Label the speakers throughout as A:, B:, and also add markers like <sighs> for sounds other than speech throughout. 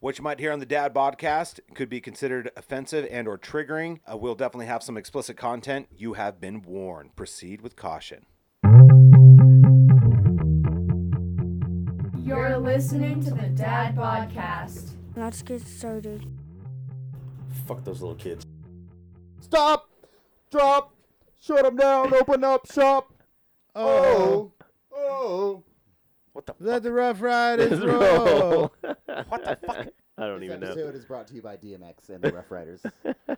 A: What you might hear on the Dad Podcast could be considered offensive and or triggering. Uh, we'll definitely have some explicit content. You have been warned. Proceed with caution.
B: You're listening to the Dad Podcast.
C: Let's get started.
D: Fuck those little kids.
E: Stop! Drop! Shut them down! Open up shop! Oh! Oh!
D: What the
E: Let the Rough Riders roll!
D: roll. what the fuck? I don't
F: This
D: even
F: episode
D: know.
F: is brought to you by DMX and the Rough Riders.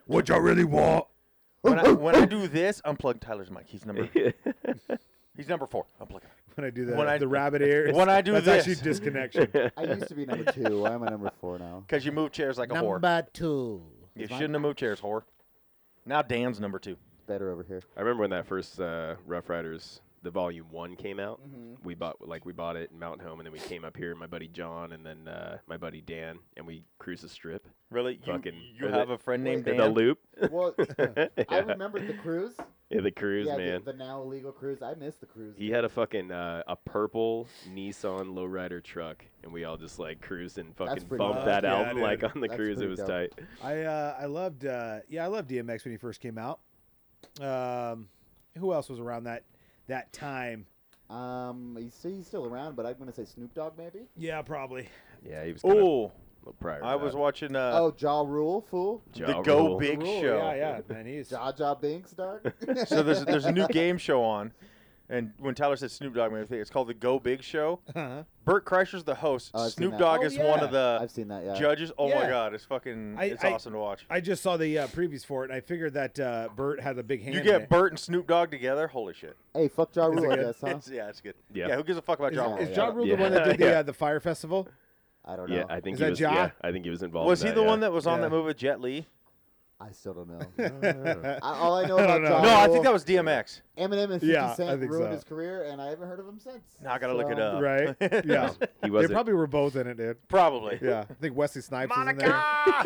E: What y'all really want?
G: <laughs> When I, when I do this, unplug Tyler's mic. He's number he's number four. Unplug it.
E: When I do that,
G: When I-
E: the rabbit ears.
G: when I do
E: that's
G: this.
E: actually disconnection.
G: <laughs>
F: I used to be number
D: <laughs>
F: two. Why am I number four now?
G: Because you move chairs like a whore.
F: Number two.
G: You
F: Is mine
G: shouldn't have moved chairs, whore. Now Dan's number two.
F: Better over here.
H: I remember when that first uh, Rough Riders, the Volume One came out.
F: Mm-hmm.
H: We bought like we bought it in Mountain Home, and then we came up here. My buddy John, and then uh, my buddy Dan, and we cruised the strip.
G: Really? You,
H: Fucking-
G: you
H: is
G: have
H: it-
G: a friend named
H: The-
G: Dan?
F: <laughs>
H: The loop, <laughs>
F: Well,
H: yeah,
F: I remembered the cruise.
H: the cruise
F: yeah,
H: man.
F: The, the now illegal cruise. I missed the cruise.
H: he had a fucking uh, a purple Nissan lowrider truck, and we all just like cruised and fucking
F: pretty
H: bumped
E: dope.
H: that
E: Yeah,
H: album
E: dude.
H: like on the
F: That's
H: cruise. It
F: pretty
H: was
F: dope.
H: tight.
E: I uh, I loved uh, yeah I loved DMX when he first came out. Um, who else was around that that time?
F: Um, he's, he's still around, but I'm gonna say Snoop Dogg maybe.
E: Yeah, probably.
H: Yeah, he was. kinda a
G: Oh,
H: little prior. to
G: I was
H: that.
G: watching uh,
F: oh, Jaw Rule, fool.
G: the
H: Ja
G: Go
H: Rule.
G: Big
F: Rule,
G: Show.
E: Yeah, yeah, man, he's
F: Jaw Jaw Binks,
H: <laughs>
F: dog.
G: <laughs>
F: <laughs>
G: so there's there's a new game show on, and when Tyler said Snoop Dogg, and everything, it's called the Go Big Show.
E: Uh-huh.
G: Burt Kreischer's the host.
F: Oh, I've seen
G: Snoop
F: that.
G: Dogg
E: Oh,
G: is one
E: yeah.
G: of the
H: uh,
F: I've seen that. Yeah.
G: judges. Oh my
E: Yeah.
G: God, it's fucking
E: I-
G: it's
E: I-
G: awesome to watch.
E: I just saw the uh, previews for it, and I figured that uh, Bert had a big hand.
G: you
E: in
G: get
E: it.
G: Burt and Snoop Dogg together. Holy shit!
F: Hey, fuck Jaw
E: Is it
F: Rule, I
E: good?
F: guess, huh?
G: It's, yeah, it's good.
H: Yeah.
G: Yeah, who gives a fuck about
E: Is,
G: John? Rule?
E: is John Rule
H: Yeah.
E: the one that did the
H: Yeah.
E: uh, the fire festival?
F: I don't know.
H: Yeah, I think
E: Is
H: he
E: that
H: was.
E: Ja?
H: Yeah, I think he was involved.
G: Was
H: in
G: he the
H: yeah.
G: one
H: <laughs>
G: that was on
E: Yeah.
G: that movie with Jet Li?
F: I still don't know. I,
E: <laughs>
F: all I know about
E: don't know.
F: Jaw
G: No, I
F: Rule-
G: think that was DMX.
F: Eminem
E: <laughs>
F: and 50
E: Yeah, I
F: Cent
E: think
F: ruined
E: so.
F: his career, and I haven't heard of him since.
G: Now I gotta look it
F: So,
E: <laughs>
G: up.
E: Right? Yeah.
H: He
E: they
H: wasn't.
E: probably were both in it, dude.
G: Probably.
E: Yeah, I think Wesley Snipes was in there.
G: Ah!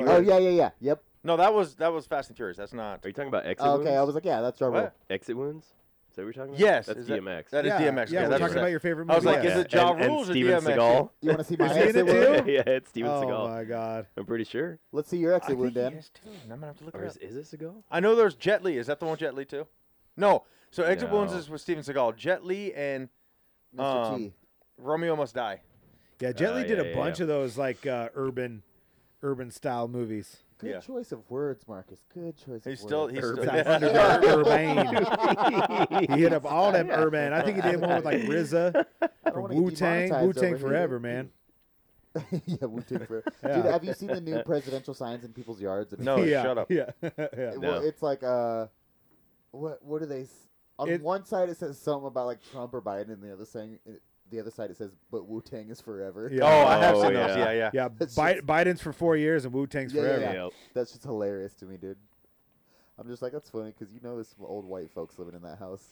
F: Oh yeah, yeah, yeah. Yep. Oh,
G: No, that was that was Fast and Furious. That's not.
H: Are you talking about exit
F: Okay,
H: wounds?
F: I was like, yeah, that's Ja Rule.
G: What?
H: exit wounds. Is that what you're talking about?
G: Yes,
H: that's
G: is that-
H: DMX.
G: That is
E: yeah,
G: DMX.
E: Yeah,
G: guys.
E: we're
G: That's
E: talking
G: what
E: about
G: I-
E: your favorite movie.
G: I was like,
E: yeah.
G: is it Ja
H: and, and
G: Rule's or
H: Steven
G: DMX?
H: Seagal?
F: You want to see
E: Is
F: my
E: he in
F: exit
E: it too?
F: wound?
H: <laughs> yeah, it's Steven
E: oh
H: Seagal.
E: my god.
H: I'm pretty sure.
F: Let's see your
G: I
F: exit
G: think
F: wound,
G: he
F: Dan.
G: is too, and I'm gonna have to look
H: Or
G: it up.
H: is, is it <laughs> Seagal?
G: I know there's Jet Li. Is that the one Jet Li too? No. So Exit Wounds
H: No.
G: is with Steven Seagal. Jet Li and
F: Mr. T.
G: Um, Romeo Must Die.
E: Yeah, Jet Li
H: Uh,
E: did
H: yeah,
E: a
H: yeah,
E: bunch
H: yeah.
E: of those like uh, urban, urban style movies.
F: Good
G: yeah.
F: choice of words, Marcus. Good choice.
G: He's
F: of
G: still
F: Words.
G: he's still,
E: Sounds underground urban. he
H: <laughs>
E: hit up all them urban. I think he did one with like RZA
F: I don't
E: from
F: wanna get
E: Wu Tang,
F: demonetized
E: Wu Tang
F: over here.
E: Forever, man.
F: <laughs> yeah, Wu Tang forever.
E: Yeah.
F: Dude, have you seen the new presidential signs in people's yards? And <laughs>
G: No. Oh,
E: yeah,
G: shut
E: <laughs>
G: up.
E: Yeah, yeah.
F: It-
H: No.
F: well, it's like uh, what what do they? s- On
E: It-
F: one side it says something about like Trump or Biden, and the other saying eh, the other side it says, but Wu Tang is forever.
E: Yeah.
G: Oh, I have
H: Oh,
G: seen those.
H: yeah. <laughs>
G: Yeah, yeah.
E: Yeah,
F: That's
E: Bi-
F: just-
E: Biden's for four years and Wu Tang's
F: Yeah, yeah,
E: forever.
F: yeah. That's just hilarious to me, dude. I'm just like, that's funny because you know there's some old white folks living in that house.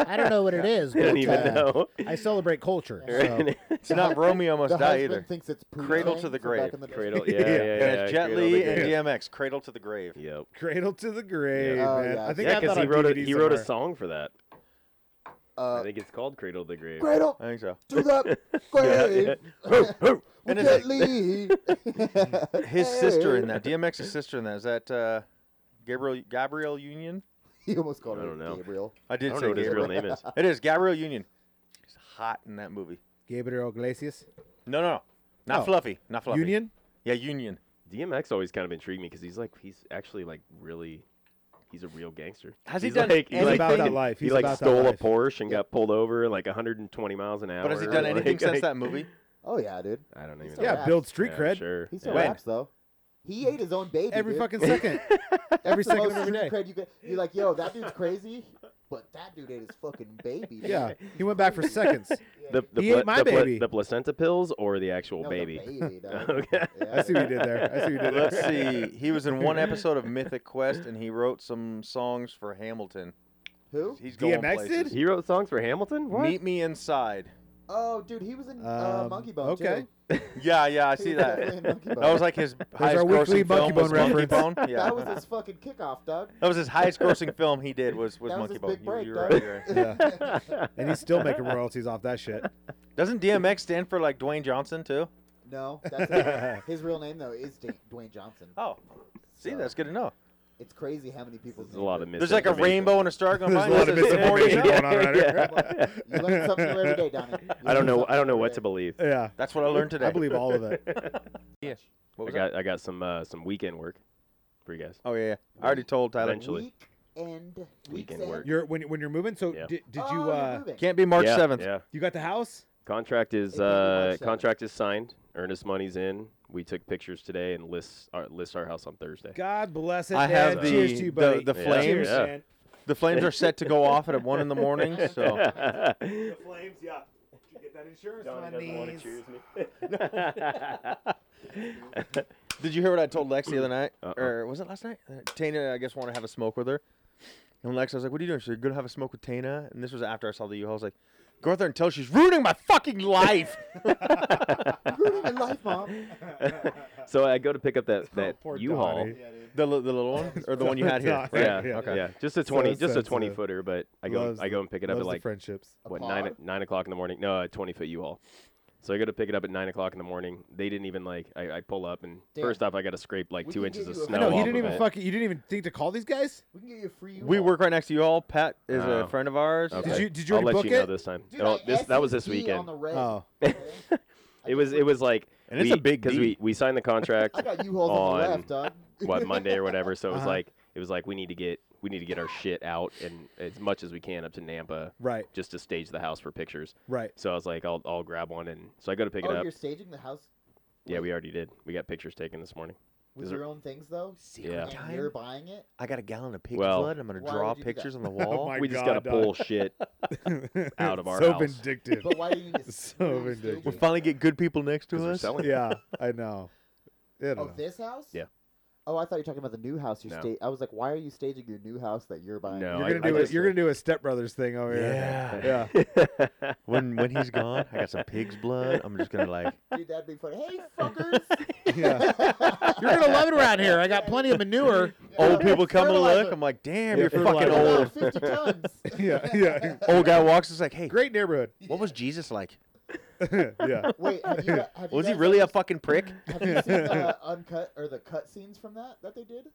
F: <laughs>
I: I don't know what it is.
H: <laughs> I
I: but,
H: don't even
I: uh,
H: know.
I: I celebrate culture. So.
H: Right.
G: It's not Romeo
F: the
G: Must Die
F: husband
G: either.
F: thinks it's Pooh
G: Cradle
F: Tang
G: to the
F: from back
G: grave.
F: in the day.
H: Cradle. Yeah, <laughs>
E: Yeah.
H: yeah, yeah.
G: And it's Jet
H: Cradle to
G: Li
H: Grave.
G: and DMX, Cradle to the Grave.
H: Yep.
E: Cradle to the grave,
H: Yeah.
F: Oh,
E: man.
F: yeah.
E: I think
H: Yeah,
E: I have that
H: because he
E: on
H: wrote a
E: DVD
H: he wrote a
E: somewhere.
H: song for that. I
F: Uh,
H: think it's called Cradle to the Grave.
G: <laughs>
F: Cradle
G: I think so.
F: to the grave.
H: <laughs>
G: And
F: We
G: it's
F: can't
G: like-
F: leave.
G: <laughs> His sister in
F: Hey.
G: that.
H: <laughs>
G: DMX's sister in that. Is that uh, Gabriel Gabrielle Union?
F: He almost called
H: I
F: her
H: don't know.
F: Gabriel.
G: I
H: I
G: did
H: don't
G: say
H: know what his real
G: Gabrielle.
H: name is.
G: It is Gabrielle Union. She's hot in that movie.
E: Gabriel Iglesias.
G: No, no, no. not
E: Oh.
G: Fluffy. Not Fluffy.
E: Union.
G: Yeah, Union.
H: DMX always kind of intrigued me because he's like he's actually like really. He's a real gangster.
G: Has he
H: He's
G: done
H: like,
G: He's
H: like
E: about that
H: fucking-
E: life.
H: He
E: He's
H: like
E: about that
H: stole
E: life.
H: a Porsche and got pulled over like 120 miles an hour.
G: But has he done
H: like-
G: anything since
H: like-
G: that movie?
F: Oh yeah, dude.
H: I don't even.
F: still
H: know.
E: Yeah,
F: raps.
E: build street
H: Yeah,
E: cred
H: Sure.
F: He still
H: yeah.
F: raps though. He ate his own baby.
E: every
F: dude.
E: fucking second. every
F: That's the
E: second of
F: most
E: every
F: street
E: day.
F: cred you could. You're like, yo, that dude's crazy, but that dude ate his fucking baby. dude.
E: Yeah, he went back for
F: <laughs>
E: seconds.
H: The the,
E: He
H: pla-
E: ate my
H: the, pla-
E: baby.
H: the placenta pills or the actual
F: No, the
H: baby.
F: baby
G: <laughs>
F: dog.
H: Okay.
F: Yeah.
E: I see what he did there. I see what he did there.
G: Let's
H: <laughs>
G: see. He was in one episode of Mythic Quest, and he wrote some songs for Hamilton.
F: Who?
G: He's going
E: DMX
G: places.
E: did?
H: <laughs> He wrote songs for Hamilton. What?
G: Meet me inside.
F: Oh, dude, he was in uh,
E: Um,
F: Monkey Bone
E: okay.
F: too.
G: Yeah, yeah, I see
F: He was definitely
E: <laughs>
F: in
G: that.
H: <laughs>
F: Monkey
G: That was
F: Bone.
G: like his
E: our
G: highest
E: weekly
G: grossing
E: Monkey Bone
G: film was Monkey Bone.
E: reference. <laughs>
G: Yeah,
F: That was his fucking kickoff, dog.
G: That was his highest grossing film he did was was
F: That was
G: Monkey
F: his
G: Bone.
F: big
G: You-
F: break,
G: you're
F: dog.
G: right, you're right.
E: Yeah. and he's still making royalties off that shit.
G: Doesn't DMX stand for like Dwayne Johnson too?
F: <laughs> No,
E: <laughs>
F: that's his real name though is Da- Dwayne Johnson.
G: Oh, see,
F: So,
G: that's good to know.
F: it's crazy how many people.
H: There's a lot of
G: There's like a
H: misinformation.
G: rainbow and a star going
E: <laughs>
G: by.
E: There's a lot of
G: and it says supporting
E: misinformation
G: cast.
E: going
H: <laughs>
E: on right here.
F: You learn something new every day, Donnie. You
H: I don't
F: learn
H: know.
F: something
H: I don't know
F: new
H: what
F: every
H: to
F: day.
H: believe. <laughs>
E: Yeah.
G: That's what I learned today.
E: I believe all of it.
G: <laughs>
H: I
G: What was
H: got. I got some uh, some weekend work for you guys.
G: that? Oh yeah, yeah. I already told Tyler.
H: Eventually.
F: Weekend,
H: Weekend
F: week's
H: work.
F: end.
E: You're when when you're moving. So
H: Yeah.
E: did, did
F: Oh,
E: you
F: you're
E: uh
F: moving.
G: Can't be March
H: yeah,
G: seventh.
H: Yeah.
E: you got the house?
H: Contract
F: It
H: is
F: can't be March
H: uh,
F: seventh.
H: contract is signed. Earnest money's in. We took pictures today and lists our, lists our house on Thursday.
E: <laughs> God bless it.
G: I
E: man.
G: have the
E: Cheers to you, buddy.
G: the, the
H: Yeah.
G: flames.
E: Cheers,
H: Yeah.
E: man.
G: The flames are set
H: <laughs>
G: to go off at one in the morning. So
E: The flames, yeah. You get that insurance on these.
G: did you hear what I told Lex the other night,
H: Uh-uh.
G: or was it last night? Uh, Tana, I guess, wanted to have a smoke with her. And Lex, I was like, "What are you doing? She's like, "Gonna have a smoke with Tana." And this was after I saw the U. I was like, "Go out there and tell her she's ruining my fucking <laughs> life."
F: Ruining
E: <laughs>
F: your life,
H: <laughs>
F: mom.
H: so I go to pick up that that
E: Oh, poor
H: U-Haul.
E: Donnie.
G: the, li- the little <laughs> one, or the one you had here?
E: Right,
H: Yeah,
E: <laughs> yeah.
H: yeah. Just a twenty, just a
E: sensitive.
H: twenty footer, but I go,
E: Loves
H: I go and pick it up
E: Loves
H: at
E: the
H: like
E: friendships.
H: what nine
F: pod?
H: o- nine o'clock in the morning. No, a twenty foot U-Haul. So I go to pick it up at nine o'clock in the morning. They didn't even like. I, I pull up and
F: Damn.
H: first off, I got to scrape like
F: We
H: two
F: can
H: inches
F: give
H: of
F: you a-
H: snow.
E: I know
H: off
E: you didn't
H: of
E: even
H: it.
E: fucking. You didn't even think to call these guys.
F: We can get you a free.
G: We
F: U-Haul.
G: work right next to you all. Pat is a
H: Oh.
G: friend of ours.
H: Okay.
E: Did you- did you
H: I'll
E: already
H: let
E: book
H: you know
E: it?
H: this time.
F: Dude,
H: It'll-
F: I
H: Oh, this that was this
F: SEP On
H: weekend.
F: the red.
E: Oh.
F: okay? I
H: It was
F: just-
H: it
E: <laughs>
H: was like
G: And it's a big
H: because
G: D.
H: we we signed the contract.
F: <laughs> I got U-Hauls on, the
H: on-
F: left, dog.
H: <laughs> what Monday or whatever. So it was
E: Uh-huh.
H: like it was like we need to get we need to get our shit out and as much as we can up to Nampa
E: Right.
H: just to stage the house for pictures.
E: Right. <laughs>
H: So I was like, I'll I'll grab one and so I go to pick it
F: oh,
H: up.
F: you're staging the house
H: Yeah, we already did. We got pictures taken this morning.
F: with
H: Is
F: your
H: there-
F: own things though.
H: Yeah.
F: And you're buying it.
G: I got a gallon of pig
H: Well-
G: blood. I'm gonna
F: Why
G: draw
F: would you do that? <laughs>
G: pictures on the
E: Oh
G: wall.
E: my
H: we just
E: God,
H: gotta pull shit
E: <laughs>
H: out of our
E: so
H: house.
E: vindictive.
F: But why do you?
E: <laughs> So
F: why are you
E: ridiculous.
F: staging
G: we
F: it?
G: finally get good people next
H: 'Cause
G: to
H: we're
G: us.
H: selling it.
E: yeah, I know. uh, I don't
F: Oh,
E: know.
F: this house?
H: Yeah.
F: Oh, I thought you were talking about the new house. You're
H: No.
F: sta- I was like, why are you staging your new house that you're buying?
H: No,
E: You're
H: I-
E: gonna
H: I
E: do it.
H: just-
E: You're gonna do a stepbrothers thing over
G: Oh, Yeah.
E: here. Yeah.
G: <laughs> when when he's gone, I got some pig's blood. I'm just gonna like.
F: <laughs> Dude, that'd be funny.
E: <laughs>
F: Hey, fuckers! <laughs>
E: Yeah.
J: You're gonna love it around here. I got plenty of manure.
G: <laughs> Old people come and
F: Fertilizer.
G: look. I'm like, damn,
E: Yeah,
G: you're fucking
E: fertilizer.
G: old.
F: Fifty tons.
E: <laughs> Yeah.
F: <laughs>
E: Yeah.
G: Old guy walks. It's like, hey,
E: Great neighborhood. <laughs>
G: what was Jesus like?
E: yeah. <laughs>
F: Wait, have you, have you
G: Was he
F: guys
G: really a
F: ever- <laughs>
G: fucking prick? Uh,
F: Have you seen the uncut or the cut scenes from that that they did?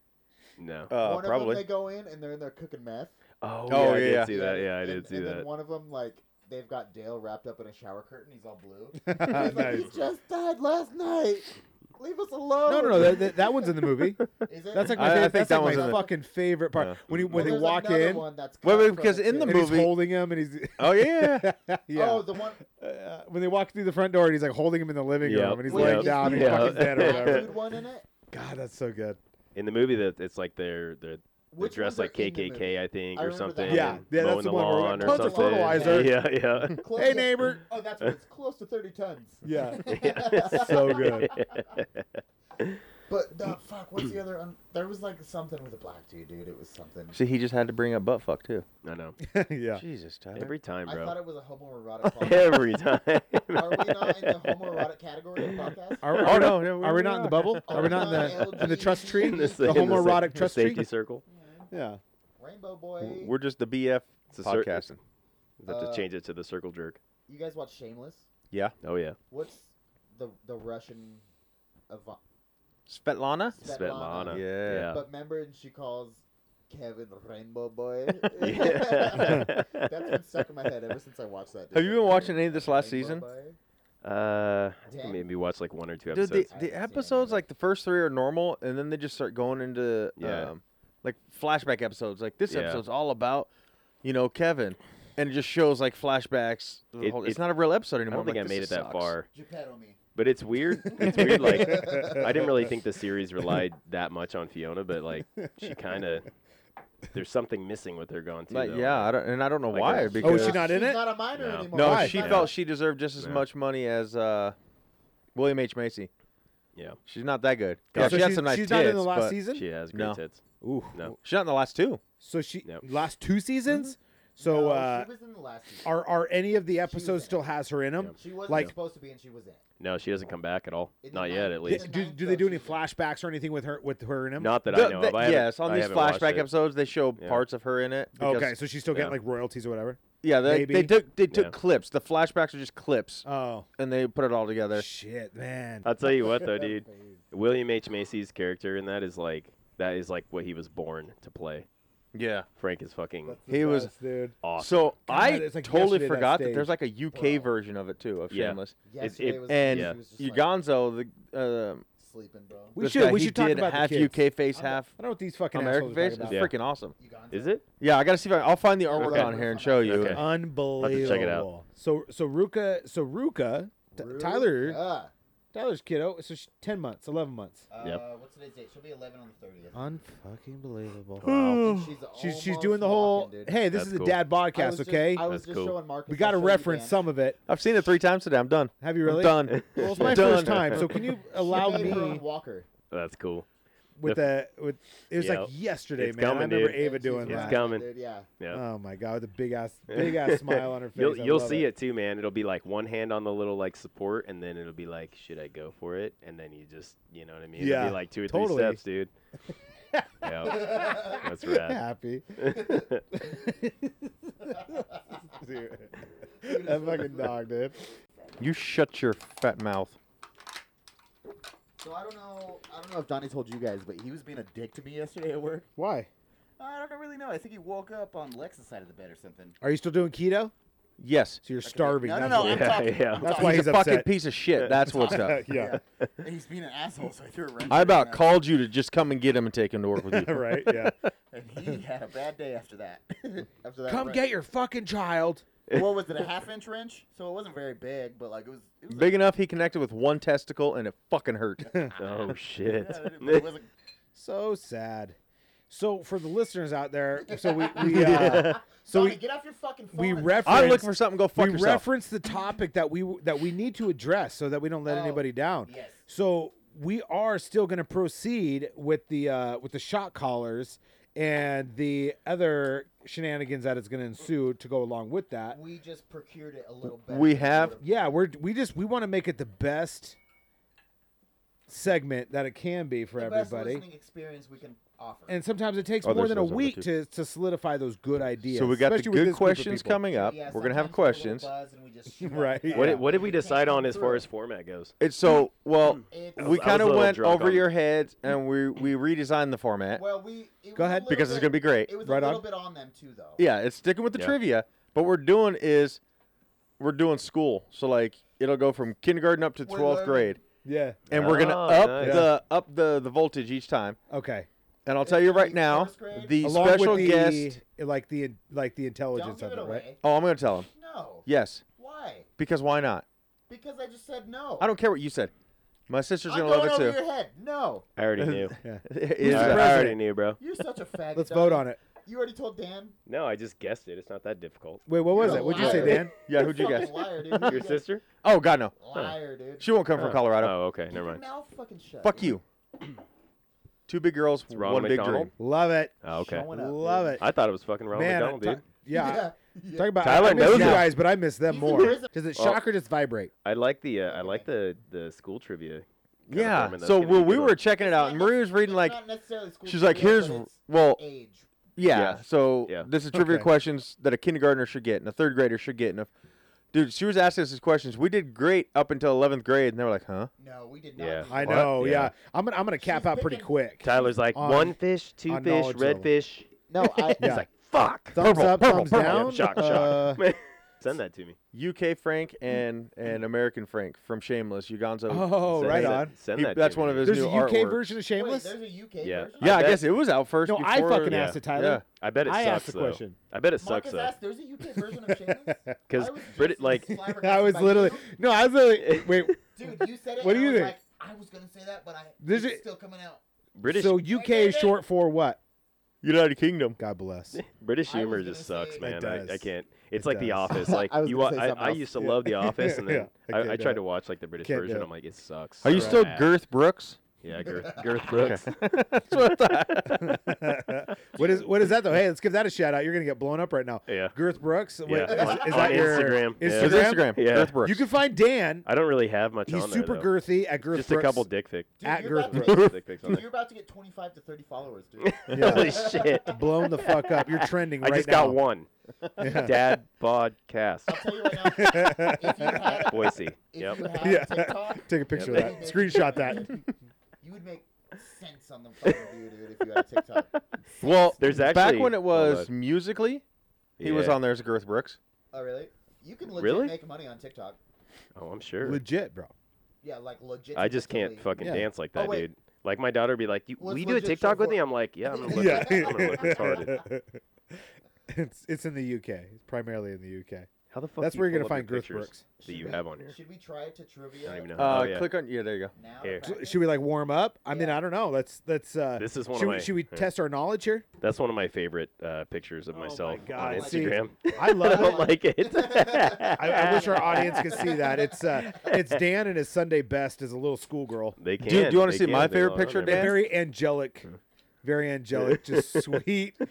H: No.
G: Uh,
F: one of them, they
G: probably.
F: go in and they're in there cooking meth.
H: Oh,
G: Oh,
H: yeah, I
G: yeah.
H: did see that. Yeah, I
F: and-
H: did see
F: and
H: that.
F: Then one of them, like, they've got Dale wrapped up in a shower curtain. He's all blue. He's like,
E: Uh, nice.
F: he just died last night. Leave us alone.
E: No, no, no. That, that, that one's in the movie.
F: <laughs> Is it?
E: That's like
G: I-
E: my,
G: I
E: favorite,
G: think
E: that's
G: that
E: like
G: one's in
E: my
G: the-
E: fucking favorite part.
G: Yeah.
E: When, he,
F: Well,
E: when they
F: there's
E: walk
F: another
E: in
F: one that's
G: Wait,
F: cut
G: wait,
F: from
G: because
F: it,
G: in the
F: too.
E: and
G: movie-
E: he's holding him, and he's <laughs>
G: Oh yeah.
E: yeah.
F: Oh, the one.
E: uh, when they walk through the front door, and he's like holding him in the living
H: Yep.
E: room, and he's
F: Wait,
E: laying
F: is
E: down, and
F: the
E: he's
H: Yeah.
E: fucking dead or
F: black
E: whatever.
F: <laughs> dude one in it?
E: God, that's so good.
H: In the movie, that it's like they're they're
F: Which
H: dressed
F: ones are
H: like
F: in the movie?
H: KKK, I think,
F: I
H: or
F: remember that.
H: something.
E: Yeah,
H: and
E: yeah, that's
H: mowing
E: the
H: the
E: one where we're
H: lawn
E: like,
H: or
E: "Tons of
H: something.
E: fertilizer."
H: Yeah, <laughs> yeah.
F: Close
E: Hey,
F: to-
E: neighbor.
F: <laughs> Oh, that's what it's close to thirty tons.
E: <laughs>
F: <laughs>
E: Yeah, so <laughs> good.
H: <laughs>
F: But the fuck, what's the other? Un- there was like something with a black dude, dude. It was something.
G: <laughs> See, he just had to bring up butt fuck too.
H: I know.
E: yeah.
G: Jesus, Tyler.
H: Every
F: <laughs>
H: time,
F: I thought
H: bro.
F: it was a homoerotic
H: <laughs>
F: podcast.
H: Every time.
F: <laughs> Are we not in the homoerotic category of
E: <laughs>
F: podcast?
E: Are,
G: Oh
E: are,
G: no, no,
E: are we not in the bubble? Are
F: Are we
E: we not in
F: not
E: the in the trust tree?
H: <laughs> In this-
E: the
H: in this, like,
E: homoerotic trust
H: safety
E: tree?
H: circle.
E: Yeah.
H: <laughs>
F: Rainbow Boy.
G: We're just the BF
H: It's a cir-
G: podcasting.
H: We'll have
F: Uh,
H: to change it to the circle jerk.
F: You guys watch Shameless?
G: Yeah.
H: Oh yeah.
F: What's the the Russian? Ava-
G: Svetlana.
F: Svetlana.
H: Svetlana.
G: Yeah.
F: But remember, and she calls Kevin Rainbow Boy.
H: <laughs> Yeah.
F: <laughs> That's been stuck in my head ever since I watched that. dude.
G: Have you been watching any of this last
F: Rainbow
G: season?
F: Boy.
H: uh, I think
F: Dang.
H: I maybe watched like one or two
G: Dude,
H: episodes.
G: the,
F: I haven't seen
G: the episodes
F: any.
G: like the first three are normal, and then they just start going into
H: Yeah.
G: um, like flashback episodes. Like this
H: Yeah.
G: episode's all about, you know, Kevin, and it just shows like flashbacks. the
H: It-
G: whole-
H: it-
G: it's not a real episode
H: I
G: anymore.
H: don't think
G: I'm
H: I
G: like,
H: made it
G: this
H: that
G: sucks.
H: far,
F: Geppetto me.
H: but it's weird.
F: <laughs>
H: It's
E: <laughs>
H: weird. Like I didn't really think the series relied that much on Fiona, but like she kind of there's something missing with her gone too.
G: Like,
H: though.
G: yeah, I don't, and I don't know
H: Like
G: why.
H: a-
G: because
E: Oh, she
H: <laughs>
E: not in
F: she's
E: it?
F: Oh, Not a minor
H: No.
F: anymore.
G: no,
E: Why?
G: she
H: Yeah.
G: felt she deserved just as
H: Yeah.
G: much money as uh, William H Macy.
H: Yeah.
G: she's not that good.
H: Yeah,
G: Yeah,
E: so
G: she had
E: she's,
G: some nice
E: she's
G: tits,
E: not in the last
G: but
E: season.
H: she has great
G: No.
H: tits.
E: Ooh.
H: No.
G: she's not in the last two.
E: So she
H: Nope.
E: last two seasons. So
F: No,
E: uh,
F: she was in the last season.
E: are are any of the episodes
F: in
E: still
F: it.
E: has her in them?
F: she wasn't
E: like-
F: supposed to be, and she was in. it.
H: No, she doesn't come back at all.
F: In the
H: Not yet,
F: ninth-
H: at
F: in
H: least.
F: the
E: Do,
F: ninth,
E: do they
F: though,
E: do any
F: she was-
E: flashbacks or anything with her with her in them?
H: Not that I
G: The-
H: know
G: the-
H: of. I haven't-
G: yes, on
H: I
G: these
H: haven't watched
G: flashback
H: it.
G: episodes, they show
H: Yeah.
G: parts of her in it. Because,
E: okay, so she's still getting
H: yeah.
E: like royalties or whatever.
G: yeah, they, they
E: maybe.
G: took they took
H: Yeah.
G: clips. The flashbacks are just clips,
E: Oh
G: and they put it all together.
E: shit, man!
H: I'll tell you what <laughs> though, dude. William H Macy's character in that is like that is like what he was born to play.
G: Yeah.
H: Frank is fucking
E: That's the
G: he was-
E: best, dude.
H: awesome.
G: So
E: God,
G: I
E: it's like
G: totally
E: yesterday that
G: forgot that,
E: stage.
G: there's like a UK version of it too of
H: Yeah.
G: Shameless.
F: Yesterday
H: it-
F: was the day
G: And
F: she
H: Yeah.
F: was just, like,
G: Gonzo, the uh,
F: sleeping, bro.
E: We
G: this
E: should
G: guy,
E: we
G: he
E: should talk
G: did
E: about
G: half
E: the kids.
G: UK face,
F: I'm not-
G: half
E: I don't know what these fucking
G: American face.
E: assholes
G: It's
E: are talking
H: Yeah.
G: freaking awesome.
F: Uganda.
H: Is it?
G: Yeah, I gotta see if I, I'll find the artwork
H: Okay.
G: on here and show you.
H: Okay.
E: about. Unbelievable.
H: to check it out.
E: So so Ruka so Ruka T- Tyler
F: Ruka.
E: Tyler's kiddo. So she, ten months, eleven months.
F: Uh,
H: Yep.
F: What's today's date? She'll be 11 on the 30th.
E: Unfucking believable.
F: And she's
E: she's she's
F: almost
E: doing the whole.
F: walking, dude.
E: hey, this
H: That's
E: is a
H: cool.
E: dad
F: I was
E: podcast,
F: just-
E: okay?
F: I was
H: That's
F: just
H: cool.
F: showing Marcus.
E: we got to
F: I'll show you,
E: reference
F: Dan.
E: some of it.
G: I've seen it three times today. I'm done.
E: Have you
G: I'm
E: really?
G: done.
E: Well,
H: <laughs>
E: it's my
G: Done.
E: first time, so can
F: <laughs>
E: you allow
F: She made her
E: me
F: own Walker.
H: That's cool.
E: with
F: <laughs>
E: the with? It was
H: Yeah.
E: like yesterday,
H: It's
E: man. I
H: coming,
E: remember
H: dude.
E: Ava
F: She's
E: doing
H: It's
F: rocking,
E: that.
H: coming.
F: dude, Yeah.
H: Yeah.
E: Oh my god, with a big ass big
H: <laughs>
E: ass smile on her face.
H: You'll
E: I
H: you'll
E: love <laughs>
H: see it. too, man. It'll be like one hand on the little like support, and then it'll be like, should I go for it? And then you just, you know what I mean?
E: Yeah,
H: it'll be like two or
E: totally.
H: three
E: <laughs>
H: steps, dude. yeah, that's rad. <laughs>
E: Happy. <laughs> Dude. that fucking dog, dude.
G: You shut your fat mouth.
F: So I don't know. I don't know if Donnie told you guys, but he was being a dick to me yesterday at work.
E: Why?
F: I don't really know. I think he woke up on Lex's side of the bed or something.
E: Are you still doing keto?
G: Yes.
E: So you're starving.
F: No, no,
E: that's
F: no.
E: what-
F: I'm
H: Yeah,
F: talking.
H: yeah.
F: I'm
E: That's
F: talking.
E: why
F: <laughs>
G: He's
E: he's
G: a fucking
E: upset.
G: piece of shit. That's
E: <laughs>
G: what's up.
E: yeah.
F: And he's being an asshole, so I threw a wrench.
G: I
F: in
G: about
F: that.
G: called you to just come and get him and take him to work with
E: <laughs>
G: you.
E: right. Yeah.
F: And he had a bad day after that. <laughs> after that.
E: Come
F: wrench.
E: get your fucking child.
F: What was it? A half inch wrench? So it wasn't very big, but like it was. It was
G: Big enough he connected with one testicle and it
E: <laughs>
G: fucking hurt.
F: <laughs>
H: Oh shit.
F: yeah, but
H: <laughs>
F: it wasn't-
E: So sad. So for the listeners out there, so we, we uh, so
F: Donnie,
E: we
F: get off your fucking phone.
E: we
F: and-
E: reference
G: I look for something. Go fuck
E: we
G: yourself.
E: reference the topic that we that we need to address so that we don't let
F: Oh,
E: anybody down.
F: yes.
E: So we are still going to proceed with the uh, with the shot callers and the other shenanigans that is going to ensue to go along with that.
F: We just procured it a little better.
G: We
F: than
G: have-
F: would've-
E: Yeah, we're we just we want to make it the best segment that it can be for
F: the best
E: everybody.
F: listening experience we can offer.
E: and sometimes it takes
G: Oh,
E: more
G: there's
E: than a
G: those other
E: week
G: two.
E: to, to solidify those good ideas.
G: so we got the
E: especially with
G: good
E: this group of
G: questions
E: people.
G: coming up.
F: Yeah,
G: We're gonna have
F: sometimes we're a little
G: questions.
F: buzzed and we just shoot
E: Right.
F: off.
H: What
E: Yeah.
H: did, what did we decide on as
F: Through. <laughs>
H: far as format goes?
G: It's so well.
F: It's-
G: We
H: I was
G: kind
H: a
G: of
H: little
G: went
H: drunk
G: over
H: on-
G: your heads and we we redesigned the format.
F: Well, we. It
E: Go
F: was a
E: ahead.
F: little
G: Because it's
F: bit-
G: gonna be great.
F: It was
E: Right
F: a little
E: on.
F: bit on them too, though.
G: Yeah, it's sticking with the
H: Yeah.
G: trivia. But we're doing is we're doing school. So like it'll go from kindergarten up to
F: We're
G: twelfth
F: learning.
G: grade,
E: Yeah.
G: and we're gonna
H: Oh,
G: up
H: nice.
G: the up the the voltage each time.
E: Okay.
G: And I'll tell you
F: gonna
G: right
F: be
G: now,
F: first grade?
G: the
E: Along
G: special
E: with the,
G: guest.
E: like the like the
F: Don't
E: intelligence
F: give
E: of
F: it
E: it,
F: away.
E: right?
G: Oh, I'm gonna tell him.
F: No.
G: Yes,
F: Why?
G: because why not?
F: Because I just said no.
G: I don't care what you said. My sister's
F: I'm
G: gonna
F: going
G: love it
F: over
G: too.
F: your head. No.
H: I already knew.
G: <laughs> Is-
H: I, I already
E: president?
H: knew, bro.
F: You're such a faggot.
E: Let's vote
F: Donnie.
E: on it.
F: You already told Dan.
H: No, I just guessed it. It's not
F: <laughs>
H: that difficult.
E: Wait, what was
F: You're a
E: it? What'd you say,
F: liar.
E: Dan?
G: yeah, who'd you
F: Fucking
G: guess?
F: Liar, dude. Who'd you
H: <laughs> Your
F: guess?
H: sister?
G: Oh God, no.
F: Liar, dude.
G: She won't come from Colorado.
H: Oh, okay. Never
F: Keep <laughs> your
H: mind.
F: mouth fucking shut.
G: Fuck
F: dude.
H: <clears throat>
G: you. Two big girls,
H: Ronald
G: one big
H: McDonald?
G: dream.
E: Love it.
H: Oh, okay.
F: Showing up,
E: Love
F: dude.
E: it.
H: I thought it was fucking Ronald
E: Man,
H: McDonald,
E: I-
H: dude.
E: yeah.
F: <laughs> Yeah.
E: Talk about
H: Tyler
E: I miss
H: knows
E: you
H: that.
E: guys, but I miss them
F: He's a
E: more.
F: prison-
E: Does it
H: Oh.
E: shock or just vibrate?
H: I like the uh, I like the the school trivia. kinda
G: Yeah.
H: format. That's
G: So
H: gonna be
G: well,
H: a
G: we
H: good
G: were
H: one.
G: checking it out, and Marie was reading
F: It's
G: like
F: not necessarily school
G: she's like,
F: trivia,
G: "Here's
F: but it's
G: well,
F: age.
G: yeah."
H: Yeah.
G: So
H: Yeah.
G: this is trivia
E: Okay.
G: questions that a kindergartner should get and a third grader should get. And a, dude, she was asking us these questions. We did great up until eleventh grade, and they were like, "Huh?"
F: No, we did not.
H: Yeah.
F: do
E: I
H: What?
E: know, yeah.
H: Yeah.
E: I'm gonna I'm gonna cap
F: She's
E: out pretty
F: picking-
E: quick.
H: Tyler's like
E: On-
H: one fish, two
E: on
H: fish,
E: knowledge
H: red
E: level.
H: fish.
F: that. No,
H: <laughs>
F: I.
E: Yeah.
H: He's like, fuck.
E: Thumbs
G: Purple,
E: up,
G: purple,
E: thumbs
G: purple.
E: down.
H: Yeah, shock, shock.
E: Uh,
H: Send that to me.
G: UK Frank and and American Frank from Shameless. Ugonzo.
E: Oh,
H: Send
E: right
H: that-
E: on.
H: Send
G: He-
H: that.
G: that's
H: to
G: one
H: me,
G: of his
E: There's
G: new
E: a UK
G: artwork.
E: version of
F: Wait,
E: Shameless.
F: there's a UK
H: Yeah.
F: version.
G: Yeah, I,
H: I bet-
G: guess it was out first.
E: no, I
G: before-
E: fucking
H: yeah.
E: asked it, Tyler.
H: I bet it
E: I
H: sucks
E: asked the
H: though.
E: question.
H: I bet it
F: Marcus
H: sucks though.
F: asked, "There's a UK version of
H: <laughs>
F: Shameless."
H: Because
F: I was just
H: Brit, like,
E: <laughs>
F: flabbergasted
E: I was
F: by
E: literally
F: you.
E: no, I was literally wait.
F: Dude, you said it.
E: What
F: and
E: do you
F: I was
E: think?
F: Like, I was gonna say that, but I.
E: There's
F: it's
E: a-
F: still coming
H: <laughs>
F: out.
H: <laughs> British
E: So UK is short for what?
G: United Kingdom.
E: God bless.
H: British
F: I was
H: humor
F: gonna
H: just sucks,
F: say-
H: man.
E: It
H: I, I
E: does.
H: can't. It's
E: It
H: like The
E: does.
H: Office. Like
K: I was
H: you, wa-
K: gonna say
H: I,
K: something
H: I
K: else.
H: used to <laughs> love The Office, and then
E: <laughs> Yeah, I
H: I, I,
E: can't do
H: tried
E: it.
H: to watch like the British
E: Can't do
H: version.
E: it.
H: I'm like, it sucks.
G: Are you
H: so
G: still
H: bad.
G: Girth Brooks?
H: Yeah, Girth, Girth Brooks.
G: That's what I thought.
H: <laughs>
E: <laughs> what is what is that though? Hey, let's give that a shout out. You're gonna get blown up right now.
H: Yeah.
E: Girth Brooks. Wait,
H: Yeah,
E: is,
H: on-
E: is
H: on
E: that your
H: Instagram. Yeah.
G: His
E: Instagram?
G: Instagram.
H: Yeah.
G: Girth Brooks.
E: You can find Dan.
H: I don't really have much.
E: He's
H: on there,
E: super
H: though.
E: girthy at Girth
H: Just
E: Brooks.
H: a couple dick pics.
F: Dude,
E: At
F: you're
E: Girth
F: about to-
H: Just a couple dick pics on
F: Dude,
H: there.
F: you're about to get 25 to 30 followers, dude.
H: <laughs> Holy shit!
E: Blown the fuck up. You're trending
H: <laughs> I
E: right
H: just
E: now.
H: got one.
E: Yeah.
H: Dad podcast.
F: I'll tell
E: <laughs>
F: you right now, if you had,
H: <laughs> Boise.
F: if
H: Yep.
F: you had
E: Yeah.
F: TikTok,
E: <laughs> Take a picture
F: Yep.
E: of that. Screenshot that.
F: you would make sense on the fucking view, dude, if you had TikTok.
H: <laughs>
G: well,
H: There's
G: back
H: actually-
G: when it
H: hold
G: was
H: on.
G: musically, he was
H: Yeah.
G: on there as Girth Brooks.
F: Oh, really? You can legit
H: Really?
F: make money on TikTok.
H: Oh, I'm <laughs> sure.
E: Legit, bro.
F: Yeah, like legit.
H: I just can't
F: legitimately.
H: fucking
E: Yeah.
H: dance like
F: Oh,
H: that,
F: wait.
H: dude. Like my daughter would be like, you,
F: Well,
H: "Will
F: it's
H: you do a
F: legit
H: TikTok with
F: short
H: me?"
F: form.
H: I'm like, "Yeah, I'm gonna look,
E: Yeah.
H: I'm gonna
E: <laughs>
H: look retarded."
G: <laughs>
E: it's it's in the UK. It's primarily in the UK.
H: How the fuck?
E: That's
H: do you
E: where you're gonna
H: pull up
E: find
H: your
E: Girth
H: pictures
E: Brooks.
H: that you
F: Should
H: have
F: we-
H: on here?
F: Should we try it to trivia?
H: I don't even know.
G: Uh,
H: oh, yeah.
G: Click on yeah, there you go.
F: Now
H: Here.
E: So should we like warm up? I mean,
F: Yeah.
E: I don't know. Let's let's. Uh,
H: This is one
E: should
H: of
E: we,
H: my- <laughs>
E: should we
H: yeah.
E: test our knowledge here?
H: That's one of my favorite uh, pictures of
E: Oh my
H: myself
E: God,
H: on
E: see,
H: Instagram.
E: <laughs>
H: <laughs>
E: I
H: I
E: love it.
H: don't like it.
E: <laughs> I, I wish our audience could see that. It's uh,
H: <laughs>
E: it's Dan and his Sunday best as a little schoolgirl.
H: They can.
G: do you wanna
H: they
G: see my
H: can, they're
G: favorite
H: on there,
G: picture,
H: man.
G: Dan?
E: Very angelic, very angelic,
H: <laughs>
E: just sweet. <laughs>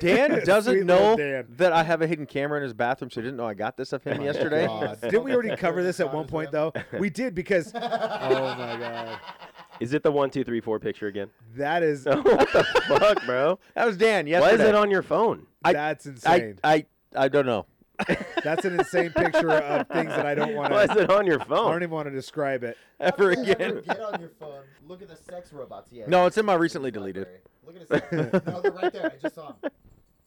G: Dan
E: Sweet little
G: doesn't know <laughs>
E: Dan.
G: that I have a hidden camera in his bathroom, so he didn't know I got this of him yesterday.
F: God.
E: Didn't we already cover this at one point though? We did
H: <laughs>
E: because oh my god,
H: Is it the one, two, three, four picture again? <laughs>
E: that is
H: No, what the fuck, bro?
G: <laughs> That was Dan.
H: Why
G: <laughs> Yesterday.
H: is it on your phone?
G: I-
E: that's
G: I,
E: insane.
G: I I don't know. <laughs>
E: that's an insane picture of things that I don't want
H: Why is
E: to.
H: it on your
E: I don't
H: phone?
E: even want to describe it.
G: Ever
F: How did that ever
G: again.
F: Get on your phone. Look at the sex robots. Yeah.
G: No, it's in my recently deleted.
F: Look at
G: <laughs>
F: the sex. no, they're right there. I just saw 'em.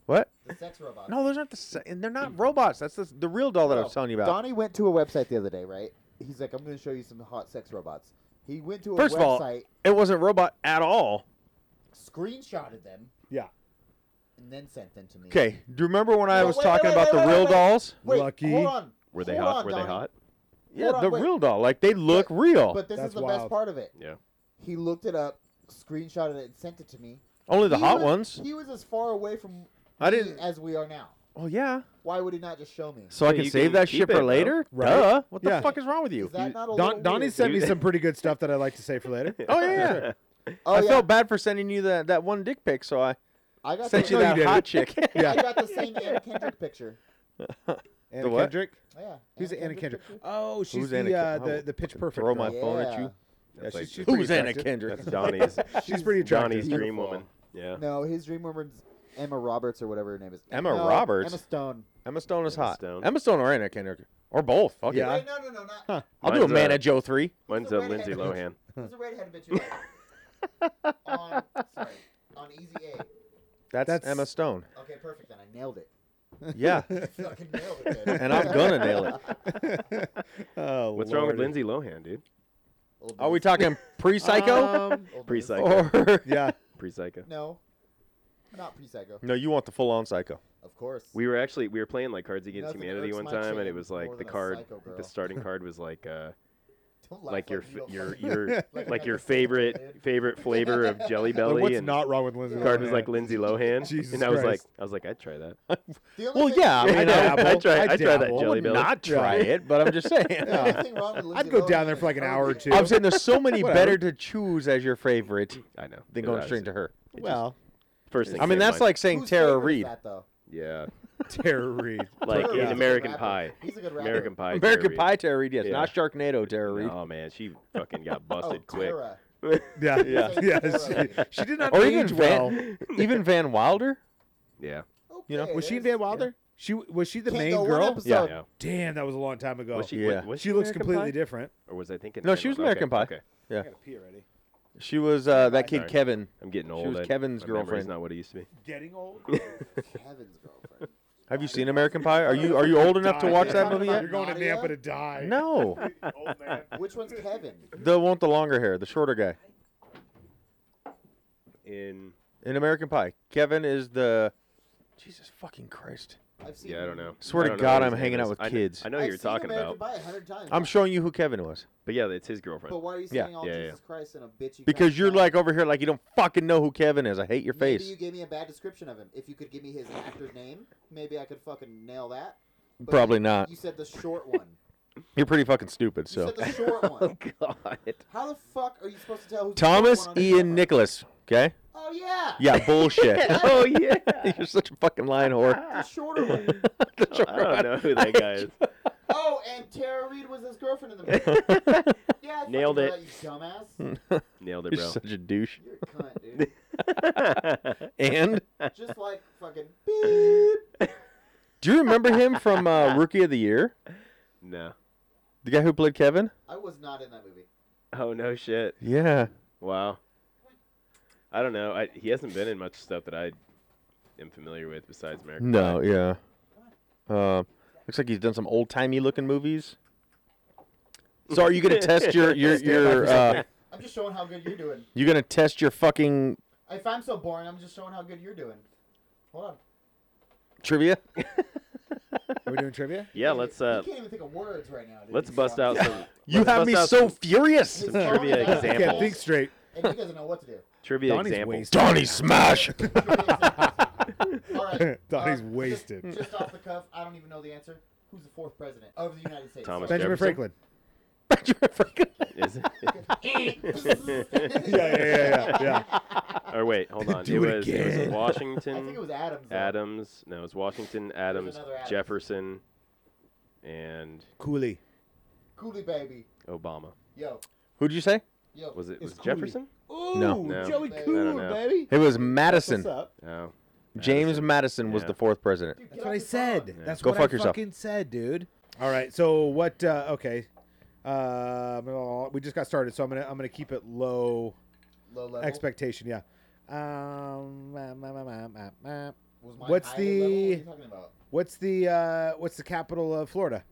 G: What?
F: The sex robots.
G: No, those aren't the. sa- And they're not robots. That's the, the real doll that I was
F: No,
G: telling you about.
K: Oh, Donnie went to a website the other day, right? He's like, I'm going to show you some hot sex robots. He went to a
G: First of all-
K: website,
G: it wasn't robot at all.
F: screenshotted them,
E: Yeah,
F: and then sent them to me.
G: Okay. Do you remember when I
F: No,
G: was
F: wait,
G: talking
F: wait,
G: about
F: wait,
G: the
F: wait,
G: real
F: wait.
G: dolls?
F: Wait,
E: Lucky.
F: Hold on.
H: Were they
F: Hold
H: hot?
F: on,
H: Were they
F: Donnie.
H: hot?
G: Yeah,
F: on,
G: the
F: wait.
G: real doll. Like they look real.
K: but this
E: That's
K: is the
E: wild.
K: best part of it.
H: Yeah.
K: He looked it up, screenshotted it, and sent it to me.
G: Only the
F: He
G: hot
F: was-
G: ones.
K: He was as far away from
G: I
K: me
G: didn't-
K: as we are now.
G: Oh yeah.
K: Why would he not just show me?
G: So I
H: Yeah,
G: can
H: you
G: save
H: can
G: that
H: keep
G: shit
H: it,
G: for
H: bro.
G: later.
E: Right.
G: Duh. What the
E: Yeah.
G: fuck is wrong with you?
K: Is that not a little
E: Don, Donnie
K: weird?
E: sent me
H: Dude.
E: some pretty good stuff that I'd like to save for
G: <laughs>
E: later.
G: oh yeah. yeah.
K: <laughs> Oh,
G: I
K: yeah.
G: felt bad for sending you that, that one dick pic, so I
K: I got
G: sent
K: the,
G: you that
E: you
G: hot chick.
K: <laughs>
E: Yeah.
K: I got the same Anna Kendrick picture.
E: Anna
G: The what?
E: Kendrick.
F: Oh,
K: Yeah.
E: Who's Anna Kendrick?
K: picture.
E: Oh, she's
G: Who's
E: the,
G: Anna
E: uh,
G: Kendrick? I
E: the
G: will
E: the Pitch
G: fucking
E: Perfect.
G: throw
E: girl.
G: my phone at you.
E: Yeah,
H: That's
E: she's,
H: like-
E: she's pretty
G: Who's Anna
E: attractive.
G: Kendrick?
H: That's Donnie's.
E: She's
F: <laughs>
E: pretty attractive.
H: Donnie's dream
K: Beautiful.
H: woman. Yeah.
K: No, his dream woman's Emma Roberts or whatever her name is.
G: Emma
K: No,
G: Roberts?
K: Emma Stone.
G: Emma Stone is
H: Emma
G: hot.
H: Stone.
G: Emma Stone or Anna Kendrick. Or both. Fuck
E: Yeah.
G: yeah.
F: Wait, no, no, no, not.
G: I'll do a
H: Mine's,
G: man
H: uh,
G: at Joe 3.
H: Mine's
F: the
H: a
F: redhead?
H: Lindsay Lohan.
F: Who's the redhead bitch? you like? on, sorry, on Easy A.
G: That's,
E: That's-
G: Emma Stone.
F: Okay, perfect. Then I nailed it. <laughs>
G: Yeah.
F: Fucking nailed it. Then.
G: and I'm going to nail it.
E: oh,
H: What's wrong with
E: Lordy.
H: Lindsay
E: <laughs>
H: Lohan, dude?
F: <laughs> Old
G: Are we
F: news.
G: talking pre psycho?
F: Old
H: Pre
F: news.
E: Oh.
H: psycho.
G: <laughs> or.
E: Yeah,
H: Pre psycho.
F: No, not pre-psycho.
G: <laughs> No, you want the full on psycho.
F: Of course.
H: We were actually we were playing like Cards Against
F: Nothing
H: Humanity
F: irks
H: one
F: my
H: time, and it
F: chin
H: was
F: more
H: like the
F: than a
H: card,
F: psycho
H: like,
F: girl.
H: the starting card was
F: <laughs>
H: like uh,
F: Don't laugh
H: like your
F: you
H: f-
F: don't <laughs>
H: your
G: <laughs>
F: fucking-
H: your
F: like
H: like
F: I
H: your
F: fucking
H: favorite
F: did.
H: favorite flavor of
F: <laughs>
H: Jelly
E: Like,
H: Belly,
E: what's
H: and
E: not wrong with Lindsay?
H: the card was
E: Lohan?
H: like Lindsay Lohan,
E: Jesus
H: and I was
E: Christ.
H: like I was like I'd try
E: <laughs>
H: that.
F: The only
G: Well,
F: thing-
G: yeah. I
H: Yeah,
G: mean,
H: <laughs> I
G: I,
H: dabble.
G: I,
H: I
G: tried,
H: tried that
G: that
H: jelly
G: jelly
H: belly.
G: not try it, but I'm
E: <laughs>
G: just saying.
F: the only thing wrong with
E: I'd
F: Lindsay
E: go
F: Lohan
E: down there
F: is
E: for like an
F: her
E: hour or
F: being-
E: two.
G: I'm saying there's so
E: <laughs>
G: many
E: Whatever.
G: better to choose as your favorite
H: I know.
G: than
H: It
G: going
H: was-
G: straight to her.
H: it just-
E: well,
H: First thing.
G: I mean,
H: came to
G: that's
H: mind.
G: like saying
F: Whose
G: Tara
F: favorite is
G: Reid.
F: that, though?
H: yeah,
E: <laughs> Tara
G: <laughs>
E: Reid.
H: like
F: Tara
H: in
F: Reid's a good
H: American
F: rapper.
H: Pie,
F: He's a good rapper.
H: American Pie,
G: American
H: Tara
G: Pie Tara Reid, yes.
H: Yeah.
G: Not Sharknado Tara
H: Reid.
G: Reid.
H: Oh man, she fucking
G: <laughs>
H: got
F: Oh,
H: busted quick.
F: Tara.
E: Yeah, yeah,
G: Yeah.
E: <laughs> yeah. She, she did not
G: Or even
E: age well.
G: Van, <laughs> even Van Wilder.
H: Yeah,
F: Okay,
G: You know,
E: Was she in
F: there's-
E: Van Wilder? She was she the
F: Can't
E: main
F: go one
E: girl?
F: episode.
G: Yeah.
H: yeah.
E: Damn, that was a long time ago.
H: Was she?
G: Oh. Yeah.
H: Was
E: She looks
H: American
E: completely
H: Pie?
E: different.
H: Or was I thinking?
G: No, she was
H: Van Wilder?
G: American Pie.
H: Okay. okay.
G: Yeah,
E: pee already.
G: she was uh, that kid
H: Sorry.
G: Kevin.
H: I'm getting old.
G: was
H: I-
G: Kevin's
H: my memory's
G: girlfriend.
H: Not what it used to be.
E: Getting old.
K: Kevin's girlfriend.
G: Have you seen American Pie? Are you are you old <laughs> enough to watch
E: <laughs>
G: that movie
E: You're
G: yet?
E: going to
F: Nadia?
E: Nampa to die.
G: No,
E: Old man.
K: Which
H: <laughs>
K: one's Kevin?
G: the one with the longer hair, the shorter guy
H: In
G: in American Pie. Kevin is the. Jesus fucking Christ!
F: I've seen
H: yeah, I don't know.
G: Swear
H: I
G: to
H: don't know
G: God,
H: what his
G: I'm hanging
H: name
G: out
H: is.
G: with
H: I kn-
G: kids.
H: I know
F: I've
H: who you're
F: seen
H: talking
F: American
H: about,
F: Pie a hundred times.
G: I'm showing you who Kevin was
H: but yeah, it's his girlfriend.
F: But why are you
G: Yeah.
F: saying all
H: Yeah, yeah.
F: Jesus Christ in a bitchy?
G: because
F: kind
G: you're
F: of
G: like over here like you don't fucking know who Kevin is. I hate your
F: Maybe
G: face.
F: you gave me a bad description of him. If you could give me his actor's name, maybe I could fucking nail that. But
G: Probably
F: you-
H: <laughs>
G: not.
F: You said the short one.
G: You're pretty fucking stupid.
F: You
G: So
F: said
G: <laughs>
F: the short
H: Oh,
F: one.
D: God.
F: How the fuck are you supposed to tell who's the short
G: Thomas
F: one on the
G: Ian
F: camera?
G: Nicholas. Okay.
F: Oh yeah.
G: Yeah. Bullshit.
D: oh yeah.
G: You're such a fucking lying whore.
F: The shorter one.
H: <laughs>
G: The short
D: I don't
G: one.
D: know who that guy is.
F: Oh, and Tara Reid was his girlfriend in the movie.
H: <laughs>
F: yeah, I fucking
D: Nailed
F: know
D: it.
F: That, you
H: Hmm.
F: dumbass.
H: Nailed it,
G: <laughs> You're <laughs>
H: bro.
G: such a douche.
F: You're a cunt, dude.
G: And
F: Just like fucking beep.
G: do you remember him from uh, Rookie of the Year?
H: <laughs> no.
G: The guy who played Kevin?
F: I was not in that movie.
H: Oh no shit.
G: Yeah.
H: Wow. I don't know. I, he hasn't been in much stuff that I am familiar with besides American.
G: No,
H: Pie.
G: yeah. Uh, looks like he's done some old timey looking movies. So are you gonna test your your your uh,
F: I'm just showing how good you're doing.
G: you gonna test your fucking
F: If I'm so boring, I'm just showing how good you're doing. Hold on.
G: trivia?
E: Are we doing trivia?
H: Yeah, let's
F: You
H: uh
F: can't even think of words right now. Dude.
H: let's
F: He's
H: bust out
F: shocked.
H: some
G: You
H: let's
G: have
H: bust
G: me
H: out
G: so
H: some
G: <laughs> furious.
E: <laughs>
F: He's
H: Trivia
F: throwing it out.
E: I
H: examples.
E: can't think straight.
F: <laughs> And he doesn't know what to do.
H: trivia
E: Donnie's
H: examples.
E: wasted.
G: Donnie
E: <laughs>
H: <laughs>
G: smash.
F: All right.
E: Donnie's
F: uh,
E: wasted.
F: Just, just off the cuff, I don't even know the answer. Who's the fourth president of the United States? <laughs>
H: Thomas <laughs>
E: Benjamin
H: Jefferson?
E: Franklin.
H: Is
F: Franklin.
H: it?
E: <laughs> Yeah, yeah, yeah, yeah. yeah.
H: <laughs> or wait, hold on.
E: Do it
H: was, was
E: again.
H: Washington.
F: I think it was Adams. though.
H: Adams. No, it was Washington, Adams,
F: another Adams.
H: Jefferson, and
E: <laughs> Cooley.
F: Cooley baby.
H: Obama.
F: Yo,
G: Who'd you say?
F: yo.
H: Was it
E: It's
H: was
E: Cooley.
H: Jefferson?
E: Ooh,
H: No.
E: Joey
F: I don't
E: Cool,
H: know.
E: baby.
G: It was Madison.
E: What's up?
H: No.
G: James
H: Madison.
G: Madison was
H: Yeah.
G: the fourth president.
F: Dude, get
E: That's
F: off
E: what I
F: the phone.
E: said. That's
G: Go
E: what
G: fuck
E: I
G: yourself.
E: fucking said, dude. All right. So what? Uh, okay. Uh, we just got started, so I'm gonna I'm gonna keep it low
F: Low level.
E: expectation. Yeah. Um, ma- ma- ma- ma- ma- ma.
F: Was mine
E: What's
F: high
E: the-
F: level? What are you talking about?
E: What's the uh, what's the capital of Florida?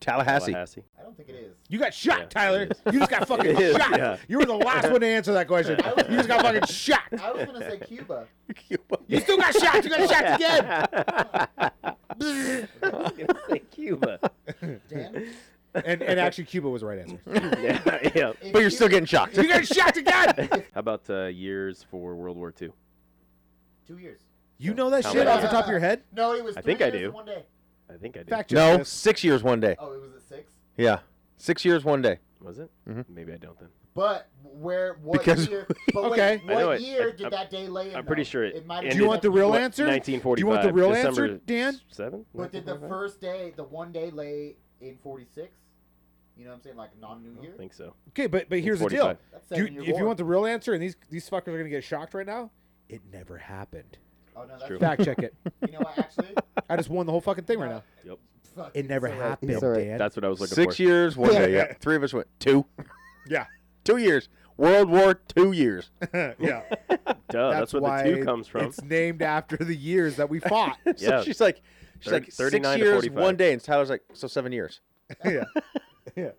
G: Tallahassee.
H: Tallahassee.
F: I don't think it is.
E: You got shot,
H: Yeah, it
E: Tyler.
H: is.
E: You
H: <laughs>
E: just got fucking
H: It is,
E: shot.
H: yeah.
E: You were the last one to answer that question.
H: <laughs>
E: You just got fucking shot.
F: I was gonna
E: <laughs>
F: say Cuba.
E: You still got shot. You got shot
H: <laughs>
E: again.
H: I was gonna say Cuba.
F: Dan.
E: And, and actually, Cuba was the right answer.
H: <laughs> yeah, yeah.
F: If
G: But you're still
F: Cuba-
G: getting shocked.
E: You got shot again.
H: How about uh, years for World War II?
F: two years.
E: You know that
H: How
E: shit
H: many?
E: off the top of your head?
F: No, it was.
H: I
F: three
H: think I
F: years
H: do.
F: and One day.
H: I think I did.
E: Fact check.
G: <laughs> No,
E: this.
G: six years one day.
F: Oh, it was at six.
G: Yeah, six years one day.
H: Was it?
G: Mhm.
E: Mm-hmm.
H: Maybe I don't then.
F: But where? What
G: Because-
F: year? But
E: Okay.
F: Wait,
H: I know
F: what
H: it.
F: year
H: I-
F: did
H: I'm-
F: that day lay in?
H: I'm pretty
F: though?
H: sure it.
F: It might
H: ended-
F: have.
E: Do you want the real
H: what,
E: answer?
H: 1945.
E: Do you want the real
H: December
E: answer, Dan?
H: Seven.
F: But did the first day, the one day lay in forty six? You know what I'm saying? Like non New
H: I
F: Year.
H: don't think so.
E: Okay, but but here's the
H: 45.
F: That's
E: deal. Do
F: seven
E: you,
F: year
E: if you
F: war.
E: want the real answer, and these these fuckers are gonna get shocked right now, it never happened.
F: Oh no, that's
H: true.
E: Fact check it.
F: You know what? Actually,
E: I just won the whole fucking thing right now.
H: Yep.
F: fuck,
E: <laughs> It
F: it's
E: never
F: so right.
E: happened,
K: It's all right.
E: Dan.
H: That's what I was looking
G: Six
H: for.
G: years one day. Yeah, <laughs> three of us went two.
E: Yeah.
G: two years. World War two years.
E: <laughs> yeah,
H: Duh. That's, where
E: why
H: the two comes from.
E: It's named after the years that we fought.
G: So
H: <laughs> Yeah.
G: <laughs> she's like, she's
H: Thir-
G: like six
H: 39 to
G: years
H: 45.
G: one day, and Tyler's like, so seven years.
E: <laughs> yeah.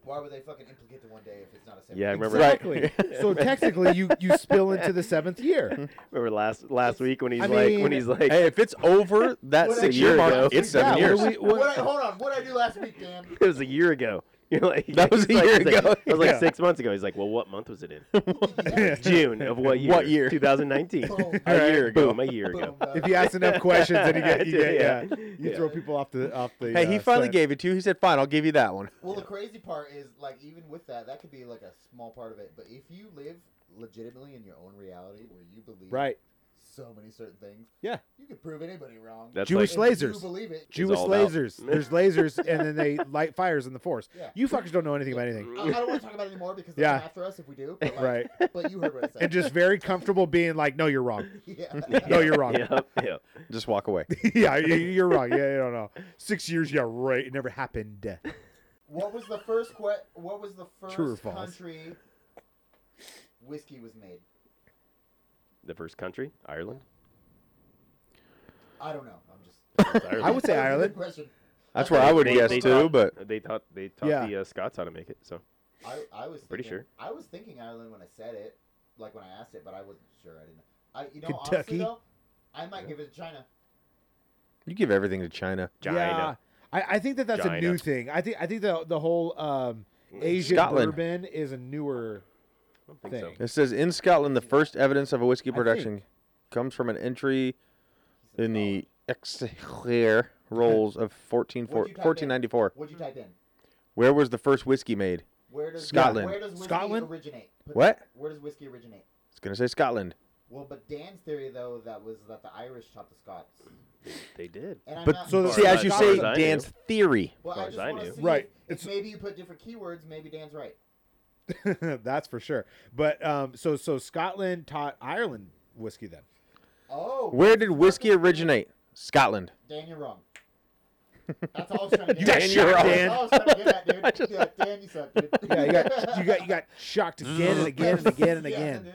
F: Why would they fucking implicate the one day if it's not a seven?
H: Yeah, I remember.
E: Exactly. <laughs> so technically, you you spill into the seventh year.
H: <laughs> Remember last last week when he's
E: I
H: like when
E: mean-
H: he's like
G: Hey, if it's over that
F: What
G: six
F: a
G: year
H: year ago.
G: mark, it's seven
E: Yeah,
G: years.
E: what do we-
F: What
E: what-
F: I, hold on, what did I do last week, Dan?
H: <laughs>
E: <laughs>
H: it was a year ago. <laughs> You're like
G: That was
H: he's
G: a
H: like-
G: year
H: he's like-
G: ago.
H: I was like
E: Yeah.
H: six months ago. He's like, well, what month was it
E: <laughs>
H: in? <laughs> June of what year? <laughs>
G: What year?
H: 2019.
F: Boom.
G: a year ago.
H: Boom, a year ago.
F: Boom, uh, dog.
E: if you ask enough <laughs> questions, then you get you get yeah.
H: <laughs> Yeah.
E: You
H: Yeah.
E: throw people off the off the.
G: Hey, he
E: uh,
G: finally
E: scent.
G: gave it to you. He said, fine, I'll give you that one.
F: Well, the crazy part is like even with that, that could be like a small part of it. But if you live legitimately in your own reality where you believe
E: right.
F: so many certain things,
E: Yeah.
F: you could prove anybody wrong.
H: That's
E: Jewish
H: like,
E: la-
F: If You
E: lasers.
F: believe it.
E: Jewish
H: all about-
E: lasers. There's lasers, and then
H: <laughs>
E: they light fires in the forest.
F: Yeah.
E: You fuckers don't know anything about anything,
F: I, I don't want to talk about it anymore because they'll
E: Yeah.
F: come after us if we do. But like,
E: right?
F: <laughs> But you heard what I said.
E: And just very comfortable being like, "No, you're wrong. <laughs>
F: yeah.
E: No, you're
H: <laughs>
E: wrong.
H: Yep, yep.
G: Just walk away.
E: yeah, you- you're wrong. Yeah, I don't know. Six years. Yeah, right. It never happened.
F: What was the first que- What was the first
E: True or false?
F: country whiskey was made?
H: The first country, Ireland.
F: I don't know. I'm just.
E: <laughs>
H: It's Ireland.
E: I would say
F: That was a good
E: Ireland.
F: Question.
G: That's where I would
H: They-
G: guess
H: they
G: too,
H: taught-
G: but
H: they taught they taught
E: Yeah.
H: the uh, Scots how to make it. So
F: I, I was
H: Pretty
F: thinking-
H: sure.
F: I was thinking Ireland when I said it, like when I asked it, but I wasn't sure. I didn't. I you know
E: Kentucky?
F: honestly though, I might give it to China.
G: you give everything to China.
H: China.
E: Yeah, I, I think that that's a new
H: Gina.
E: thing. I think I think the the whole um, Asian
G: Scotland.
E: bourbon is a newer.
H: I don't think so.
E: Thing.
G: It says in Scotland, the first evidence of a whiskey
E: I
G: production
E: think-
G: comes from an entry in the Exchequer rolls of 14,
F: What'd you type in?
G: 1494.
F: What'd you type in?
G: Where was the first whiskey made?
F: Where does
G: Scotland.
F: Where does whiskey
E: Scotland?
F: originate? Put-
G: What?
F: Where does whiskey originate?
G: It's gonna say Scotland.
F: Well, but Dan's theory though that was that the Irish taught the Scots.
H: They did.
F: And I'm
G: But
F: not,
E: so the-
G: see, as you
E: Scotland.
G: say,
H: As I knew.
G: Dan's theory.
F: well,
H: far
F: I
H: as
F: just
H: I
F: wanna
H: knew.
F: see
E: Right,
F: If
E: it's-
F: maybe you put different keywords, maybe Dan's right.
E: <laughs> That's for sure. But um, so so Scotland taught Ireland whiskey then.
F: Oh,
G: Where did whiskey originate? Scotland.
F: Dan,
E: <laughs>
F: you're wrong. That's all I was trying to get.
G: Dan,
F: at.
G: you're wrong.
F: That's all I was trying to get at,
H: <laughs>
F: dude. yeah, Dan, you suck, dude.
E: Yeah, you got
F: <laughs>
E: you got you got <laughs> shocked again and again and again and
F: Yeah,
E: again.
G: <laughs>
F: dude.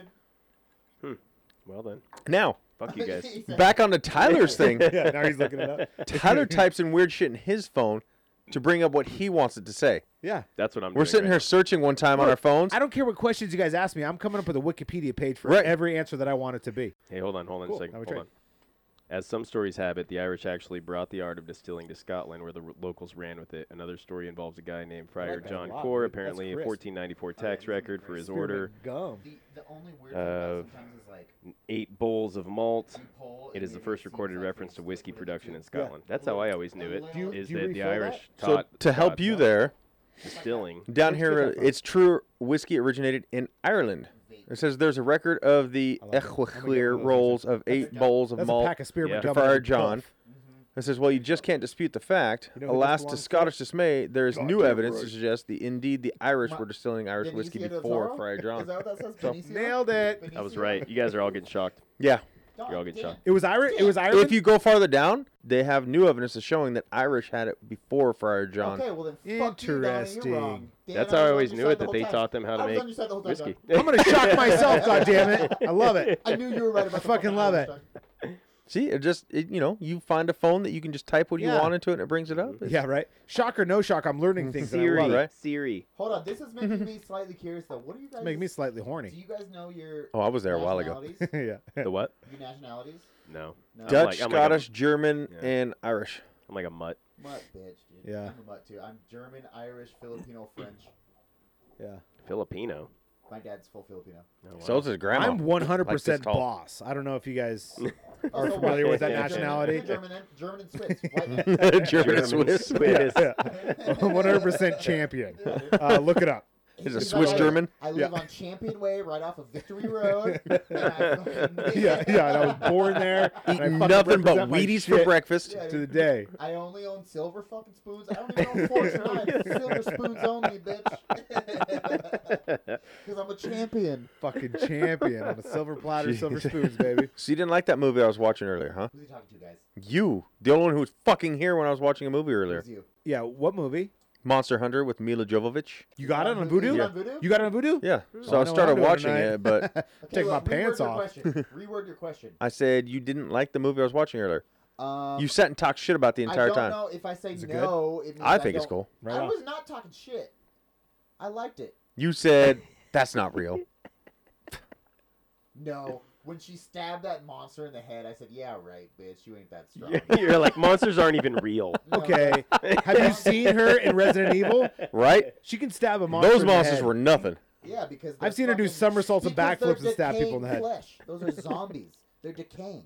H: Well then,
G: Now,
H: fuck you
E: <laughs>
F: <laughs>
H: guys.
F: He said-
G: back onto Tyler's thing.
E: Yeah, now he's looking it up. <laughs>
G: Tyler types in weird shit in his phone to bring up what he wants it to say.
E: Yeah.
H: That's what I'm.
G: We're
H: doing
G: sitting
H: right
G: here searching one time on our phones.
E: I don't care what questions you guys ask me. I'm coming up with a Wikipedia page for
G: Right.
E: every answer that I want it to be.
H: Hey, hold on, hold on
E: Cool,
H: a second.
E: now we
H: Hold
E: try.
H: on. As some stories have it, the Irish actually brought the art of distilling to Scotland, where the r- locals ran with it. Another story involves a guy named Friar
E: that a
H: John
E: lot,
H: Core,
E: dude. That's
H: apparently a
E: crisp.
H: 1494
F: Oh, yeah,
H: tax
F: these are
H: record for
F: great.
H: his
E: Spearmint
H: order,
E: Gum.
F: The, the only weird thing about
H: Uh,
F: sometimes is like
H: eight bowls of malt.
F: you pull.
H: It
F: and
H: is the
F: maybe
H: first
F: seems
H: recorded
F: like
H: reference
F: it's
H: to
F: like
H: whiskey
F: really
H: production
F: good.
H: in Scotland. That's how I always knew it.
F: Do
E: you-
H: Is
E: do you
H: that the
E: refill that?
H: Irish
G: so
H: taught
G: to help
H: taught
G: you there,
H: distilling?
E: <laughs>
G: down
E: Where'd you
G: here, uh,
E: get that from?
G: it's true whiskey originated in Ireland.
F: Vape.
G: It says there's a record of the
E: I like that. I'm gonna get one of
G: Echwichlir
E: those.
G: rolls of
F: That's
G: eight
F: a-
G: bowls of
E: That's a
G: malt
E: pack of spearmint
H: Yeah.
E: gum. and
G: Friar
E: a
G: John.
E: puff.
G: It says, "Well, you just can't dispute the fact.
E: You know who this
G: Alas, to
E: belongs to?
G: Scottish dismay, there is new
E: Goddamn
G: evidence to
E: right.
G: suggest the indeed the Irish
F: My-
G: were distilling Irish whiskey
F: Benicio del
G: before
F: Toro?
G: Friar
F: Is
G: John.
F: that what that says?
G: So-
F: Benicio?
E: Nailed it.
H: I was
F: Benicio?
H: right. You guys are all getting shocked.
G: Yeah,
F: Dog,
H: You're all getting
F: damn.
H: shot.
E: It was Irish. It was Ireland.
G: if you go farther down, they have new evidence to showing that Irish had it before Friar John.
F: Okay, well then, fuck you, Donnie, you're wrong.
E: Interesting.
F: Dan,
H: That's
F: I
H: how I
F: was on
H: always
F: your
H: knew
F: side
H: it
F: the
H: that
F: whole
H: they
F: time.
H: taught them how
F: I
H: to
F: was
H: make
F: on your side the whole time,
H: whiskey.
E: <laughs>
F: John.
H: <laughs>
E: I'm gonna shock myself. God damn it! I love <laughs> it.
F: I knew you were right about the
E: fucking love
F: Irish
E: it.
F: dog.
G: See, it just it, you know, you find a phone that you can just type what
E: Yeah.
G: you want into it, and it brings it up. It's-
E: Yeah, right. Shock or no shock, I'm learning things. and I
G: Siri.
E: love it.
G: Right?
H: Siri.
F: Hold on, this is making me slightly curious though. What are you guys?
E: It's making me slightly
F: do
E: horny. <laughs>
F: you guys know your?
G: Oh, I was there a while ago.
F: nationalities?
G: <laughs>
E: yeah.
H: The what?
F: Your nationalities?
H: No.
F: No.
H: I'm like- I'm
G: Dutch,
H: like a-
G: Scottish, German,
H: Yeah.
G: and Irish.
H: I'm like a mutt.
F: Mutt, bitch, dude.
E: Yeah.
F: I'm a mutt too. I'm German, Irish,
G: <laughs>
F: Filipino, French.
H: Filipino.
F: My dad's full Filipino.
H: Oh, wow.
G: So it's his grandma.
E: I'm 100 percent
G: tall.
E: boss. I don't know if you guys
F: Oh,
E: are
F: so
E: familiar
F: white.
E: with that
F: You're German.
E: nationality.
F: You're German, then. German and Swiss.
G: <laughs>
F: White man.
G: <laughs> German,
H: German,
G: Swiss.
H: Swiss.
E: Yeah. <laughs>
G: <laughs>
E: 100% champion. Uh, look it up. <laughs>
G: He's a
F: Because
G: Swiss
F: I live-
G: German.
F: I live on Champion Way, right off of Victory
G: <laughs>
F: Road. and I fucking- <laughs>
E: Yeah, yeah. And I was born there. and I fucking
G: Eating nothing but
E: represent my
G: Wheaties for
E: shit
G: breakfast.
F: Yeah.
E: to the day.
F: I only own silver fucking spoons. I don't even own
G: <laughs>
F: forks. knives. silver spoons only, <laughs> bitch. Because I'm a champion.
E: Fucking champion on a silver platter, silver spoons, baby.
G: So you didn't like that movie I was watching earlier, huh?
F: Who's he talking to, guys?
G: You, the only one who was fucking here when I was watching a movie earlier,
F: It's you.
E: Yeah. What movie?
G: Monster Hunter with Mila Jovovich.
E: You got it on Voodoo?
F: Voodoo? You got Voodoo?
E: You got it on Voodoo?
G: Yeah.
E: Hmm. I
G: So
E: know
G: I
E: what I'm
G: started
E: doing
G: watching
E: tonight.
G: it, but
E: <laughs> Take my
F: look, reword
E: pants
F: your
E: off.
F: question. Reword your question.
E: <laughs>
G: I said you didn't like the movie I was watching earlier.
F: Um,
G: You sat and talked shit about the
F: I
G: entire
F: don't
G: time.
F: know if I say
E: it good?
F: no. It means
G: I think it's
F: don't-
G: cool.
E: Right
F: I
E: on.
F: was not talking shit. I liked it.
E: <laughs>
G: You said that's not real.
E: <laughs>
F: No. When she stabbed that monster in the head, I said, "Yeah, right, bitch. You ain't that strong."
H: <laughs> You're like monsters aren't even real.
F: No.
E: Okay. Have you seen her in Resident Evil?
G: Right?
E: She can stab a monster.
G: Those
E: in the
G: monsters
E: head.
G: were nothing.
F: Yeah, because
E: I've
F: they're
E: seen her do
F: fucking-
E: somersaults and
F: because they're
E: backflips and stab people in the
F: decaying
E: head.
F: Flesh.
E: <laughs>
F: Those are zombies. They're decaying.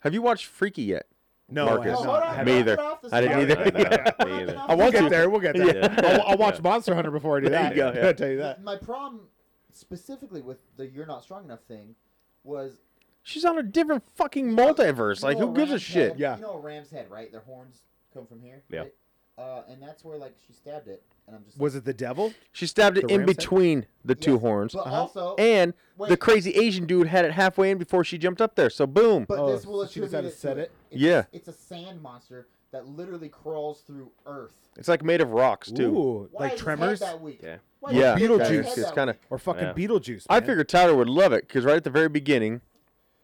G: Have you watched Freaky yet?
E: No, I
G: Marcus.
E: have
G: No,
E: not. I have
G: Me
E: not.
G: either. I didn't either.
H: No, <laughs> me either.
E: I
G: I
E: will
G: want
E: get
G: to.
E: there. We'll get there.
H: Yeah.
E: I'll, I'll watch Monster Hunter before I do that.
G: you go,
E: <laughs>
G: yeah.
E: I'll tell you that.
F: My problem, specifically with the "you're not strong enough" thing, was
G: She's on a different fucking multiverse. Like,
F: you know
G: who gives a
F: ram's
G: shit?
F: head-
E: Yeah.
F: You know a ram's head, right? Their horns come from here.
H: Yeah.
F: right? Uh, and that's where like she stabbed it, and I'm just
E: Was it the devil?
G: She stabbed it
E: The
G: in
E: ram's head?
G: between the two
F: Yes,
G: horns.
E: Uh-huh.
G: Uh-huh.
F: But also,
G: And the
F: wait.
G: crazy Asian dude had it halfway in before she jumped up there. So, boom.
F: but
E: Oh,
F: this will
E: so she
F: attribute
E: decided
F: it
E: to set
F: to
E: it?
F: It's,
G: Yeah.
F: it's a sand monster that literally crawls through earth.
G: It's like made of rocks, too.
E: Ooh,
F: Why
E: like
F: is his
E: Tremors
F: head that weak?
H: Yeah.
F: Why is
G: Yeah,
F: his head that
E: Beetlejuice
F: weak?
G: It's kind of.
E: or fucking
H: Yeah.
E: Beetlejuice.
G: I
E: man.
G: figured Tyler would love it because right at the very beginning,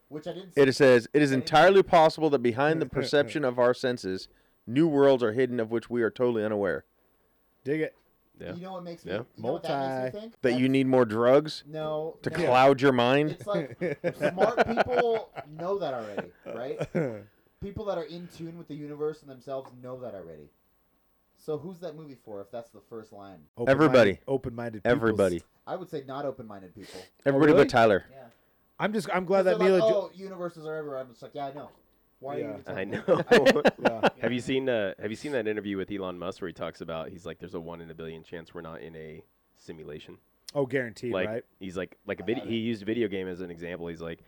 F: which I didn't. see.
G: it says it is entirely possible that
E: <laughs>
G: behind the perception of our senses, new worlds are hidden of which we are totally unaware.
E: Dig it.
H: Yeah.
F: You know what makes me
H: Yeah.
F: you know what that makes
E: Multi-
F: me think?
G: That you need more drugs
F: No.
G: to
F: no.
G: cloud your mind.
E: Oh, <laughs>
F: It's like smart people know that already, right? People that are in tune with the universe and themselves know that already. So who's that movie for if that's the first line?
E: Open-minded-
G: Everybody.
E: Open-minded. peoples.
G: Everybody,
F: I would say not open-minded people.
G: everybody
E: really?
G: but Tyler.
F: Yeah.
E: I'm just. I'm glad that
F: They're
E: Mila.
F: like,
E: Jo-
F: oh, universes are everywhere. I'm just like, yeah, I know. Why
E: Yeah.
F: are you?
H: I
F: telling me?
H: know. <laughs>
E: Yeah.
H: Have you seen uh, Have you seen that interview with Elon Musk where he talks about he's like, "There's a one in a billion chance we're not in a simulation."
E: Oh, guaranteed,
H: like
E: right?
H: he's like like a video. He used video game as an example. He's like,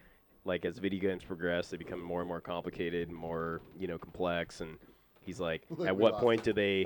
H: like as video games progress, they become more and more complicated, and more you know complex, and he's
F: <laughs>
H: like,
F: Look,
H: at
F: we
H: what
F: lost
H: point
F: <laughs>
H: do they?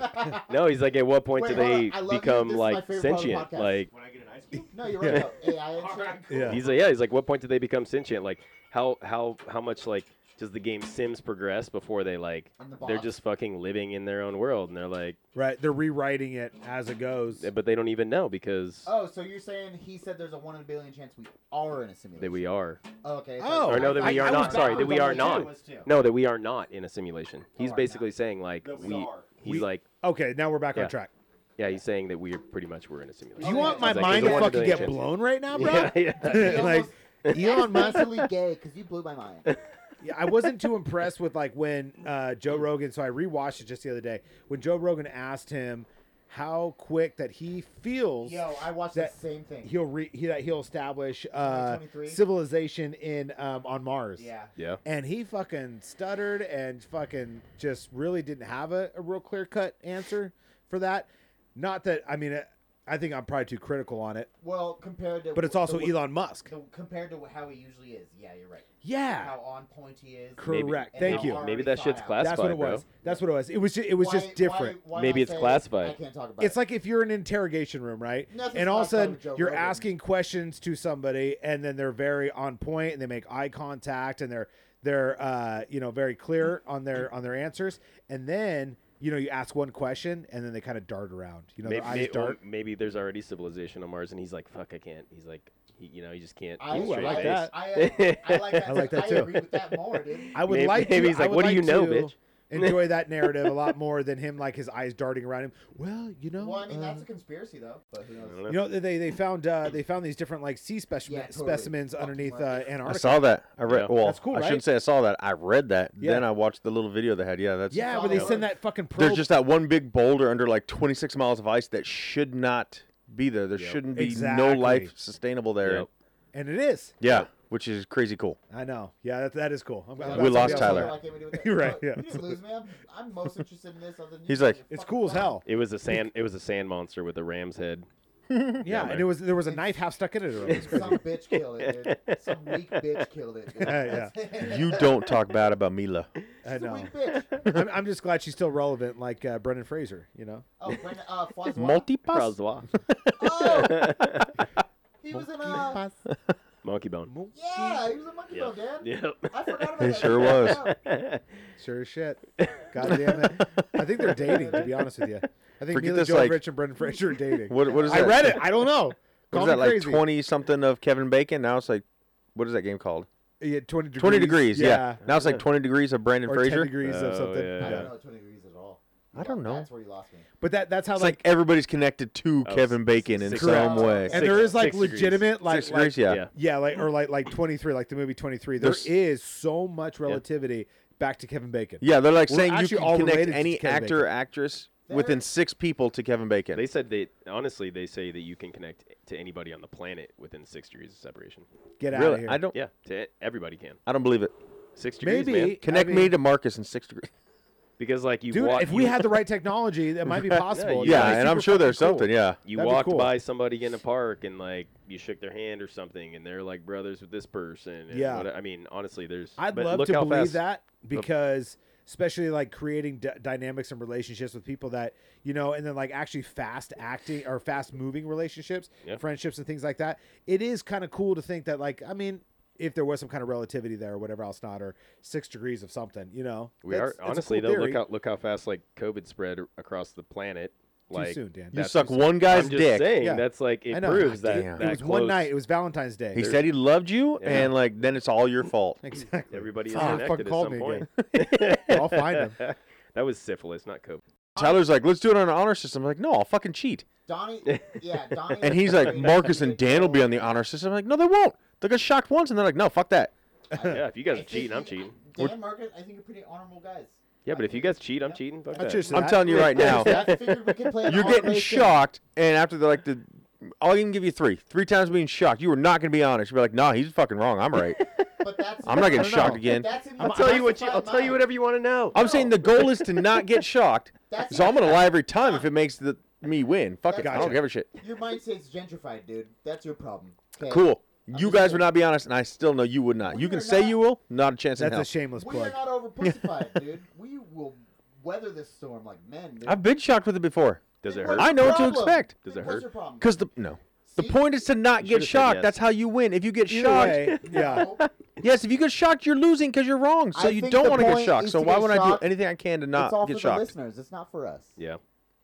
H: no, he's like, at what point
F: Wait,
H: do
F: hold on.
H: they
F: I love you.
H: become
F: This is my favorite
H: like
F: part of the
H: sentient?
F: podcast.
H: Like
C: When I get an ice
H: <laughs>
C: cube?
F: <laughs> No, you're right. though. AI and shit.
E: Yeah.
H: he's like, yeah, he's like, what point do they become sentient? Like how how how much like does the game Sims progress before they like
F: And the
H: they're
F: bots.
H: just fucking living in their own world and they're like.
E: Right. They're rewriting it as it goes.
H: Yeah, but they don't even know because
F: Oh, so you're saying he said there's a one in a billion chance we are in a simulation?
H: that we are.
F: Oh, okay.
E: Oh.
H: or no, that
E: I-
H: we
E: I
H: are
E: was
H: not. Sorry, that
E: backwards
H: we
E: on
H: are
E: that
H: not. No, that we are not in a simulation. He's basically saying like
C: That we
H: we.
C: are.
H: He's
E: We-
H: like,
E: Okay, now we're back
H: Yeah.
E: on track.
H: yeah, he's saying that we're pretty much we're in a simulation.
E: You
F: Okay.
E: want my
H: He's like,
E: mind
H: there's
E: to
H: a one in a
E: fucking
H: billion
E: get
H: chance.
E: blown right now, bro?
H: <laughs> Yeah, yeah.
F: He
E: <laughs> like
F: almost-
E: Elon Musk.
F: <laughs> Mentally gay because you blew
E: <laughs>
F: my mind.
E: Yeah, I wasn't too impressed with like when uh, Joe Rogan. So I rewatched it just the other day when Joe Rogan asked him how quick that he feels
F: Yo, I watched
E: That-
F: the same thing.
E: he'll re- he, that he'll establish uh,
F: 2023?
E: civilization in um, on Mars.
F: Yeah.
H: Yeah.
E: And he fucking stuttered and fucking just really didn't have a, a real clear cut answer for that. Not that I mean, I think I'm probably too critical on it,
F: Well, compared to
E: but it's also
F: the-
E: Elon Musk.
F: the- compared to how he usually is. Yeah, you're right.
E: Yeah,
F: How on point he is.
E: Correct.
F: And
E: Thank
F: how
E: you.
F: already
H: Maybe that
F: thought
H: shit's
F: out.
H: classified,
E: that's what it
H: bro.
E: was. That's what it was. It was just, it was
F: Why-
E: just different.
F: why- why
H: Maybe
F: not
H: it's
F: say,
H: classified.
F: I can't talk about
E: It's
F: it.
E: like if you're in an interrogation room, right?
F: Nothing's
E: and all of a
F: classified
E: sudden
F: with Joe
E: you're
F: Rogan.
E: asking questions to somebody, and then they're very on point, and they make eye contact, and they're they're uh, you know very clear on their on their answers, and then you know you ask one question, and then they kind of dart around. You know,
H: Maybe,
E: their eyes
H: may- oh. or
E: dart.
H: maybe there's already civilization on Mars, and he's like, "Fuck, I can't." He's like, he, you know, he just can't.
F: I,
H: keep
E: Ooh, I
H: straight
E: like
H: face.
E: that.
F: I, I, like
H: <laughs>
E: <laughs>
F: that.
E: I like that
F: I
E: too.
F: agree with that more, dude.
E: <laughs> I would
H: Maybe-
E: like.
H: maybe
E: to,
H: he's
E: I
H: like,
E: would
H: "What do you know,
E: to <laughs>
H: bitch?"
E: enjoy that narrative a lot more than him like his eyes darting around him. Well, you know.
F: Well, I mean,
E: uh,
F: that's a conspiracy, though. But who
H: I
F: knows?
H: don't know.
E: you know they they found uh, they found these different like sea specimen,
F: Yeah, totally.
E: specimens
F: Fucking
E: underneath
F: right.
E: uh,
G: I
E: Antarctica.
G: saw that. I read.
H: Yeah.
G: Well,
E: That's cool,
G: I
E: right?
G: shouldn't say I saw that. I read that.
E: Yeah.
G: Then I watched the little video they had. Yeah, that's
E: Yeah,
H: Oh,
F: saw
E: where they
F: that.
E: send that fucking probe.
G: There's just that one big boulder under like 26 miles of ice that should not be there. There shouldn't be
E: Exactly.
G: no life sustainable there.
H: Yep.
E: and it is.
G: Yeah, which is crazy cool.
E: I know. Yeah, that, that is cool. I'm, I'm
F: Yeah,
E: glad
G: We
E: somebody
G: lost
E: else-
G: Tyler.
F: Why can't
E: <laughs>
F: we do it?
E: You're right,
F: Look,
E: yeah.
F: You didn't lose me. I'm, I'm most interested in this. Other than you
G: He's
F: guys
G: like-
F: are
E: It's
F: fucking
E: cool as
F: dumb. <laughs>
E: hell.
H: It was a sand. It was a sand monster with a ram's head.
E: Yeah, and it was there was a knife half stuck in it. Already. It's crazy.
F: Some bitch killed it, dude. Some weak bitch killed it. Dude.
E: Yeah,
F: <laughs>
G: You don't talk bad about Mila.
E: I
F: She's a
E: know.
F: weak bitch.
E: I'm, I'm just glad she's still relevant, like uh, Brendan Fraser. You know.
F: Oh, when uh, Francois.
G: Multipass.
H: Crozois.
E: <laughs>
F: Oh, he was uh, in a.
H: Monkey bone.
F: Yeah, he was a monkey
H: Yep.
F: bone, Dad.
H: Yep.
F: I <laughs>
H: <laughs>
F: forgot about
G: He
F: that.
G: sure
F: Yeah.
G: was.
E: Sure as shit. God damn it. I think they're dating. To be honest with you, I think
G: Forget
E: Mila
G: this,
E: Jovovich
G: like-
E: and Brendan Fraser are dating.
G: What, what is
E: I
G: that?
E: read it. I don't know.
G: What
E: Call
G: is
E: me
G: that like
E: crazy.
G: 20 something of Kevin Bacon? Now it's like, what is that game called?
E: Yeah, 20 degrees.
G: 20 degrees. Yeah. Now it's like 20 degrees of Brandon
E: Or 10
G: Fraser.
E: degrees of
H: Oh,
E: something.
H: yeah.
F: I
E: Yeah.
F: don't know 20 degrees at all.
G: I don't know.
F: That's where you lost me.
E: But that that's how
G: It's
E: like,
G: like everybody's connected to
H: Oh,
G: Kevin Bacon in
H: six-
G: some
F: correct.
G: way.
E: and
H: six-
E: there is like
H: six degrees.
E: legitimate like,
G: Six
E: like
G: degrees, yeah.
H: yeah.
E: Yeah, like or like like 23, like the movie 23. There is
G: There's-
E: so much relativity back to Kevin Bacon.
G: Yeah, they're like
E: We're
G: saying you
E: actually
G: can
E: all
G: connect
E: related to
G: any
E: Kevin
G: actor or actress within six people to Kevin Bacon.
H: <laughs> They said they honestly they say that you can connect to anybody on the planet within six degrees of separation.
E: Get out of
G: really?
E: here.
G: I don't.
H: Yeah, to everybody can
G: I don't believe it.
H: six degrees,
E: Maybe
H: man.
G: Connect
E: I
G: me
E: mean,
G: to Marcus in six degrees.
H: Because like you
E: dude.
H: walk,
E: if we
H: you-
E: had the right technology, that
G: <laughs>
E: might be possible.
H: you- <laughs> Yeah,
E: That'd be
G: and I'm
E: super
G: sure there's
E: fucking cool.
G: something. Yeah.
H: <laughs> you
E: That'd be
H: walked
E: cool.
H: by somebody in a park and like you shook their hand or something, and they're like brothers with this person. and
E: Yeah.
H: what- I mean, honestly, there's.
E: I'd
H: but
E: love
H: look
E: to
H: how
E: believe
H: fast-
E: that because especially like creating d- dynamics and relationships with people that you know and then like actually fast acting or fast moving relationships
H: Yeah.
E: friendships and things like that it is kind of cool to think that like i mean if there was some kind of relativity there or whatever else not or six degrees of something you know
H: We
E: That's-
H: are
E: that's a
H: honestly
E: cool
H: though. Look
E: theory.
H: how look how fast like COVID spread a- across the planet.
E: too
H: Like
E: soon dan
G: You
H: That's
G: suck
H: just-
G: one guy's
H: I'm just
G: dick.
H: saying,
E: Yeah.
H: that's like
E: I
H: it
E: know.
H: proves that,
G: Damn.
H: that
E: it was one
H: close-
E: night. It was Valentine's Day.
G: He said he loved you,
H: Yeah.
G: and like then it's all your fault.
E: <laughs> exactly.
H: Everybody
E: <laughs>
H: is
E: Fuck, fucking
H: connected at
E: called
H: some
E: me
H: point.
E: again. I'll find
H: <laughs>
E: him.
H: That was syphilis, not COVID.
G: Tyler's like, let's do it on an honor system. I'm like, no, I'll fucking cheat.
F: Donnie,
H: <laughs>
F: yeah, Donnie.
G: And he's
F: <laughs>
G: like, Marcus and Dan will be on the honor system. I'm like, no, they won't. They got shocked once, and they're like, no, fuck that.
H: Yeah, if you
F: I
H: guys are
F: think
H: cheating,
F: you-
H: I'm cheating.
F: Dan Marcus, I think you're pretty honorable guys.
H: Yeah, but if you guys cheat, I'm cheating. Fuck
E: That's
H: that.
E: just-
G: I'm
E: That-
G: telling you
F: <laughs>
G: right now,
F: I figured we could play an
G: <laughs> you're getting
F: honorable game.
G: shocked, and after they're like the.
F: <laughs>
G: I'll even give you three. Three times being shocked. You were not going to be honest. You'd be like, nah, he's fucking wrong. I'm right.
F: but that's
G: I'm not
F: I
G: getting
F: don't
G: shocked
F: know.
G: again.
F: But that's in
H: I'll
F: your
H: tell you what you. I'll
F: classified <laughs>
H: tell you
F: mind.
H: whatever you want to know.
G: I'm saying the goal is to not get shocked.
F: <laughs> That's
G: So I'm gonna lie every time if it makes the me win. Fuck it. I don't
E: Gotcha.
G: give a shit.
F: Your mindset's gentrified, dude. That's your problem. 'Kay?
G: Cool.
F: I'm
G: You
F: just
G: guys
F: saying.
G: would not be honest, and I still know you would not.
F: We
G: you can
F: are
G: say
F: not-
G: you will, not a chance in
E: That's
G: hell.
E: a shameless
F: We are
E: plug.
F: not over
G: <laughs>
F: pussified, dude. We will weather this storm like men. Dude.
G: I've been shocked with it before.
H: Does
F: Then
H: it
F: what's
H: hurt?
G: I
F: your
G: know what to
F: problem?
G: expect.
H: Does
F: Then
H: it
F: what's
H: hurt?
F: your problem?
G: Because the no, the
F: See?
G: point is to not
H: You
G: get
H: should've said
G: shocked.
H: yes.
G: That's how you win. If you get
E: Either
G: shocked,
E: way, yeah.
F: No.
G: <laughs> yes. If you get shocked, you're losing because you're wrong. So
F: I
G: you
F: think
G: don't
F: the
G: want to get
F: point
G: shocked.
F: is
G: So
F: to
G: why
F: get
G: would I do
F: shocked.
G: anything I can to
F: it's all
G: not
F: for
G: get
F: the
G: shocked?
F: listeners. It's not for us.
H: Yeah.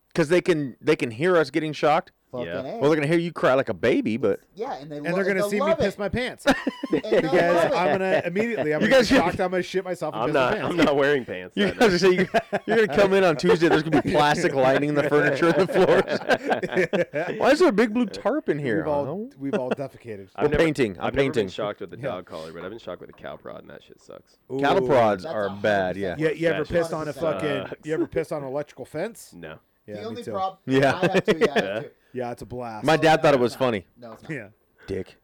G: Because they can they can hear us getting shocked.
F: Fucking
H: Yeah.
F: A.
G: Well, they're gonna hear you cry like a
H: <laughs>
G: baby, but
F: yeah, and they
E: And they're gonna see me piss my pants. <laughs>
F: And they'll
E: Because
F: love it.
E: I'm gonna immediately. I'm
G: You
E: gonna get
G: guys-
E: shocked. I'm gonna shit myself. And
H: I'm
E: piss
H: not.
E: My pants.
H: I'm not wearing pants.
G: <laughs> you
H: I know.
G: guys are saying you're, you're gonna come in on Tuesday. There's gonna be plastic lining in the furniture
F: <laughs>
G: and the
E: <laughs>
G: floors. Why is there a big blue tarp in here?
E: We've
G: Oh. I
E: all
G: don't know.
E: we've all defecated.
G: We're painting. I'm
H: I've never
G: painting.
H: been shocked with the dog collar, but I've been shocked with the cow prod, and that shit sucks.
G: Cattle
E: Ooh.
G: prods
F: That's
G: are
F: a hundred
G: bad. Yeah.
E: You,
F: percent
E: you ever
H: That shit
E: pissed on a fucking?
H: sucks.
E: You ever pissed on an electrical fence?
H: No.
E: Yeah,
F: the
E: me
F: only
E: too.
F: problem.
G: Yeah.
F: I have to, yeah, I
G: <laughs>
F: have to.
E: Yeah, it's a blast.
G: My dad
F: no,
G: thought it
F: no,
G: was
F: no.
G: funny.
F: No, it's
E: <laughs>
F: not.
E: yeah.
G: Dick.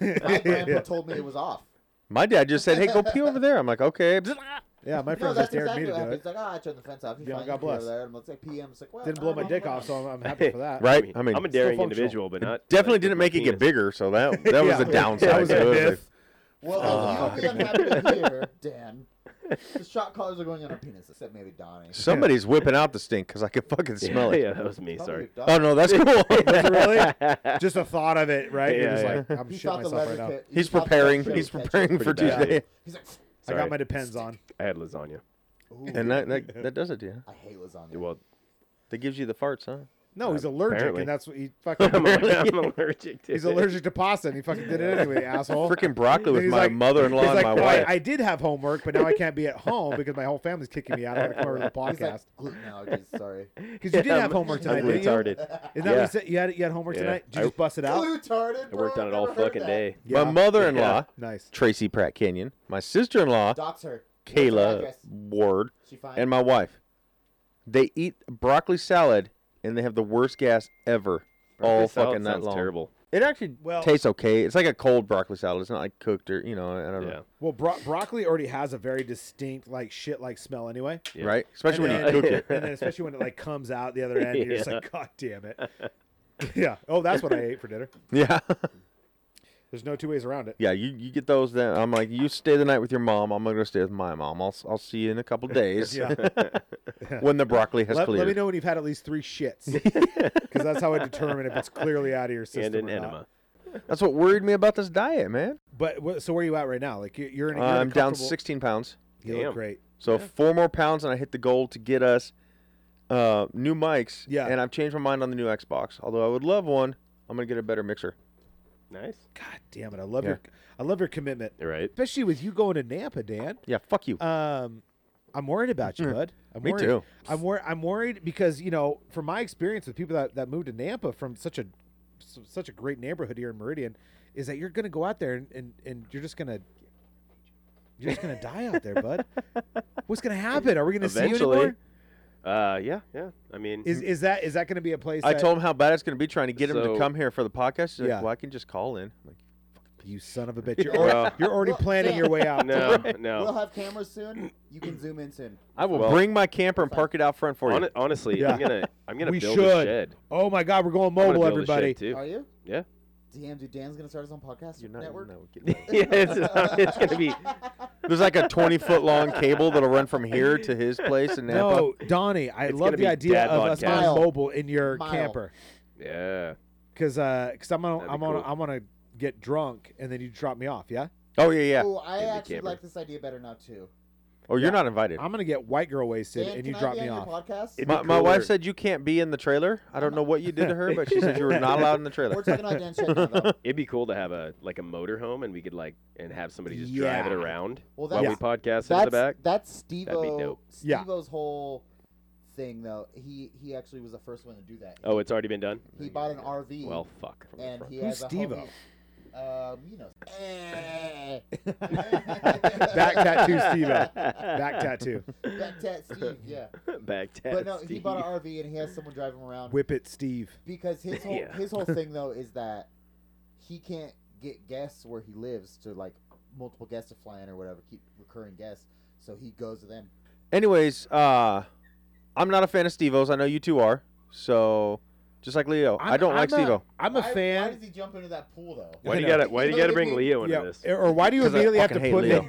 F: My
E: <laughs>
F: grandpa told me it was off.
G: My dad just said, "Hey, go pee over there." I'm
F: <laughs>
G: like, "Okay."
E: Yeah, my
F: No,
E: friends
F: that's
E: just dared
F: exactly
E: me to
F: what
E: do
F: happened.
E: it.
F: He's like, ah, I turned the fence off. He's
E: Yeah,
F: fine.
E: God
F: you can go over
E: bless.
F: there." And let's say PM. It's like, well,
E: Didn't
F: I
E: blow my
F: don't
E: dick
F: know.
E: off, so I'm, I'm happy
H: <laughs>
E: for that. <laughs>
G: Right?
H: mean,
G: I mean,
H: I'm a
G: still
H: daring
G: functional.
H: individual, but not
G: Definitely
H: like,
G: didn't
H: with
G: make
H: my
G: it
H: penis.
G: get bigger, so that that was
E: <laughs> Yeah.
G: the downside.
E: That was a
G: to
E: <laughs>
G: it.
E: myth.
F: Well, if you
E: <laughs>
F: can happen here, Dan, the shot collars are going on our penis, except maybe Donnie.
G: Somebody's whipping out the stink because I could fucking
H: <laughs>
G: smell
H: yeah,
G: it.
H: yeah, that was me. Sorry.
G: Oh no, <laughs> that's cool.
E: really? Just the thought of it, right? You're
H: Yeah,
E: just
H: yeah.
E: like, I'm
F: He
E: shitting
F: thought the
E: myself
F: leather
E: right now.
F: ca- he
G: He's
F: thought the
G: preparing.
F: leather
G: He's
F: catch-
G: preparing for
H: Pretty bad.
G: Tuesday,
F: He's like,
E: I
H: Sorry.
E: got my depends on.
H: I had lasagna.
F: Ooh,
G: <laughs> and that, that that does it, yeah.
F: I hate lasagna.
G: <laughs>
H: Well,
G: That gives you the farts, huh?
E: No, he's allergic,
H: apparently.
E: and that's what he
H: I'm,
E: fucking.
H: I'm allergic to
E: he's
H: it.
E: allergic to pasta, and he fucking did it anyway, asshole.
G: Freaking broccoli <laughs> with
E: He's
G: my
E: like-
G: mother-in-law
E: he's
G: and
E: like,
G: my
E: "Well, I-
G: wife.
E: I, did have homework, but now I can't be at home because my whole family's kicking me out.
G: <laughs>
E: I gotta come over to the
F: He's like,
E: podcast
F: gluten allergies,
H: <laughs>
F: sorry.
E: because you did have homework tonight,
H: I'm
E: didn't you? Isn't
H: retarded.
E: that what you said? You had you had homework
H: Yeah.
E: tonight? Did
H: I-
E: you just bust it out?
F: Glutarded,
H: I
F: bro,
H: worked on it all
F: never heard
H: fucking
F: that.
H: day.
E: Yeah.
G: My mother-in-law,
E: Nice.
G: Tracy Pratt Kenyon, my sister-in-law,
F: Docs her. What's her
G: Kayla
F: address?
G: Ward,
F: She fine.
G: and my wife. They eat broccoli salad and they have the worst gas ever all
H: Broccoli salad
G: fucking night
H: sounds
G: long.
H: terrible.
G: It actually
E: Well-
G: tastes okay. It's like a cold broccoli salad. It's not like cooked or you know I don't
H: Yeah.
G: know
E: Well, bro- broccoli already has a very distinct like shit like smell anyway.
H: Yeah.
G: right, especially
E: And
G: when you
E: then-
G: cook it.
E: <laughs>
G: <laughs>
E: and then especially when it like comes out the other end, you're just
H: Yeah.
E: like, God damn it. yeah. Oh, that's what I ate for dinner.
G: Yeah, <laughs>
E: There's no two ways around it.
G: yeah. You, you get those. Then I'm like, you stay the night with your mom. I'm gonna go stay with my mom. I'll s- I'll see you in a couple days
E: Yeah.
G: <laughs> when the broccoli has
E: Let,
G: cleared.
E: let me know when you've had at least three
G: <laughs>
E: shits, because that's how I determine if it's clearly out of your system
H: And an
E: or not.
H: enema.
G: That's what worried me about this diet, man.
E: But wh- so where are you at right now? Like you're, you're in. You're in a
G: I'm down
E: comfortable-
G: 16 pounds.
E: You
H: Damn.
E: look great.
G: So four more pounds, and I hit the goal to get us uh, new mics.
E: Yeah.
G: And I've changed my mind on the new Xbox. Although I would love one, I'm gonna get a better mixer.
H: Nice.
E: God damn it! I love
G: Yeah.
E: your I love your commitment,
H: You're right.
E: especially with you going to Nampa, Dan.
G: Yeah, fuck you.
E: Um, I'm worried about you, bud. I'm
G: Hmm. Me
E: worried.
G: too.
E: I'm worried. I'm worried because you know, from my experience with people that, that moved to Nampa from such a s- such a great neighborhood here in Meridian, is that you're going to go out there and, and, and you're just going to you're just going to die out there,
G: <laughs>
E: bud. What's going to happen? Are we going to see you
H: Eventually.
E: anymore?
H: Uh, yeah, yeah. I mean,
E: Is is that is that going to be a place?
G: I
E: that-
G: told him how bad it's going to be trying to get him to
H: So-
G: come here for the podcast. He's like,
E: Yeah.
G: well, I can just call in. I'm like,
E: you, son of a bitch.
H: <laughs>
E: You're, already,
H: Well-
E: you're already
F: Well,
E: planning
F: Dan-
E: your way out.
H: <laughs> <laughs> no,
F: We'll
H: no.
F: have cameras soon. You can zoom in soon.
G: I will
H: Well-
G: bring my camper and park it out front for you.
H: Hon- honestly,
E: Yeah.
H: I'm gonna, I'm gonna
E: We
H: build
E: should.
H: a shed.
E: Oh my God, we're going
H: I'm gonna
E: mobile,
H: build
E: everybody.
H: A shed too.
F: Are you?
H: Yeah.
F: Damn, dude, Dan's gonna start his own podcast <laughs>
G: You're
H: <laughs>
G: not-
F: network.
G: no, get out.
H: yeah, it's, uh, <laughs> it's
F: <laughs>
H: gonna be.
G: There's like a 20 foot long cable that'll run from here <laughs> to his place in Napa.
E: No, Donnie, I
H: It's
E: love
H: gonna
E: the
H: be
E: idea
H: dad
E: of us
H: podcast.
E: going mobile in your
F: Mile.
E: camper.
H: Yeah.
E: Cause, uh, cause I'm gonna,
H: That'd be
E: I'm gonna,
H: cool.
E: I'm gonna get drunk, and then you drop me off. Yeah,
G: Oh yeah, yeah.
F: Oh, I
H: Maybe
F: actually
H: camera.
F: like this idea better now too.
G: Oh, you're not invited.
E: I'm gonna get white girl wasted,
F: Dan,
E: and you
F: can
E: drop
F: I be
E: me
F: on
E: off.
F: Your podcast?
H: It'd be
G: My, my wife
H: cooler.
G: said you can't be in the trailer. I don't know what you did to her, but she said you were not allowed in the trailer.
F: We're talking about
H: <laughs>
F: Dan's shed now, though.
H: It'd be cool to have a like a motor home and we could like and have somebody just drive it
E: Yeah.
H: around
F: Well,
H: while we
F: that's
H: podcast in
F: that's
H: the back.
F: that's Steve
H: dope.
E: Yeah.
F: Steve-O's whole thing though. He he actually was the first one to do that.
H: Oh, it's already been done.
F: He bought an RV.
H: Well, fuck. From the
F: and
H: front.
F: he
E: Who's
F: has a
E: Steve-O?
F: homie- Um, you know.
E: Back tattoo,
H: <laughs>
E: Steve-O.
F: <laughs>
E: Back tattoo,
F: Back tat Steve. Yeah.
H: Back tat.
F: But no, he
H: Steve.
F: bought an RV and he has someone drive him around.
E: whip it, Steve.
F: because his whole
H: Yeah.
F: his whole thing though is that he can't get guests where he lives to like multiple guests to fly in or whatever, keep recurring guests. So he goes to them.
G: Anyways, uh, I'm not a fan of Steve-O's. I know you two are. So, just like Leo, I'm, I do not like
E: a-
G: Steve-O.
E: I'm a
F: why,
E: fan.
F: Why does he jump into that pool though?
H: <laughs>
F: <laughs>
H: Why do you
E: know.
H: gotta Why do you gotta bring Leo into
E: yeah,
H: this?
E: or why do you
G: 'Cause I
E: immediately have to
G: fucking hate
E: put
G: Leo.
E: him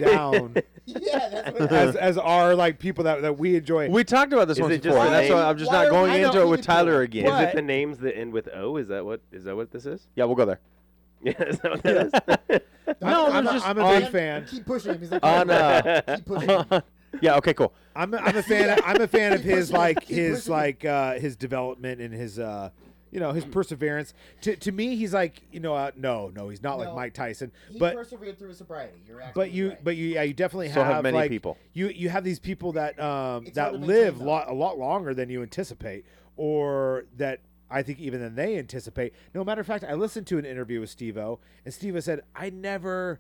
H: <laughs>
E: down
F: yeah,
E: <laughs>
F: that's what
E: as, as our like people that, that we enjoy?
G: We talked about this
H: Is
G: one
H: it just
G: before,
H: the
G: and that's why
H: name?
G: I'm just
F: Why
G: not
F: are- I
G: going
F: don't
G: into it
F: think
G: with
F: it's
G: Tyler
F: cool.
G: again.
H: Is
E: But-
H: it the names that end with O? Is that what is that what this is? <laughs>
G: Yeah, we'll go there.
H: Yeah, is that what that is? <laughs>
E: no, I'm,
F: I'm
E: a-
F: just
E: I'm a
F: on-
E: big fan.
F: Keep pushing him. He's like,
G: On, uh,
F: keep pushing him.
G: <laughs> yeah. Okay. Cool.
E: I'm a, I'm a fan. I'm a fan of
F: <laughs> Keep
E: his
F: pushing it.
E: like
F: Keep
E: his
F: pushing it.
E: like uh, his development and his uh, you know his perseverance. To to me, he's like you know uh, no no he's not like
F: No.
E: Mike Tyson,
F: He
E: but
F: persevered through his sobriety. You're
E: but
F: absolutely
E: you
F: right.
E: but you yeah you definitely
G: So have
E: have
G: many
E: like,
G: people.
E: You you have these people that um
F: It's hard
E: that
F: to
E: live
F: maintain,
E: lo- a lot longer than you anticipate, or that I think even than they anticipate. No matter of fact, I listened to an interview with Steve O, and Steve O said I never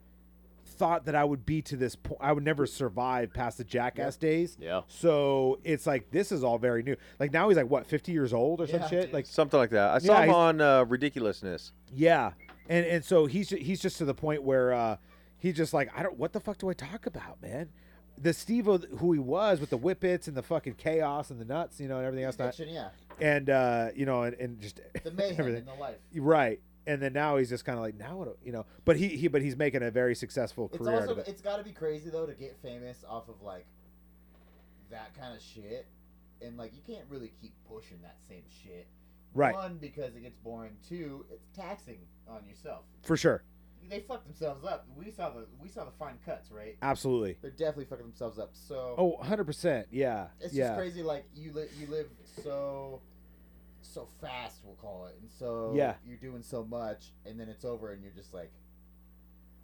E: thought that I would be to this point. I would never survive past the Jackass days.
H: Yeah.
E: So it's like this is all very new. Like now he's like what fifty years old or some
F: Yeah.
E: shit. Like
G: Something like that. I saw
E: Yeah,
G: him
E: he's-
G: on uh, Ridiculousness.
E: yeah, and and so he's ju- he's just to the point where uh, he's just like, I don't. What the fuck do I talk about, man? The Steve who he was with the whippets and the fucking chaos and the nuts, you know, and everything else. That,
F: Addiction, yeah,
E: and uh, you know, and, and just <laughs>
F: the mayhem in
E: everything.
F: the life.
E: Right. And then now he's just kind of like now what do- you know, but he, he but he's making a very successful
F: It's
E: career out
F: also
E: of it.
F: it's got to be crazy though to get famous off of like that kind of shit, and like you can't really keep pushing that same shit.
E: Right.
F: One because it gets boring. Two, it's taxing on yourself.
E: For sure.
F: They fucked themselves up. We saw the we saw the fine cuts, right?
E: Absolutely.
F: They're definitely fucking themselves up. So
E: Oh, 100%. Yeah.
F: it's
E: yeah.
F: just crazy. Like you li- you live so so fast, we'll call it, and so
E: Yeah.
F: you're doing so much, and then it's over, and you're just like,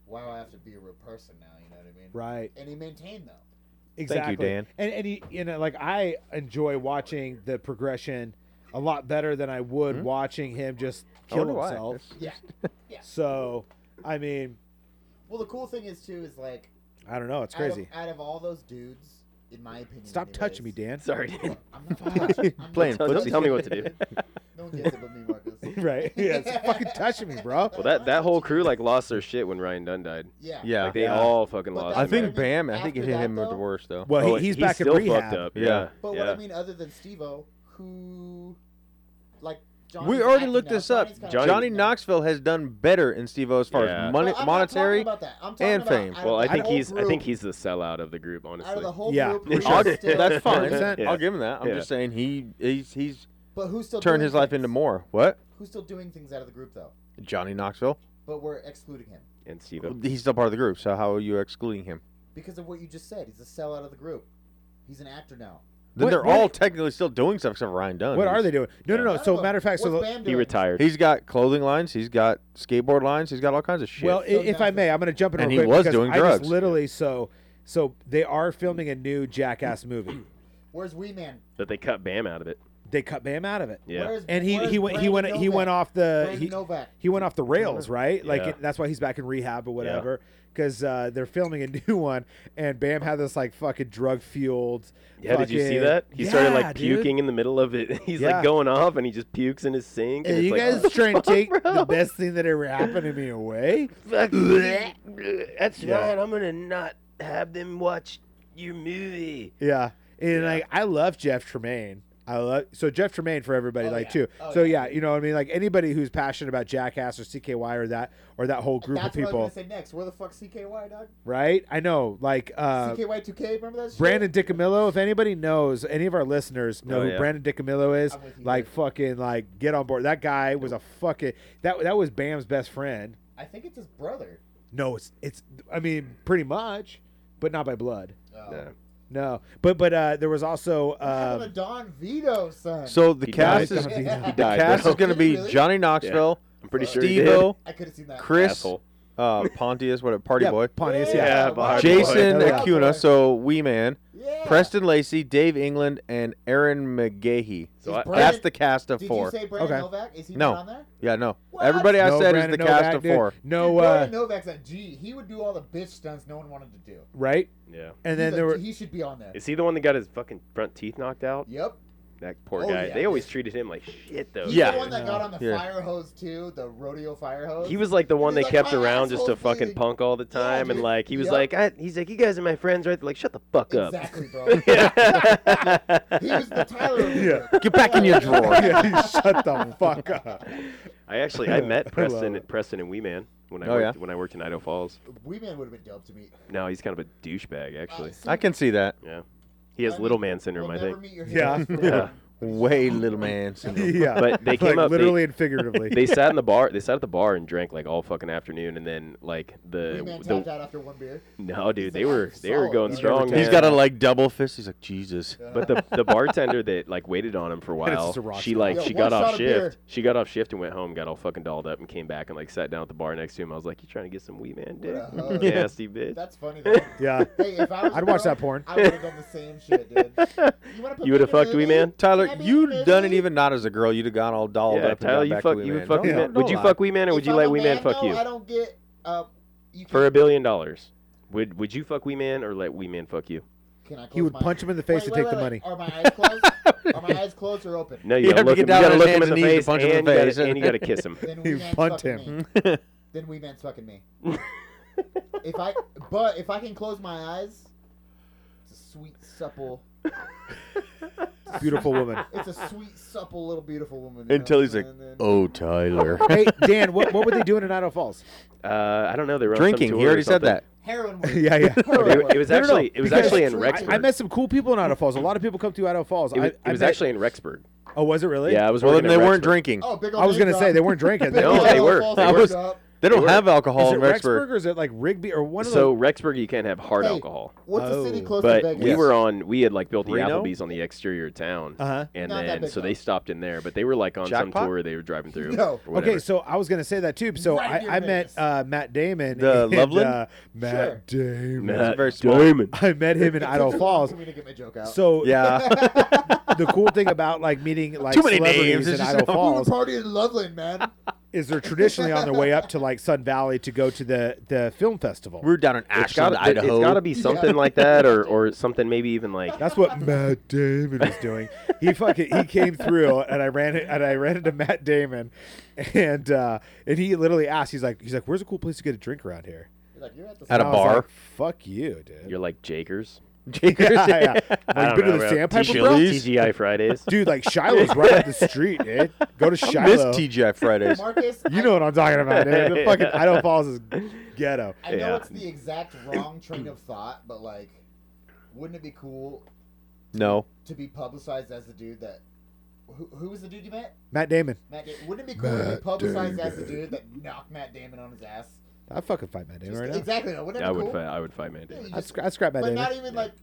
F: wow, I have to be a real person now. You know what I mean?
E: Right.
F: And he maintained though.
E: Exactly.
G: Dan.
E: And and he, you know, like I enjoy watching the progression a lot better than I would watching him just
G: Mm-hmm. I
E: kill
G: wonder why.
E: himself.
F: Yeah.
E: So, I mean,
F: <laughs> Well, the cool thing is too is like
E: I don't know. It's
F: out of-
E: crazy.
F: Out of, all those dudes, in my opinion,
E: Stop
F: anyways-
E: touching me, Dan. <laughs>
H: Sorry, Dan.
F: <laughs> I'm not touching.
H: <laughs>
F: I'm
G: <laughs> Playing
F: Not,
H: Tell,
G: footsie.
H: tell me what to do.
F: no one gets it but me, Marcus.
E: <laughs> right? Yeah. It's fucking touching me, bro.
H: Well, that that whole crew like lost their shit when Ryan Dunn died.
F: Yeah.
G: <laughs> Yeah.
H: Like they
E: Yeah.
H: all fucking
F: But
H: lost.
G: I
H: it, man.
G: think Bam. I think it
F: After
G: hit
F: that,
G: him with the
F: though-
G: worst though.
E: Well, he,
H: Oh,
E: he's, back
H: still
E: at rehab.
H: fucked up.
G: Yeah.
H: Yeah.
F: But
H: yeah.
F: what I mean, other than Steve-O, who, like, Johnny's
G: we already
F: acting
G: looked
F: now.
G: this up.
F: Johnny's kinda
G: Johnny,
F: acting now.
G: Knoxville has done better in Steve O as far
H: Yeah.
G: as money,
F: No, I'm not
G: monetary.
F: talking
G: <laughs>
F: about that. I'm talking
G: and
F: about
G: fame.
F: out of
H: well, I
F: the
H: think
F: whole
H: he's I
F: group-
H: think he's the sellout of the group,
F: out of
H: honestly.
F: the whole
E: Yeah,
F: group.
E: for <laughs>
F: who's
G: I'll-
F: still-
G: that's fine.
H: <laughs> Yeah.
G: I'll give him that. I'm
H: Yeah.
G: just saying he he's he's
F: <laughs> But who's still
G: turned
F: doing
G: his life
F: things?
G: into more. What?
F: Who's still doing things out of the group though?
G: Johnny Knoxville.
F: But we're excluding him
H: and Steve.
G: He's still part of the group. So how are you excluding him?
F: because of what you just said. He's a sellout of the group. He's an actor now.
G: Then
E: What-
G: they're
E: what-
G: all technically still doing stuff except for Ryan Dunn.
E: What
G: He's-
E: are they doing? No, no, no.
F: None
E: So,
F: of
E: matter of
F: them.
E: fact, so
F: What's
E: the-
F: Bam
H: He
F: doing?
H: retired.
G: He's got clothing lines. He's got skateboard lines. He's got all kinds of shit.
E: Well, i
F: So
E: if I may, I'm going to jump in.
G: And
E: real
G: he
E: quick
G: was
E: because
G: doing
E: I just
G: drugs.
E: literally, so so they are filming a new Jackass movie.
F: Where's Wee Man?
H: That they cut Bam out of it.
E: They cut Bam out of it,
H: Yeah.
F: Where's,
E: and he
F: where's
E: he went he went
F: Brandon
E: he
F: Novak?
E: went off the
F: Brandon
E: he,
F: Novak.
E: he went off the rails, right? Like
H: Yeah.
E: it- that's why he's back in rehab or whatever. Because uh, they're filming a <laughs> new one, and Bam had this like fucking drug fueled.
H: Yeah, did you see that? He started like puking in the middle of it. <laughs> He's
E: Yeah.
H: like going off and he just pukes in his sink. And
E: Are
H: it's
E: you
H: like, "Oh,
E: guys trying to
H: <laughs>
E: take the best thing that ever happened to me away?
H: That's
E: Yeah. right,
H: I'm gonna not have them watch your movie.
E: Yeah. And like I love Jeff Tremaine. I love so Jeff Tremaine for everybody
F: Oh,
E: like
F: yeah.
E: too.
F: Oh,
E: so yeah.
F: yeah.
E: you know what I mean? Like anybody who's passionate about Jackass or CKY or that or that whole group
F: That's
E: of
F: what I
E: people,
F: was gonna say next. Where the fuck CKY dog?
E: right? I know like uh
F: CKY2K. Remember that? Shit?
E: Brandon Dicamillo, if anybody knows, any of our listeners know
H: Oh,
E: who
H: yeah.
E: Brandon Dicamillo is,
F: I'm with you
E: like
F: there.
E: fucking like get on board. That guy was a fucking that that was Bam's best friend.
F: I think it's his brother.
E: No, it's it's I mean pretty much, but not by blood.
F: Oh.
H: Yeah.
E: No. But but uh there was also
F: Happened <laughs>
E: uh
F: to Don Vito, son.
G: so the
H: He
G: cast
E: <laughs>
H: died.
G: is
E: He
G: the
E: died,
G: cast
H: bro.
G: is going to be
F: Did he really?
G: Johnny Knoxville,
H: I'm pretty sure he
G: Steve
H: did.
G: O,
F: I could have seen that.
G: Chris,
H: Asshole.
G: uh, Pontius, what a party
E: yeah,
G: boy,
E: Pontius, yeah.
H: Yeah,
F: Bobby
G: Jason
E: Boy. Yeah.
G: Acuna, so Wee Man,
F: Yeah.
G: Preston Lacey, Dave England, and Aaron McGahee.
H: So
F: He's
H: I,
F: Brandon-
G: That's the cast of
F: Did
G: four.
F: you say Brandon
E: Okay.
F: Novak? Is he
G: No.
F: not on there?
G: yeah, no.
F: What?
G: Everybody I
E: No
G: said
E: Brandon
G: is the cast
E: Novak,
G: of
E: dude.
G: four.
E: No,
F: Dude,
E: uh,
F: Brandon Novak's a G. He would do all the bitch stunts no one wanted to do.
E: right?
H: yeah.
E: And
F: He's
E: then
F: a-
E: there were
F: he should be on there.
H: Is he the one that got his fucking front teeth knocked out?
F: Yep.
H: That poor
F: Oh,
H: guy.
F: yeah.
H: They always treated him like shit, though.
F: He's
G: Yeah.
F: the one that got on the
G: Yeah.
F: fire hose too, the rodeo fire hose.
H: He was like the one
F: He's
H: they
F: like,
H: kept
F: "My
H: around just to
F: asshole's
H: fucking
F: bleeding."
H: punk all the
F: Yeah,
H: time, and
F: dude.
H: like he was
F: Yep.
H: like, I, he's like, you guys are my friends, right? They're like, shut the fuck up.
F: exactly,
H: <laughs>
F: bro.
H: Yeah.
F: he was the Tyler. Yeah.
G: Get back in
H: <laughs>
G: your
E: <laughs>
F: <laughs>
G: drawer.
E: yeah, shut the
H: Oh
E: fuck up.
H: I actually I met Preston
E: it.
H: Preston and Wee Man when I
G: Oh,
H: worked,
G: yeah?
H: when I worked in Idaho Falls.
F: Wee Man would have been dope to meet.
H: No, he's kind of a douchebag actually.
G: I can see that.
H: Yeah, he has
F: I
H: little
F: mean,
H: man syndrome,
F: We'll
H: I
F: never
H: think.
F: meet your
E: Yeah.
F: heroes, bro.
H: Yeah.
G: Way
H: <laughs>
G: little man syndrome.
E: Yeah,
H: But they came
E: like,
H: up, they-
E: literally and figuratively.
H: They sat in
G: <laughs>
H: the bar. They sat at the bar and drank like all fucking afternoon, and then like
F: Wee
H: the,
F: Man
H: the
F: tapped out after one beer.
H: no dude,
F: He's
H: they
F: like,
H: were
F: "I'm
H: they were
F: solid,
H: going
F: bro."
H: strong.
G: He's
H: man.
G: got a like double fist. He's like Jesus.
H: But the the bartender that like waited on him for a
G: <laughs>
E: it's
H: while,
E: just a rock
H: she
E: star.
H: like
F: Yo,
H: she
F: one
H: got off
F: shot of beer.
H: shift. She got off shift and went home, got all fucking dolled up, and came back and like sat down at the bar next to him. I was like, "You trying to get some wee man dick?
F: a hug.
H: Nasty bitch." <laughs>
F: That's
E: <laughs>
F: funny. Though.
E: yeah,
F: Hey, if I was
E: I'd
F: a
E: watch
F: girl,
E: that porn.
F: I would have done the same shit, dude. You, wanna put
H: You would have
F: me in a
H: fucked wee
F: movie?
H: man.
G: Tyler,
F: Can I be in a
G: you'd done it
F: movie?
G: even not as a girl. You'd have gone all dolled
H: yeah,
G: up.
H: Tyler,
G: and got
H: you
G: back
H: fuck.
G: to
H: You
G: women.
H: would fuck.
G: Don't-
H: Wee Man.
G: don't
H: Would you
G: lie.
H: fuck wee man, or would
F: If
H: you
F: I'm
H: let
F: a
H: wee man
F: man,
H: fuck
F: though,
H: you
F: I don't get. Uh, you
H: for a
F: can,
H: billion dollars? Would Would you fuck wee man or let wee man fuck you?
F: can I
E: He
F: close
E: would
F: my-
E: punch him in the face and
F: Wait, wait,
E: take the
F: wait,
E: money.
F: wait. Are my eyes
E: <laughs>
F: closed? Are my eyes closed or open?
H: No, you,
G: You
H: gotta
G: have to
H: look
G: get
H: him.
G: down
H: you gotta
G: on
H: look
G: his
H: him in
G: hands
H: the
G: and knees to
H: face,
G: punch him in
H: and
G: the
H: you gotta-
G: face.
H: and you gotta kiss
G: <laughs>
H: him.
F: Then
E: He
F: wee man's
E: punked
F: fucking
E: him.
F: me.
H: <laughs>
F: Then wee man's fucking me. if I, but if I can close my eyes, it's a sweet supple.
E: Beautiful woman.
F: It's a sweet supple little beautiful woman. you know
G: Until
F: what
G: he's
F: I'm
G: like,
F: saying? And then-
G: <laughs> "Oh, Tyler."
E: Hey Dan, what, what were they doing in Idaho Falls?
H: Uh, I don't know. They were on some
G: Drinking.
H: tour
G: He
H: or
G: already said
H: something.
G: that.
E: <laughs>
F: heroin. was-
E: yeah, yeah.
F: heroin
H: It,
F: was-
H: it was actually it was
E: because
H: actually in
E: I,
H: Rexburg.
E: I met some cool people in Idaho Falls. A lot of people come to Idaho Falls.
H: It was,
E: I,
H: it
E: I
H: was
E: met-
H: actually in Rexburg.
E: Oh, was it really?
H: Yeah, I was
G: Well,
H: working
G: then they
H: at
G: weren't
H: Rexburg.
G: drinking.
F: Oh, big old
E: I was
F: name
E: gonna say
F: drop.
E: they weren't
F: <laughs>
E: drinking.
F: Big
H: <laughs> No,
F: old
H: they
F: name
H: were.
F: falls
H: They
F: name
H: were.
F: drop.
G: They don't
H: They
G: have
E: Is
G: alcohol
E: it
G: in
E: Rexburg
G: Rexburg.
E: or is it like Rigby or one of
H: So
E: those?
H: Rexburg, you can't have hard
F: Hey,
H: alcohol.
F: What's
E: Oh.
F: a city close to
H: But
F: Vegas?
H: we were on. We had like built the
G: Reno? Uh-huh.
H: Applebee's on the exterior of town,
E: Uh huh.
H: and
F: Not that
H: then
F: big
H: so
F: though.
H: they stopped in there. But they were like on some
G: Jackpot?
H: tour they were driving through.
F: No.
H: or
E: Okay,
H: whatever.
E: so I was gonna say that too. So
F: Right near
E: I, I met
F: Vegas.
E: uh, Matt Damon.
G: The
E: and,
G: Loveland?
E: Uh, Matt Damon.
H: Matt
G: very small.
H: Damon.
E: I met him in
F: <laughs>
E: Idaho Falls.
F: For me to get my joke out.
E: So <laughs>
G: <laughs> Yeah.
E: the cool thing about like meeting like
G: Too many names,
E: celebrities
G: it's
E: in
G: just-
E: Idaho
F: <laughs>
H: <laughs>
F: we were
E: Falls
F: partying in Loveland, <laughs> man.
E: is they're traditionally on their way up to like Sun Valley to go to the the film festival.
G: We're down in
H: It's got
G: Ashland,
H: to
G: Idaho.
H: it's gotta
G: <laughs>
H: be something like that, or or something maybe even like
E: That's what Matt Damon was doing. He fucking he came through and I ran it and I ran into Matt Damon and uh and he literally asked, he's like he's like, Where's a cool place to get a drink around here?
F: You're like, you're at the
G: At a
E: And I was
G: bar?
E: like, Fuck you, dude.
H: you're like Jakers.
E: <laughs> yeah, yeah.
H: I
E: Like,
H: don't
E: been to
H: know,
E: the
H: bro.
E: sandpiper,
G: T-shirt.
E: bro?
G: Chili's?
H: TGI
G: <laughs>
H: Fridays.
E: Dude, like Shiloh's right up the street, dude. Go to
G: I miss
E: Shiloh. <laughs>
G: TGI Fridays.
F: Marcus.
E: you know what I'm talking about, dude. The
G: <laughs>
E: fucking Idaho Falls is ghetto.
F: I, I know
H: Yeah.
F: it's the exact wrong train of thought, but like, wouldn't it be cool
G: No.
F: to be publicized as the dude that? Who, who was the dude you met?
E: Matt Damon.
F: Matt. Da- wouldn't it be cool to be publicized as the dude that knocked Matt Damon on his ass?
E: I fucking fight Matt Damon
F: Just-
E: right now.
F: exactly. Though. Wouldn't it
H: I
F: be
H: would
F: cool?
H: fight. I would fight man.
F: Yeah,
H: dude.
F: you
E: I,
F: just,
E: scra- I scrap Matt
F: but
E: Damon.
F: not even like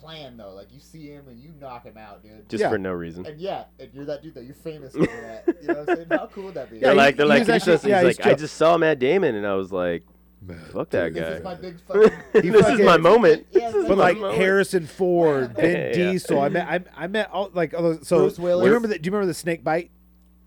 F: planned though. Like you see him and you knock him out, dude.
H: Just
E: Yeah.
H: for no reason.
F: And yeah, and you're that dude that you're famous for that. You know what I'm saying? How cool would that
H: <laughs>
F: be?
E: Yeah,
H: They're
E: he-
H: like, they're
E: he
H: like,
E: was
H: he's
E: actually-
H: just- he's
E: yeah, he's
H: like, I
E: chill.
H: just saw Matt Damon, and I was like, <laughs> fuck that
F: this
H: guy.
F: is
E: <laughs>
F: my big fucking.
H: This is my moment.
F: Yeah,
H: This is
E: But
H: my
E: like
H: moment.
E: Harrison Ford,
G: <laughs>
E: Vin
H: Yeah.
E: Diesel, I met I, I met all like all those- so.
F: Bruce
E: do
F: Willis.
E: you remember that? Do you remember the Snake Bite?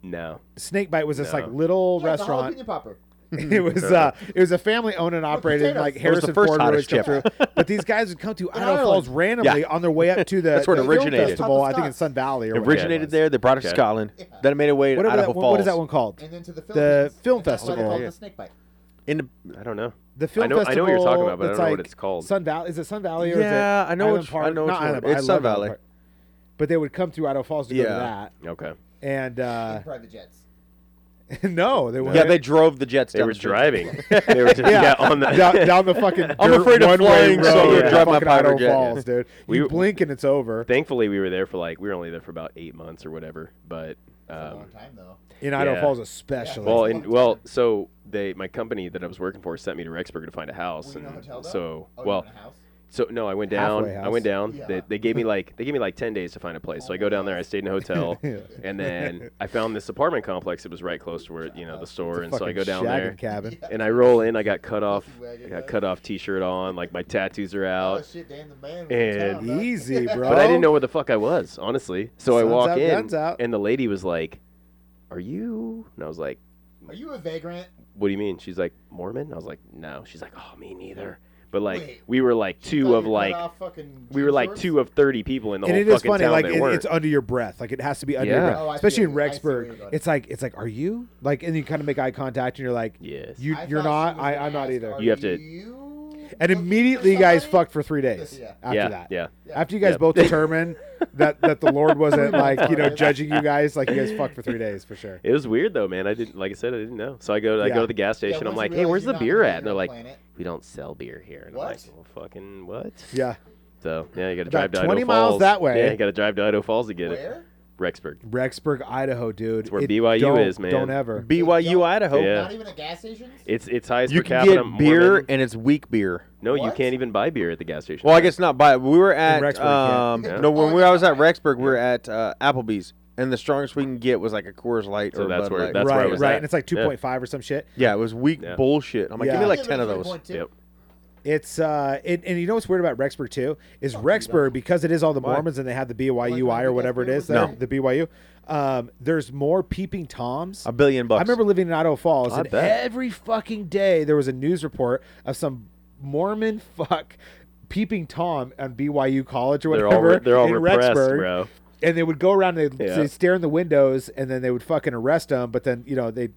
H: No.
E: Snake Bite was this like
H: No.
E: little
F: Yeah, the
E: restaurant.
F: jalapeno popper.
E: <laughs> it was uh, it was a family owned and operated. and, like
F: potatoes.
E: Harrison
G: was the first
E: Ford would always come
G: hottest
E: through, but these guys would come
G: <laughs>
E: to
F: In
E: Idaho Falls
F: Ireland.
E: randomly on their way up to the
G: That's where it
E: the film
G: originated.
E: Festival, I think in
F: Scotts.
E: Sun Valley or
G: It
E: whatever it
G: originated
E: was.
G: there. They brought it to
H: Okay.
G: Scotland. Then it made it way to
E: Whatever
G: Idaho
E: that one, what is
G: Falls.
E: that one called?
F: And then to the Philippines.
E: The film
F: And that's why they
E: festival.
F: call it
G: Yeah.
F: the snake bite.
G: In the,
H: I don't know.
E: The film
H: I know- I
E: festival.
H: know what you're talking about, but I
E: that's
H: don't know
E: like
H: what it's called.
E: Sun Valley. Is it Sun Valley or
G: Yeah,
E: is it
G: I know
E: Island
G: which- I
E: Park?
G: know which
E: Not
G: one.
E: Island Park. I
G: It's Sun
E: love Island
G: Valley.
E: Park. But they would come to Idaho Falls to go
G: Yeah.
E: to
H: Okay.
E: that, and uh, <laughs>
G: <laughs>
F: In private jets.
E: no, they were
G: yeah, they drove the jets
H: They
G: down
H: were
G: the street.
F: <laughs>
H: driving. they were just yeah, on the
E: <laughs> down, down the fucking.
G: <laughs> I'm
E: dirt
G: afraid of
E: one-way
G: flying, so
E: road
H: I'm gonna
E: in
H: drive
G: my
E: fucking
G: powder
E: Idaho
G: jet.
E: Falls, dude.
H: We-
E: You blink and it's over
H: <laughs> Thankfully, we were there for like we were only there for about eight months or whatever. But
F: That's a
H: um,
F: long time though.
E: in Idaho
H: yeah.
E: Falls, especially.
H: well,
F: That's a
H: and
F: long
H: well, so they my company that I was working for sent me to Rexburg to find a house,
F: Were you in
H: and
F: a hotel though?
H: so
F: Oh, you
H: well,
F: were in a house?
H: so no, I went down.
E: Halfway
H: I
E: house.
H: went down. They,
F: Yeah.
H: they gave me like they gave me like ten days to find a place. So I go down there. I stayed in
F: <laughs>
H: a hotel, and then I found this apartment complex that was right close to where you know the store, and so I
E: Fucking
H: go down
E: shagging
H: there.
E: cabin.
H: And I roll in. I got cut off.
F: wagon,
H: I got
F: huh?
H: cut off T-shirt on. Like my tattoos are
F: Oh
H: out.
F: shit, Oh. Dan the man. Was
H: uh, and
F: in town, huh?
E: Easy, bro.
H: But I didn't know where the fuck I was, honestly. So I
E: Sun's
H: walk
E: out,
H: in,
E: guns out.
H: and the lady was like, "Are you?" And I was like,
F: Are you a vagrant?
H: "What do you mean?" She's like, "Mormon." I was like, "No." She's like, "Oh, me neither." But like
F: Wait.
H: we were like
F: Thought
H: two of
F: you cut
H: like
F: off fucking
H: we were like
F: Jews
H: two of thirty people in the
E: and
H: whole
E: it is
H: fucking
E: funny,
H: town
E: like
H: that
E: it,
H: weren't.
E: it's uh, under your breath. Like it has to be under
H: Yeah.
E: your breath,
F: Oh, I see
E: especially in
F: what you- I see where you're
E: Rexburg.
F: going.
E: It's like it's like, are you like? And you kind of make eye contact, and you're like,
H: yes.
E: you
F: I
E: you're
F: thought
E: not.
F: she was
E: I
F: gonna
E: I'm not
F: ask,
E: either.
F: "Are
H: You have to-
F: you
E: And
F: looking for
E: immediately, you guys
F: somebody?"
E: fucked for three days
F: Yeah.
E: after
H: yeah,
E: that.
H: yeah.
E: After you guys
H: Yep.
E: both determined that that the Lord wasn't like you know
F: Sorry.
E: judging you guys, like you guys fucked for three days for sure.
H: It was weird though, man. I didn't like I said I didn't know. So I go I
E: Yeah.
H: go to the gas
F: Yeah,
H: station.
F: once
H: I'm
F: you
H: like, hey,
F: realize
H: where's the
F: you're not
H: beer
F: living
H: at?
F: on
H: And they're
F: a
H: like,
F: planet.
H: we don't sell beer here. And I'm like,
F: What?
H: well, fucking what?
E: Yeah,
H: So yeah, you got to
E: About
H: drive to
E: 20
H: Idaho
E: miles
H: Falls.
E: that way.
H: Yeah, you got to drive to Idaho Falls to get
F: where?
H: it. Rexburg.
E: Rexburg, Idaho, dude.
H: It's where
E: It-
H: BYU
E: don't-
H: is, man.
E: Don't ever.
G: BYU, Idaho.
H: Yeah.
F: Not even at gas stations.
H: It's it's highest
G: You
H: per
G: can
H: capita.
G: get beer
H: Mormon.
G: and it's weak beer.
H: No, you
F: What?
H: can't even buy beer at the gas station.
G: Well, I guess not. But we were at
E: Rexburg, yeah.
G: um,
F: Yeah.
G: no when we, I was at Rexburg, we were at uh, Applebee's, and the strongest we can get was like a Coors Light
H: So
G: or a
H: that's
G: Bud
H: where-
G: Light.
H: that's
E: right,
H: where I was
E: right,
H: at.
E: and it's like two
H: Yeah.
E: point five or some shit.
G: Yeah, it was weak
H: Yeah.
G: bullshit. I'm like,
E: Yeah.
G: give me like
F: Give it
G: ten of
F: a
G: those.
F: 3.2.
H: Yep.
E: It's uh, it, and you know what's weird about Rexburg too is Rexburg because it is all the Mormons and they have the BYUI or
F: Like,
E: whatever it
F: there
E: is,
F: was
E: the, the BYU. Um, there's more peeping toms.
G: A billion bucks.
E: I remember living in Idaho Falls,
G: I
E: and
G: bet.
E: every fucking day there was a news report of some Mormon <laughs> fuck peeping tom on BYU college or
H: They're
E: whatever
H: all re- they're all
E: in
H: repressed,
E: Rexburg,
H: bro.
E: and they would go around and they'd,
H: Yeah.
E: they'd stare in the windows, and then they would fucking arrest them. But then you know they,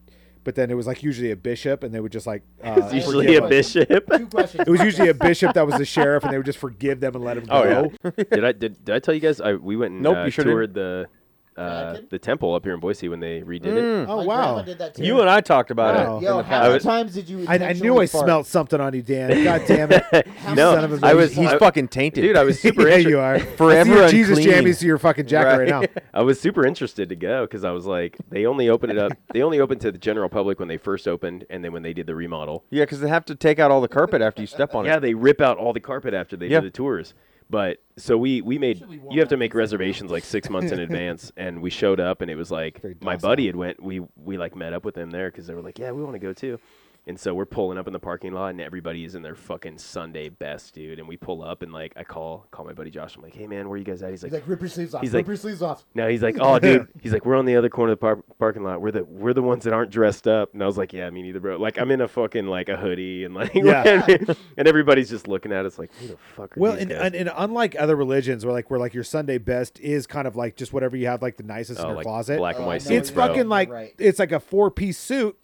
E: but then it was like usually a bishop, and they would just
H: <laughs>
E: like uh,
H: It's usually
E: forgive
H: a
E: them.
H: bishop. <laughs>
F: Two questions.
E: It was usually a bishop that was the sheriff, and they would just forgive them and let him go.
G: Oh, yeah.
H: <laughs> did I did, did I tell you guys? I we went and
G: Nope,
H: uh,
G: you sure
H: toured the uh,
F: Vatican?
H: the temple up here in Boise when they redid it.
E: Oh, wow.
F: My grandma did that too.
G: you and I talked about
E: Wow.
G: it.
F: Yo,
G: in the
F: how
G: past.
F: many
H: was-
F: times did you?
E: I, I knew I
F: intentionally fart?
E: smelled something on you, Dan. God damn
H: <laughs>
E: it.
F: How
H: No,
F: many times
H: I
F: did
H: was-
F: you
H: I-
G: He's
F: fart?
G: fucking tainted,
H: Dude, I
G: <laughs>
H: was super
E: <laughs> yeah,
H: interested.
E: you are. I see
G: Forever
E: your Jesus
G: unclean.
E: jammies to your fucking jacket right, <laughs>
G: Right.
E: now.
H: I was super interested to go because I was like, they only opened it up. They only opened to the general public when they first opened, and then when they did the remodel.
G: Yeah, because they have to take out all the carpet after you step on
H: Yeah,
G: it.
H: they rip out all the carpet after they
G: Yeah.
H: do the tours. But so we we made you have to make reservations like six months in advance, and we showed up, and it was like my buddy had went. We we like met up with them there because they were like, yeah, we want to go too. And so we're pulling up in the parking lot, and everybody is in their fucking Sunday best, dude. And we pull up, and like I call call my buddy Josh. I'm like, hey man, where you guys at? He's
F: He's
H: like,
F: like, rip your sleeves off.
H: He's
F: Rip
H: like-
F: your sleeves off.
H: no,
E: <laughs>
H: he's like, oh, dude. He's like, we're on the other corner of the par- parking lot. We're the we're the ones that aren't dressed up. And I was like, yeah, me neither, bro. Like, I'm in a fucking like a hoodie and like, <laughs>
E: Yeah.
H: and everybody's just looking at us like, who the fuck are
E: Well,
H: these
E: and,
H: guys?
E: and, and unlike other religions where like where like your Sunday best is kind of like just whatever you have like the nicest
H: Oh,
E: in your
H: like
E: closet.
H: black and
F: Oh, I
H: white
F: know
H: suits,
E: it's
H: bro.
E: fucking like
F: Right.
E: it's like a four piece suit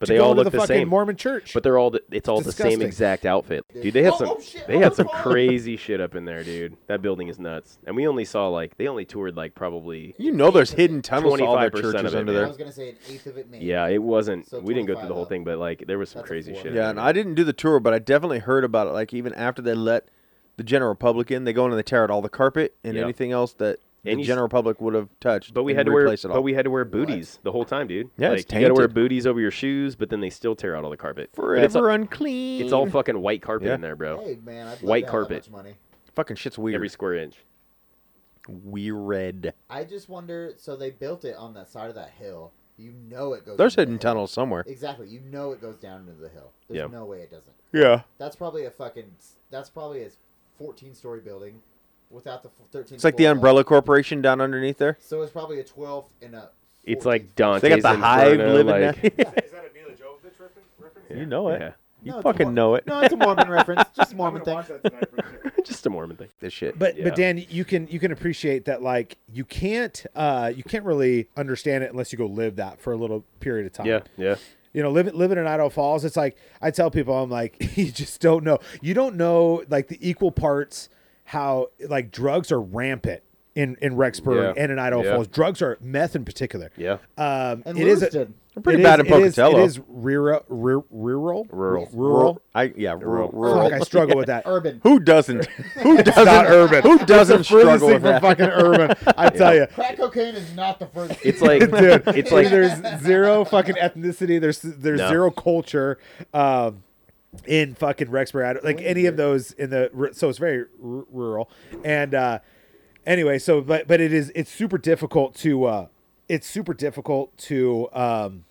H: but
E: to
H: they
E: go
H: all
E: into
H: look
E: the,
H: the,
E: fucking
H: same.
E: Mormon church.
H: but they're all the, it's all the
E: disgusting.
H: same exact outfit, dude. They had
F: Oh,
H: some
F: oh, shit,
H: they had
F: oh,
H: some
F: fuck.
H: crazy shit up in there, dude. That building is nuts. And we only saw like they only toured like probably
G: You know, there's hidden tunnels to all their
H: 25% of
G: churches
H: it,
G: under
H: man.
G: there.
F: I was gonna say an eighth of it maybe.
H: yeah, it wasn't.
F: So
H: we didn't go
F: 25
H: through the whole
F: up.
H: thing, but like there was some
F: That's a
H: crazy
F: four.
H: shit. in
G: Yeah, and
H: there.
G: I didn't do the tour, but I definitely heard about it. Like even after they let the general public in, they go in and they tear out all the carpet and
H: Yeah.
G: anything else that
H: And
G: the
H: you s-
G: general public would have touched.
H: But we
G: and
H: had to wear,
G: replace it all.
H: but we had to wear booties the whole time, dude.
G: Yeah,
H: like,
G: it's
H: you gotta wear
G: tainted.
H: booties over your shoes, but then they still tear out all the carpet. But
G: forever
H: It's all,
G: unclean.
H: it's all fucking white carpet
G: Yeah.
H: in there, bro.
F: Hey man, I'd love
H: White
F: to have that
H: carpet.
F: much money.
G: fucking shit's weird.
H: Every square inch.
G: Weird.
F: I just wonder. So they built it on that side of that hill. You know it goes.
G: There's
F: into the
G: hidden
F: hill.
G: tunnels somewhere.
F: Exactly. You know it goes down into the hill. There's
H: Yeah.
F: no way it doesn't.
G: Yeah.
F: That's probably a fucking. That's probably a 14 story building, without the f- 13.
G: It's like the
F: floor
G: Umbrella Corporation down underneath there.
F: So it's probably a 12 and a.
H: It's
F: 14.
H: like Dante's
G: They got the hive
H: Inferno,
G: living <laughs>
H: like,
G: down.
E: that a Mila Jovovich
H: <laughs>
E: reference?
G: You know it.
H: Yeah.
G: You
F: No, it's
G: fucking
F: more-
G: know it.
F: No, it's a Mormon reference. Just
G: <laughs>
F: a Mormon thing.
H: <laughs> Just a Mormon thing.
G: This shit.
E: But
H: Yeah.
E: but Dan, you can you can appreciate that like you can't uh you can't really understand it unless you go live that for a little period of time.
H: Yeah, yeah.
E: You know, living living in Idaho Falls, it's like I tell people, I'm like, <laughs> you just don't know. You don't know like the equal parts how like drugs are rampant in in Rexburg
H: Yeah.
E: and in Idaho
H: Yeah.
E: Falls. Drugs are meth in particular.
H: Yeah.
E: Um,
F: And
E: it is a-
F: Lewiston.
G: I'm pretty
E: it
G: bad
E: is-
G: at
E: it is-
G: Pocatello.
E: It is rural, rural, rural,
H: Rural.
E: rural.
G: I yeah, rural. rural.
E: Fuck, I struggle with that.
F: Urban.
E: <laughs>
G: Who doesn't? Who doesn't?
E: Not urban.
G: Who doesn't struggle
E: Furthest
G: with
E: thing from
G: that?
E: fucking
G: <laughs>
E: urban. I tell you,
F: Crack cocaine is not the first.
H: It's
E: <laughs>
H: like
E: dude.
H: it's like
E: there's zero fucking ethnicity. There's there's
H: No.
E: zero culture um, in fucking Rexburg. I don't- Like any of those in the r- so it's very r- rural. And uh, anyway, so but but it is it's super difficult to uh, it's super difficult to um,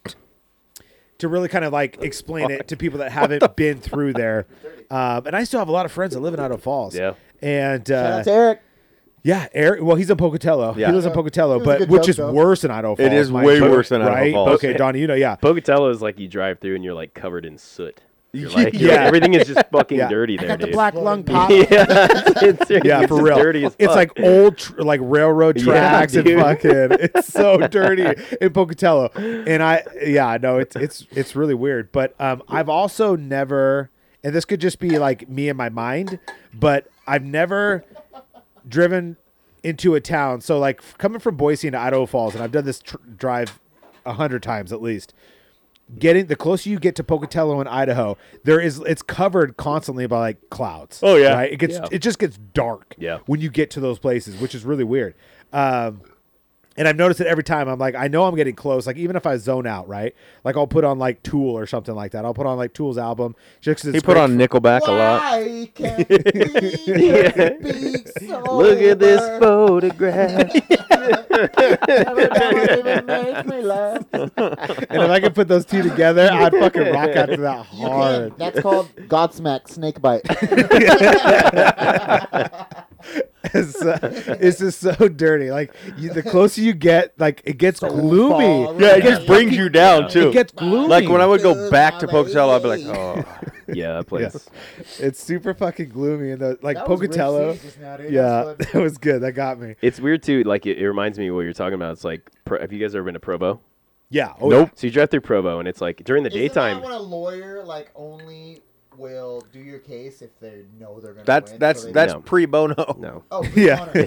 E: to really kind of like explain it to people that haven't been through there. Um, and I still have a lot of friends that live in Idaho Falls.
H: Yeah.
E: And
F: Shout
E: uh,
F: out to Eric.
E: yeah, Eric. Well, he's in Pocatello.
G: Yeah.
E: He lives in Pocatello,
F: was a
E: but
F: good
E: which
F: joke,
E: is
F: though.
E: worse than Idaho Falls.
G: It is
E: my
G: way
E: opinion,
G: worse than Idaho
E: right?
G: Falls.
E: Okay, Don, you know, yeah.
H: Pocatello is like you drive through and you're like covered in soot.
G: <laughs>
H: You're like, you're-
E: Yeah.
H: everything is just fucking
E: Yeah.
H: dirty there,
I: got the
H: dude. <laughs>
I: black lung pop.
E: <laughs>
H: yeah, it's, it's-
E: Yeah,
H: it's
E: for
H: just
E: real.
H: Dirty as
E: It's
H: fuck.
E: like old, tr- like railroad
H: Yeah,
E: tracks
H: dude.
E: and fucking. It's
H: <laughs>
E: so dirty in Pocatello, and I, yeah, no, it's it's it's really weird. But um, I've also never, and this could just be like me in my mind, but I've never driven into a town. So like f- coming from Boise into Idaho Falls, and I've done this tr- drive a hundred times at least. Getting the closer you get to Pocatello in Idaho, there is it's covered constantly by like clouds.
G: Oh, yeah.
E: right? it gets
H: Yeah.
E: it just gets dark.
H: Yeah.
E: when you get to those places, which is really weird. Um, and I've noticed it every time. I'm like, I know I'm getting close. Like even if I zone out, right? Like I'll put on like Tool or something like that. I'll put on like Tool's album. Just 'cause
G: He
E: it's
G: put
E: great
G: on Nickelback a
H: <laughs>
G: lot.
F: Why can't we be sober?
H: Look at this photograph.
F: Make
H: <laughs>
F: me laugh.
E: and if I could put those two
G: <laughs>
E: together, I'd fucking rock out to that
F: You can.
E: hard.
F: That's called Godsmack
H: <laughs>
F: Snakebite.
E: <laughs> it's, uh, it's just so dirty. Like you, the closer you get, like it gets gloomy.
F: far
G: Yeah,
F: away.
G: it just brings you down too.
E: It gets gloomy.
G: like when I would go
F: Good
G: back to Pocatello, I'd be like,
F: holiday.
G: oh,
H: yeah, that place.
E: it's super fucking gloomy and the like
F: That was Rick
E: Pocatello.
F: Sears just now, dude. That's
G: <laughs>
E: Yeah,
F: what-
E: that was good. That got me.
H: It's weird too. Like it, it reminds me of what you're talking about. It's like, pro, have you guys ever been to Provo?
E: Yeah. Oh,
H: So you drive through Provo, and it's like during the
F: Isn't
H: <laughs> daytime.
F: That when a lawyer like only will do your case if they know they're gonna.
G: that's
F: win, so
G: that's
F: they-
G: that's
H: No.
G: pre bono.
H: <laughs>
G: <laughs>
H: no.
E: <laughs>
F: Oh,
E: Yeah.
H: <laughs> yeah,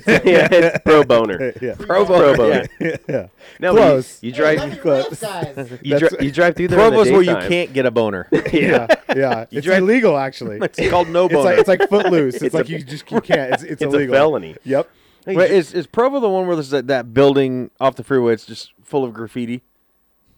H: it's pro boner.
E: <laughs> Yeah.
H: Pro boner.
G: Yeah.
E: Yeah. <laughs> yeah.
H: No, but you-
E: Close.
H: You,
F: Drive
H: drive.
F: you
E: Close.
H: <laughs>
F: guys.
H: You, dri- you drive through there. in the
G: Provo's where
H: <laughs>
G: you
H: daytime.
G: can't get a boner.
E: <laughs> Yeah. Yeah. It's
H: drive-
E: illegal actually. It's
G: It's called no boner.
E: like it's like footloose. It's,
H: It's
E: like
H: a-
E: you just you can't. It's, it's,
H: It's a
E: illegal.
H: felony.
E: Yep.
G: Wait, is is Provo the one where there's that, that building off the freeway? It's just full of graffiti,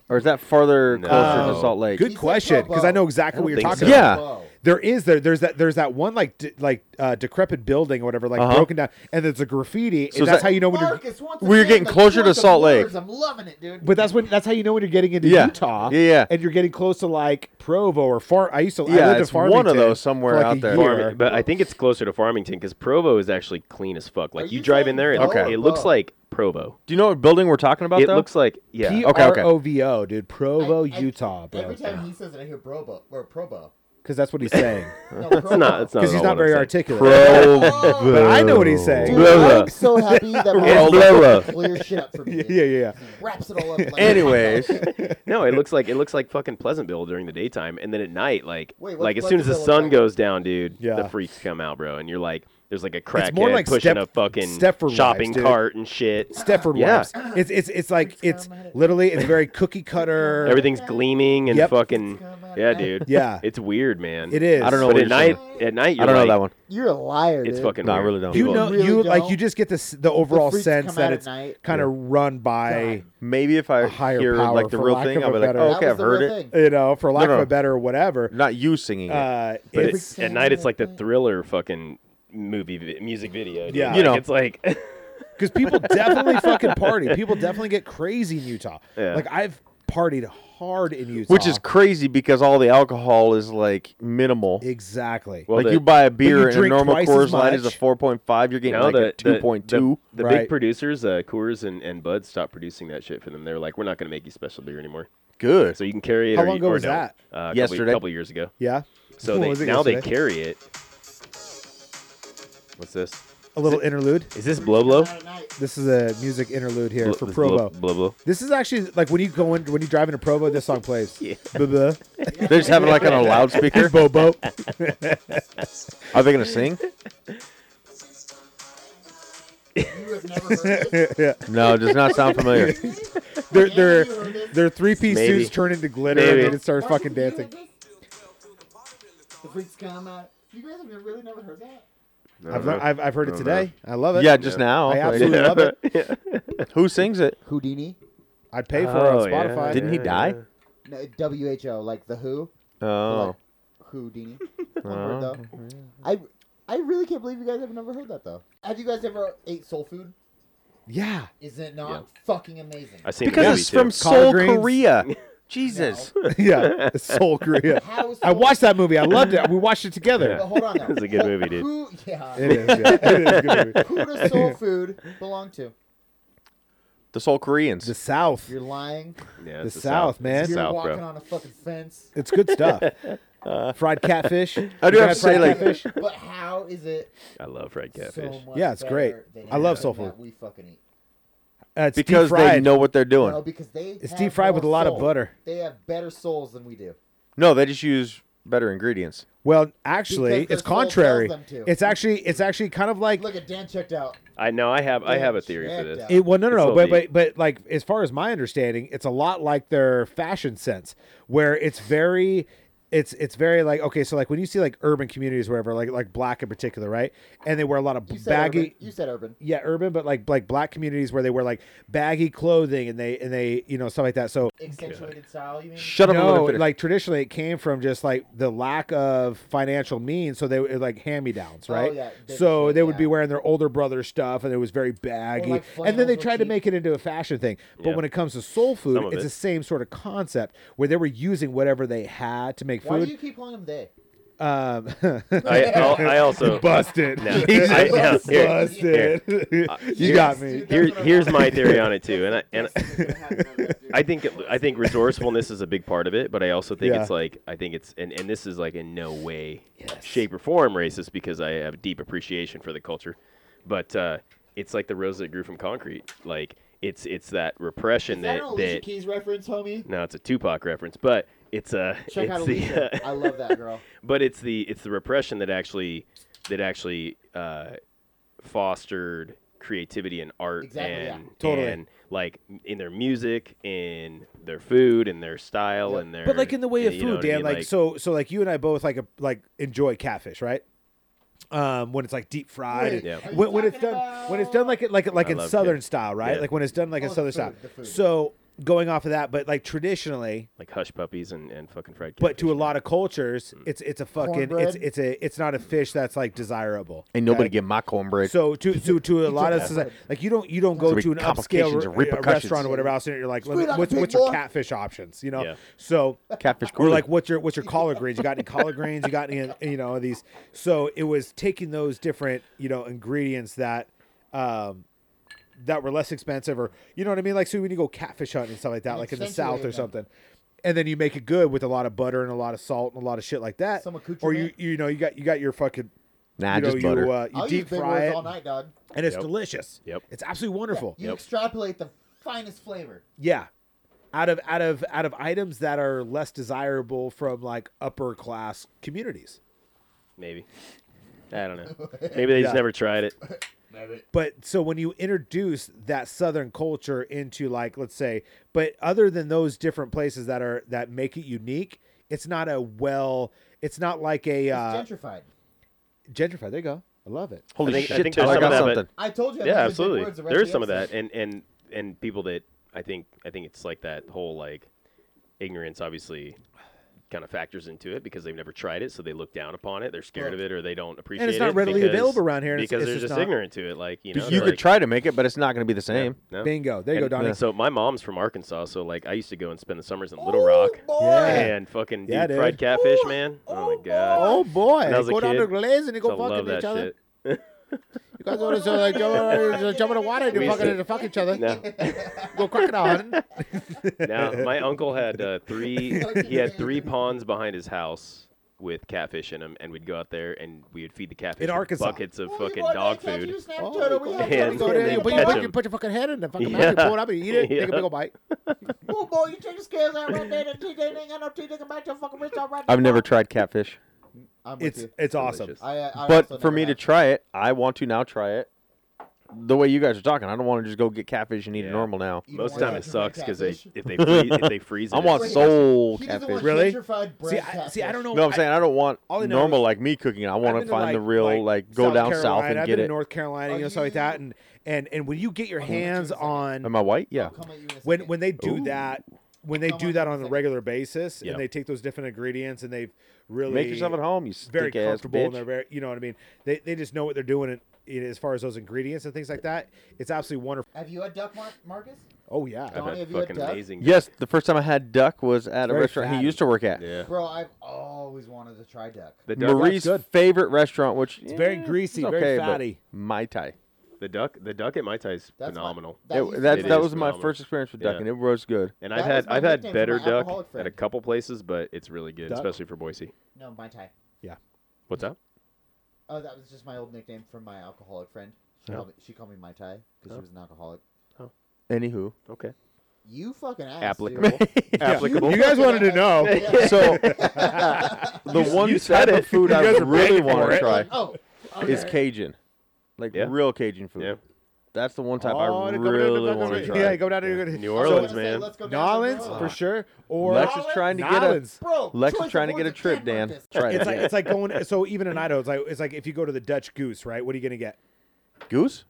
G: or is that farther
H: No.
G: closer to
H: Oh.
G: Salt Lake?
E: Good
F: He said
E: question, because I
F: Provo.
E: know exactly what you're
H: think
E: talking
H: so.
E: about.
G: Yeah.
F: Whoa.
E: There is there. There's that. There's that one like de- like uh, decrepit building or whatever, like
G: Uh-huh.
E: broken down, and it's a graffiti.
G: So
E: and
G: is
E: that's how
G: that-
E: you know when you're.
F: Marcus, once
G: we're
F: again,
G: getting
F: the
G: closer to
F: choice of
G: Salt Lake.
F: words, I'm loving it, dude.
E: But that's when that's how you know when you're getting into
G: Yeah.
E: Utah.
G: Yeah, yeah.
E: And you're getting close to like Provo or Far. I used to. I
G: Yeah,
E: lived
G: it's
E: in
G: one of
E: Farmington
G: those somewhere
E: for like
G: out
E: a
G: there.
E: year.
H: Farming- but I think it's closer to Farmington because Provo is actually clean as fuck.
F: Are
H: Like you,
F: you
H: drive
F: saying
H: in there, it,
F: Provo?
H: it looks like Provo.
G: Do you know what building we're talking about?
H: It
G: though?
H: looks like yeah.
E: P <laughs>
G: Okay, okay.
E: R O V O, dude. Provo,
F: I- I-
E: Utah, bro.
F: Every time he says it, I hear Probo or Probo.
E: Because that's what he's
H: <laughs>
E: saying.
F: No,
H: It's not. It's not.
E: Because
H: at
E: he's
H: all
E: not
H: what I'm
E: very
H: saying.
E: articulate.
G: Provo.
E: but I know what
G: <laughs>
E: he's saying.
F: Dude,
H: Blah, blah.
F: I'm so happy that
H: It's
F: Robo clears
E: <laughs>
F: shit up for me.
E: yeah, <laughs>
F: dude.
E: yeah, yeah.
F: Wraps it all up. Like
H: <laughs>
G: Anyways,
H: No, it looks like it looks like fucking Pleasantville during the daytime, and then at night, like
F: Wait, what's
H: like as soon as the
F: Pleasantville look
H: sun
F: like?
H: goes down, dude,
E: Yeah.
H: the freaks come out, bro, and you're like, there's like a crackhead
E: more like
H: pushing
E: Step-
H: a fucking
E: Stepford
H: shopping
E: Wives, dude.
H: cart and shit.
E: Stefford
H: Yeah.
E: wives. It's it's it's like it's literally it's very cookie cutter.
H: Everything's gleaming and
E: Yep.
H: fucking yeah, dude.
E: Yeah.
H: It's weird, man.
E: It is.
G: I don't know
H: But
G: what
H: at
G: you're saying.
H: night, at night,
G: I
H: you're
G: don't know
H: like,
G: that one.
F: <laughs> You're a liar.
H: It's
F: dude.
H: fucking.
G: No, I
H: weird.
G: really don't.
E: you
H: People-
E: know
F: really
E: you like
F: don't.
E: you just get this the overall
F: freaks
E: sense
F: come
E: that
F: out at
E: it's
F: night.
E: kind of run by
G: Maybe if I
E: A higher
G: hear
E: power,
G: like the
E: for
G: real
E: lack
G: thing,
E: of
G: I'll
E: a
G: be like,
E: better-
G: oh,
F: That
G: okay,
F: was
G: I've
F: the
G: heard
F: real
G: it.
F: thing.
E: you know for lack
G: no.
E: of a better or whatever.
G: Not you singing it.
E: Uh,
H: But
E: it's
H: it's, at night, it's like the thriller fucking movie vi- music video. dude.
E: Yeah.
H: Like,
G: You know.
H: it's like <laughs>
E: because people definitely fucking party. People definitely get crazy in Utah.
H: Yeah.
E: Like I've partied hard in Utah,
G: Which is crazy because all the alcohol is like minimal.
E: exactly
H: well,
G: like
H: the,
G: you buy
E: you
G: a beer and a
E: drink
G: normal
E: twice as
G: Coors Light is a
E: much.
G: 4.5. You're getting
H: no,
G: like
H: the,
G: a 2.2.
H: The, the, the
E: Right.
H: big producers, uh, Coors and, and Bud, stopped producing that shit for them. They were like, we're not going to make you special beer anymore.
G: Good.
H: So you can carry it.
E: How
H: or
E: long
H: you-
E: ago
H: or
E: was
H: no,
E: that?
H: Uh,
G: Yesterday.
H: a couple years
E: <laughs>
H: ago.
E: yeah.
H: So
E: What
H: they,
E: was it
H: now they
E: yesterday?
H: carry it. What's this?
E: a little interlude.
H: Is this blow blow?
E: This is a music interlude here
H: Blo-
E: for
H: this
E: Provo.
H: Blow, blow blow.
E: This is actually like when you go in when you drive into Provo, this song plays.
H: Yeah.
E: Blah, blah. <laughs>
G: They're just having like on
H: <laughs>
G: a loudspeaker.
E: Bobo.
G: <laughs> Are they gonna sing?
F: You have never heard this.
E: yeah.
G: No, it does not sound familiar.
E: <laughs> They're
F: Never
E: they're
F: heard this.
E: their three piece
H: Maybe.
E: suits turn into glitter
H: Maybe.
E: and then it starts fucking dancing.
F: The freaks come out. You guys have really never heard that?
H: I
E: I've,
H: don't know.
E: I've, I've heard it
H: don't know.
E: today. I love it.
G: Yeah, just now.
E: I
G: Like,
E: absolutely love
G: <laughs>
E: it.
G: <laughs> Who sings it?
F: Houdini?
E: I'd pay for
H: Oh,
E: it
H: yeah,
E: on Spotify.
H: yeah,
G: Didn't he die?
F: No, WHO, like the Who.
G: Oh,
F: Like, Houdini. One
H: <laughs>
F: word
G: oh.
F: though. I I really can't believe you guys have never heard that though. Have you guys ever ate soul food?
E: Yeah.
F: Is it not fucking amazing?
H: I've seen the
G: because
H: movie
G: it's from
H: too. <laughs>
G: Seoul,
E: greens.
G: Korea. Jesus.
E: <laughs> Yeah. Soul Korea.
F: How is
E: I
F: soul-
E: watched that movie. I loved it. We watched it together.
F: But hold on, though.
H: <laughs> It's a good
F: Who-
H: movie,
E: <laughs>
H: dude.
F: Who, yeah.
E: It is. Yeah. It is a good
F: <laughs>
E: movie.
F: Who
E: <laughs>
F: does soul food belong to?
G: The Seoul Koreans.
E: The South.
F: You're lying.
H: Yeah,
E: The
H: it's
E: South, man.
H: It's the
F: You're
H: South,
F: walking
H: bro.
F: on a fucking fence. <laughs>
E: It's good stuff. fried catfish.
H: I do
E: You
H: have
E: had
H: to say,
E: fried
H: like-
E: catfish?
F: But how is it
H: I love fried catfish.
F: so much
E: Yeah, it's great.
F: better than
E: I love
F: anything
E: soul food.
F: that We fucking eat.
E: Uh, it's deep
G: because they
E: fried.
G: know what they're doing.
F: No, because they
E: It's
F: have
E: deep fried
F: more
E: with a lot of
F: soul.
E: butter.
F: They have better souls than we do.
G: No, they just use better ingredients.
E: Well, actually,
F: Because
E: it's
F: their soul tells
E: contrary.
F: them to.
E: It's actually it's actually kind of like
F: Look at Dan checked out.
H: I know. I have. I have a
F: Yeah,
H: theory for
F: check
H: this.
F: that.
E: It, well, no, no,
H: It's
E: no,
H: all
E: but,
H: deep.
E: but but like as far as my understanding, it's a lot like their fashion sense, where it's very, it's it's very like okay, so like when you see like urban communities, wherever, like like black in particular, right, and they wear a lot of
F: You said
E: baggy,
F: urban. You said urban.
E: yeah, urban, but like like black communities where they wear like baggy clothing and they and they you know stuff like that. So
F: Accentuated style, you mean?
G: Shut up and let
E: no,
G: him finish.
E: like traditionally, it came from just like the lack of financial means, so they were like hand me downs,
F: Oh,
E: right?
F: yeah, they-
E: so
F: yeah,
E: they would be
F: yeah.
E: wearing their older brother stuff, and it was very baggy.
F: like,
E: and then they
F: flannels were
E: tried to
F: cheap.
E: make it into a fashion thing. But
H: Yeah.
E: when it comes to soul food,
H: Some of
E: it's
H: it.
E: the same sort of concept where they were using whatever they had to make
F: Why do you
E: food.
F: keep calling them they?
E: Um,
H: I, I'll-
E: <laughs>
H: I also.
E: <laughs> busted.
H: No.
E: Jesus,
H: I- no, here-
E: busted. <laughs> you got me.
F: Dude,
H: Here,
F: that's what I
H: here's
F: want.
H: my theory on it too, and I and
F: Next thing you're gonna have another dude.
H: I think it, I think resourcefulness is a big part of it, but I also think
E: Yeah.
H: it's like I think it's and, and this is like in no way, shape or form racist because I have deep appreciation for the culture, but uh, it's like the rose that grew from concrete. Like it's it's that repression
F: Is that an
H: that
F: Alicia
H: that
F: Keys reference, homie?
H: no, it's a Tupac reference, but it's uh,
F: Check
H: it's
F: out
H: the
F: Alicia.
H: <laughs> uh,
F: I love that girl.
H: but it's the it's the repression that actually that actually uh, fostered creativity and art
F: Exactly, yeah.
H: and
E: Totally.
H: and like m- in their music in their food and their style and their
E: But like in the way of
H: you know
E: food,
H: what I
E: Dan.
H: mean?
E: Like, so, so like you and I both like a, like enjoy catfish, right? Um, when it's like deep fried,
F: Wait,
E: and-
H: Yeah.
F: are you
E: when, when it's
F: talking
E: done, when it's done like it, like it- like
H: I
E: in
H: love
E: southern
H: catfish.
E: style, right?
H: Yeah.
E: Like when it's done like
F: Oh,
E: in
F: the
E: southern
F: food,
E: style.
F: the food.
E: So going off of that, but like traditionally,
H: like hush puppies and, and fucking fried
E: but to a
H: catfish.
E: lot of cultures, it's it's a fucking it's
F: Mm. Cornbread.
E: it's a it's not a fish that's like desirable.
G: Ain't nobody get my cornbread.
E: So to so to a lot of society, like you don't you don't go
G: There'll be
E: to an upscale
G: complications and
E: re- uh,
G: repercussions.
E: restaurant or whatever else, and you're like,
F: Screw it
E: let me-
F: up,
E: what's,
F: big
E: what's your
F: boy.
E: catfish options? You know,
H: Yeah.
E: so
G: Catfish
E: or
G: cooler.
E: like what's your what's your collard greens? You got any collard greens? You got any you know these? So it was taking those different you know ingredients that um that were less expensive or you know what I mean? Like so when you go catfish hunting and stuff like that,
F: And
E: like in the
F: accentuate
E: south or
F: them.
E: something. And then you make it good with a lot of butter and a lot of salt and a lot of shit like that.
F: Some
E: or you
F: accoutrement.
E: you know you got you got your fucking
G: nah,
E: you know,
G: just butter.
E: you, uh, you
F: I'll
E: deep
F: use big
E: fry
F: words
E: it
F: all night, dog.
E: and it's
H: Yep.
E: delicious.
H: Yep.
E: It's absolutely wonderful.
F: You extrapolate the finest flavor.
E: Yeah. Out of out of out of items that are less desirable from like upper class communities. <laughs>
H: maybe I don't know maybe they just
E: Yeah.
H: never tried it
E: But so when you introduce that southern culture into like let's say, but other than those different places that are that make it unique, it's not a well it's not like a
F: It's
E: uh,
F: gentrified.
E: gentrified. There you go. I love it.
G: Holy
H: I think- I
G: shit!
H: think there's
G: Tyler, I
H: some
G: got
H: of that, but-
G: something.
F: I told you. I'm using
H: yeah
F: big
H: absolutely
F: words the rest
H: there's
F: the
H: some of that
F: episode.
H: and and and people that I think I think it's like that whole like ignorance obviously kind of factors into it because they've never tried it so they look down upon it they're scared of it or they don't appreciate it
E: not readily
H: because-
E: available around here, and it's-
H: because
E: it's
H: they're
E: just
H: just,
E: not-
H: ignorant to it like you know
G: You
H: they're
G: could
H: like,
G: try to make it, but it's not going to be the
H: "Yeah,
G: same.
H: no."
E: Bingo. There you go,
H: And-
E: Donnie.
H: so my mom's from Arkansas so like I used to go and spend the summers in Little Rock <laughs>
E: Yeah.
H: and fucking
E: Yeah,
H: dude,
E: dude.
H: fried catfish man oh my god
E: Oh boy.
H: When I was a
E: go down
H: kid,
E: to Glaze and you
H: So I
E: go
H: love
E: fucking
H: that
E: each other.
H: shit
E: You guys go to so like jump, uh, jump in the water and
H: We
E: you
H: used
E: fucking
H: to-
E: to fuck each other.
H: no
E: Go crocodile
H: <laughs>
E: hunting.
H: Now, my uncle had uh, three. He had three ponds behind his house with catfish in them, and we'd go out there and we would feed the catfish
E: In
H: with
E: Arkansas.
H: buckets of
F: Well, you
H: fucking
F: want
H: dog
F: that catfish, you
H: food.
F: snap
E: Oh,
F: turtle, we
E: you
F: have
H: go-
F: turtle,
H: and
F: go
E: Go there,
H: then
F: down,
H: they
E: you put,
F: boy.
E: your,
H: catch
E: fucking-
H: 'em.
E: you put your fucking head in the fucking
H: Yeah.
E: mouth, you pull it up and you eat <laughs> it, take a
H: Yeah.
E: big ol' bite.
F: Oh boy, you take the scales out right there. That teeth they ain't got no teeth. They can bite your fucking wrist out right now.
G: I've never tried catfish,
F: I'm with
E: It's
F: you.
E: it's awesome.
H: Delicious.
F: I, uh, I also
G: but for
F: never
G: me to
F: have.
G: try it, I want to now try it. The way you guys are talking, I don't want to just go get catfish and eat
H: Yeah.
G: it normal now.
F: You don't
H: Most
F: want
H: time
F: that
H: it
F: gentrified
H: sucks because they
F: catfish?
H: if they freeze, if they freeze it.
G: I want
H: it's-
G: soul
F: He doesn't
G: catfish.
F: want
E: Really?
F: gentrified bread
E: See, I, see, I
F: catfish.
E: don't know.
G: No, I'm
E: I-
G: saying I don't want
E: all I know
G: normal
E: is-
G: like me cooking. I
E: I've
G: want
E: been
G: to find
E: like-
G: the real like, go down south
E: Carolina,
G: and
E: I've
G: get
E: been
G: it. Oh,
E: to North Carolina, you know, stuff like that, and and and when you get your
F: I'll come at you in a
E: hands
F: second.
E: on
G: Am I white? Yeah.
F: I'll come at you in a
E: when
F: second.
E: when they do
G: Ooh.
E: that, when they
F: Come
E: do
F: on,
E: that
F: one
E: on a
F: second.
E: regular basis,
H: Yeah.
E: and they take those different ingredients and they've really
G: Make yourself at home. You
E: very
G: stink ass
E: comfortable and they're
G: bitch.
E: very you know what I mean. They they just know what they're doing and you know, as far as those ingredients and things like that, it's absolutely wonderful.
F: have you had duck, Mar- Marcus?
E: Oh yeah.
H: I've
F: Donnie,
H: had
F: have you had
H: fucking
F: duck?
H: amazing.
G: Yes, the first time I had duck was at a
E: very
G: restaurant
E: fatty.
G: he used to work at.
H: Yeah.
F: Bro, I've always wanted to try duck.
H: The duck-
G: Marie's
E: good.
G: favorite restaurant, which eh, it's
E: very greasy, very fatty.
G: Mai Tai.
H: The duck, the duck at my tie is
F: That's my-
H: phenomenal.
F: that used
G: It-
F: to
G: that's,
F: be
H: It
G: that
H: is
G: was my
H: phenomenal.
G: first experience with
H: Yeah.
G: ducking. It was good.
H: and
F: That was
H: I've had
F: my
H: I've had
F: nickname for
H: better
F: my
H: duck
F: alcoholic
H: at a
F: friend.
H: couple places, but it's really good,
E: Duck?
H: especially for Boise.
F: <laughs> No, my tie.
H: What's up?
F: Oh, that was just my old nickname from my alcoholic friend. She,
H: Oh.
F: called, me, she called me my tie because she was an alcoholic.
G: Anywho,
H: Okay.
F: You fucking ass. <laughs>
H: Applicable. Applicable.
E: You guys wanted to
G: <laughs>
E: know.
G: so the one type of food I really want to try
F: Oh,
G: is
F: okay.
G: Cajun, like
H: Yeah.
G: real Cajun food.
H: Yeah.
G: That's the one type
E: Oh,
G: I
E: to come down to
G: really
E: Douglas-
G: want to try.
E: Yeah, go down to Douglas-
H: New
F: I was
H: Orleans,
F: gonna say,
H: man.
F: let's go down to
E: Nolans
F: New
E: for
F: Orleans.
E: sure. Or
G: Lex is trying to get a
E: Nolans.
F: Bro,
G: Lex
F: choice
G: is
F: of
G: trying to get
F: words
G: a
F: I
G: trip,
F: can't
G: Dan.
F: mark this.
G: Try
E: It's
G: it.
E: like it's like going. So even in Idaho, it's like it's like if you go to the Dutch Goose, right? What are you gonna get?
G: Goose?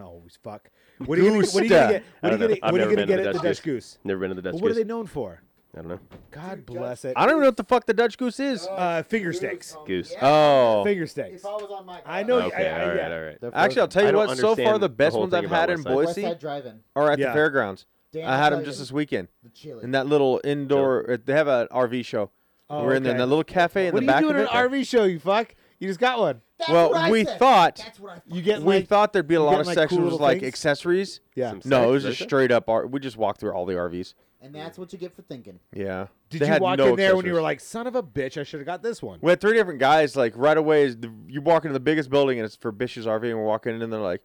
E: Oh fuck! What are you gonna, what are you gonna get? What are
H: I
E: you
H: don't know.
E: gonna, what
H: I've
E: are you
H: never
E: gonna
H: been
E: get
H: to
E: at the Dutch Goose?
H: Never been to the Dutch
E: Well, what are
H: Goose.
E: they known for?
H: I don't know.
E: God bless it.
G: I don't even know what the fuck the Dutch goose is.
E: Uh, finger sticks.
H: Goose.
F: Yeah,
G: Oh,
E: Finger sticks.
F: If I was on my,
E: I know-
H: okay,
E: I- I-
H: all right,
E: yeah.
H: all right.
F: They're
G: actually, I'll
F: frozen.
G: tell
H: I
G: you
H: don't
G: what. So far,
H: understand
G: the best
H: the whole
G: ones I've
H: thing about
G: had in
H: West Side.
F: West
G: Boise
F: Side driving.
G: are at
E: Yeah.
G: the fairgrounds.
F: Dan
G: I
F: will
G: had
F: tell
G: them
F: you,
G: just this weekend
F: the chili.
G: in that little indoor. uh, They have an RV show.
E: Oh,
G: We're in there, in
E: okay.
G: that little cafe in
I: What are
G: the back
I: you doing
G: of
I: at an
G: it.
I: RV show? You fuck. You just got one.
F: That's
G: well,
F: what I
G: we
F: said.
G: thought-
F: That's what I thought.
I: You get
G: we
I: like,
G: thought there'd be a
I: you
G: lot
I: get,
G: of
I: like, cool
G: sections with,
I: little
G: like
I: things?
G: accessories.
E: Yeah.
H: Some
G: No, it was
H: snacks,
G: just
H: right?
G: straight up. R- we just walked through all the RVs.
F: and that's what you get for thinking.
G: Yeah.
E: Did
G: They
E: you
G: had
E: walk
G: no
E: in there when you
G: accessories.
E: were like, "Son of a bitch, I should have got this
G: <laughs>
E: one"?
G: We had three different guys. Like right away, is the, you walk into the biggest building and it's for Bish's RV, and we're walking in, and they're like,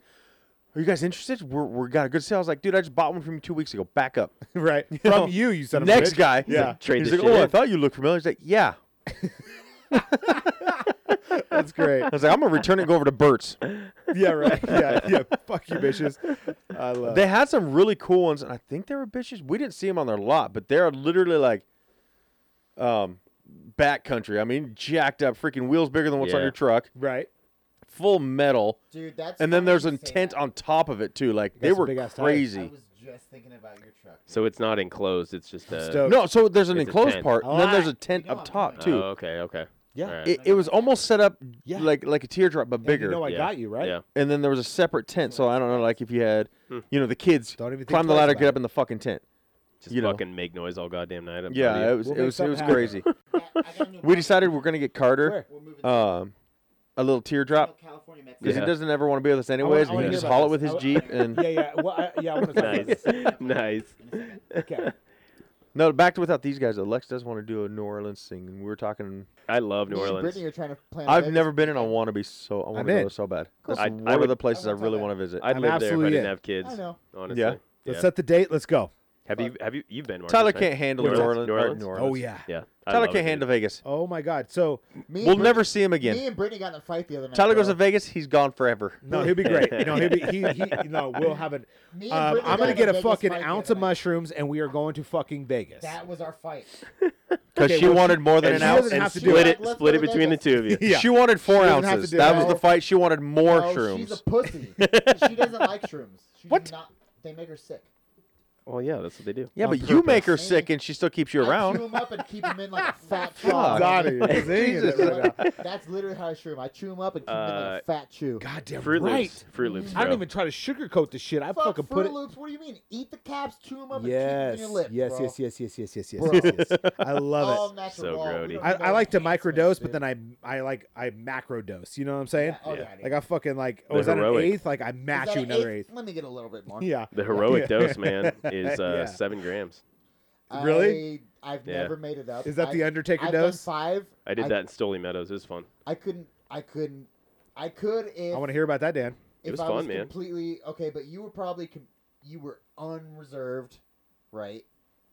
G: "Are you guys interested? We're we got a good sale." I was like, "Dude, I just bought one from you two weeks ago. Back up."
E: right <laughs> from
G: <laughs> know,
E: you, you son of
G: Next
E: a bitch.
G: guy,
E: Yeah.
H: Trade
G: he's
H: this
G: like,
H: shit
G: "Oh, I
H: in."
G: thought you looked familiar." He's like, "Yeah."
E: <laughs> That's great.
G: I was like, "I'm gonna return it and go over to Burt's."
E: yeah, right. <laughs> Yeah, yeah. Fuck you, bitches. I love.
G: They had some really cool ones, and I think they were bitches. We didn't see them on their lot, but they're literally like, um, backcountry. I mean, jacked up, freaking wheels bigger than what's on
H: Yeah.
G: your truck,
E: right.
G: full metal,
F: Dude, that's
G: and then
F: funny
G: there's
F: you
G: a
F: say
G: tent
F: that.
G: on top of it too. Like they
E: some
G: were
E: big-ass tires.
G: crazy.
F: I was just thinking about your <laughs> truck.
H: So it's not enclosed. It's just a.
E: stoked.
G: No, so there's an
H: It's a
G: enclosed
H: tent.
G: part, and then
E: Ah,
G: there's a tent
F: you know
G: up
F: I'm
G: top
H: Oh,
G: too.
H: okay, okay.
E: Yeah.
H: All right.
G: It, it was almost set up
E: Yeah.
G: like like a teardrop, but
E: And
G: bigger. And,
E: you know I
H: Yeah.
E: got you right.
H: Yeah.
G: then there was a separate tent, so I don't know, like if you had,
H: Hmm.
G: you know, the kids
E: Don't even think
G: climb the
E: twice
G: ladder,
E: about
G: get
E: it.
G: up in the fucking tent.
H: Just
G: you know.
H: fucking make noise all goddamn night. I'm proud
G: Yeah,
H: of
G: it
H: you.
G: was
E: We'll
G: it
E: make
G: was it
E: something
G: was
E: happen.
G: crazy.
F: I I got a new
G: we
F: bike.
G: decided we're gonna get Carter,
F: We're moving to
G: um, a little teardrop
F: California, Mexico.
G: because
H: Yeah.
G: he doesn't ever want to be with us anyways.
E: I wanna hear
G: and he just
E: about
G: haul it
E: this.
G: with his
E: I wa- <laughs>
G: jeep and
E: Yeah, yeah. Well, I, <laughs> yeah. I
H: <laughs>
E: want to talk about
H: nice,
E: this.
H: nice.
E: Okay.
G: no back to without these guys. though. Lex does want to do a New Orleans thing, and we were talking.
H: I love New
F: Me and
H: Orleans.
F: Brittany are trying to plan.
G: I've
F: Vegas.
G: never been, and I want to be so. I want to go
E: in.
G: there so bad. That's
H: I- I
G: one of
H: would-
G: the places I
F: I want
G: really
F: to
G: want to visit.
H: I'd
E: I'm
H: live there if I
E: absolutely
H: didn't
E: in.
H: have kids.
F: I know.
H: Honestly.
G: Yeah.
E: Let's
H: Yeah.
E: set the date. Let's go.
H: Have you have you you've been? Marcus,
G: Tyler
H: right?
G: can't handle
H: New
G: New Orleans.
H: New
G: or
H: Orleans?
G: New Orleans.
E: Oh yeah.
H: Yeah. I
G: Tyler
H: love it,
G: can't handle
H: dude.
G: Vegas.
E: Oh my God. So
F: Me and
G: We'll
F: Brittany-
G: never see him
F: Me
G: again.
F: and Brittany got in a fight the other night.
G: Tyler goes
F: bro.
G: to Vegas. He's gone forever.
E: no, he'll be great. No, he'll be he, he no. We'll have it.
F: <laughs> Me and
G: Uh,
E: Um, I'm
F: Brittany got
E: gonna
F: in
E: get a
F: Vegas
E: fucking
F: fight the
E: ounce
F: other
E: of
F: night.
E: mushrooms, and we are going to fucking Vegas. <laughs>
F: That was our fight.
G: Because
E: Okay,
G: she
E: well,
G: wanted more than
E: and
G: an
E: she
G: ounce.
E: doesn't have to do
H: split
F: it.
H: it.
F: Let's
H: Split
F: go
H: it
F: to
H: between the
F: Vegas.
H: two of
E: <laughs>
H: you.
E: Yeah.
G: She wanted four
E: doesn't have
G: ounces.
E: to do Oh.
G: That
E: it.
G: was the fight. She wanted more
F: No, she's a
G: shrooms.
F: pussy.
G: <laughs>
F: she doesn't like shrooms. She
G: What?
F: does Not, they make her sick.
H: Well, yeah, that's what they do.
G: Yeah,
E: on
G: but you make her
E: purpose.
G: sick and she still keeps you
F: I chew
G: around.
F: them up and keep them in like a fat
G: <laughs> Fuck.
F: chow.
G: <laughs>
E: Zani is zinging it right now.
F: That's literally how I shroom. I chew them up and keep them in like a fat chew.
E: God damn
H: Fruit
E: right.
H: Loops. Fruit Loops.
E: I don't
H: bro.
E: even try to sugarcoat the shit. I
F: Fuck
E: fucking
F: Fruit
E: put it.
F: Loops. What do you mean? Eat the caps, chew them up, and
E: Yes,
F: keep them in your lip.
E: yes,
F: bro. Um,
E: yes, yes, yes, yes, yes, yes,
F: Bro.
E: yes, yes. I
F: All
E: love it.
F: natural.
H: So
F: We don't
H: grody.
F: know
E: I, I like to
F: what cancer
E: microdose,
F: is,
E: but
F: dude.
E: then I I like I macrodose. You know what I'm saying?
F: Yeah, oh,
H: Yeah.
F: yeah.
E: Like
F: dude.
E: I fucking like. Oh,
H: The
E: is that an
H: heroic.
E: eighth? Like I
F: Is
E: match
F: that
E: you
F: an
E: another
F: eighth?
E: eighth.
F: Let me get a little bit more.
E: Yeah.
H: The heroic
E: Yeah.
H: dose, man, is uh,
E: Yeah.
H: seven grams.
E: <laughs> Really?
F: I, I've
H: Yeah.
F: never made it up.
E: Is that the
F: I-
E: Undertaker
F: I've
E: dose?
F: Done five.
H: I did that in Stoley Meadows. It was fun.
F: I couldn't. I couldn't. I could if
E: I want to hear about that, Dan.
H: It
F: if
H: was
F: I
H: fun,
F: was
H: man.
F: completely okay, but you were probably com- you were unreserved, right?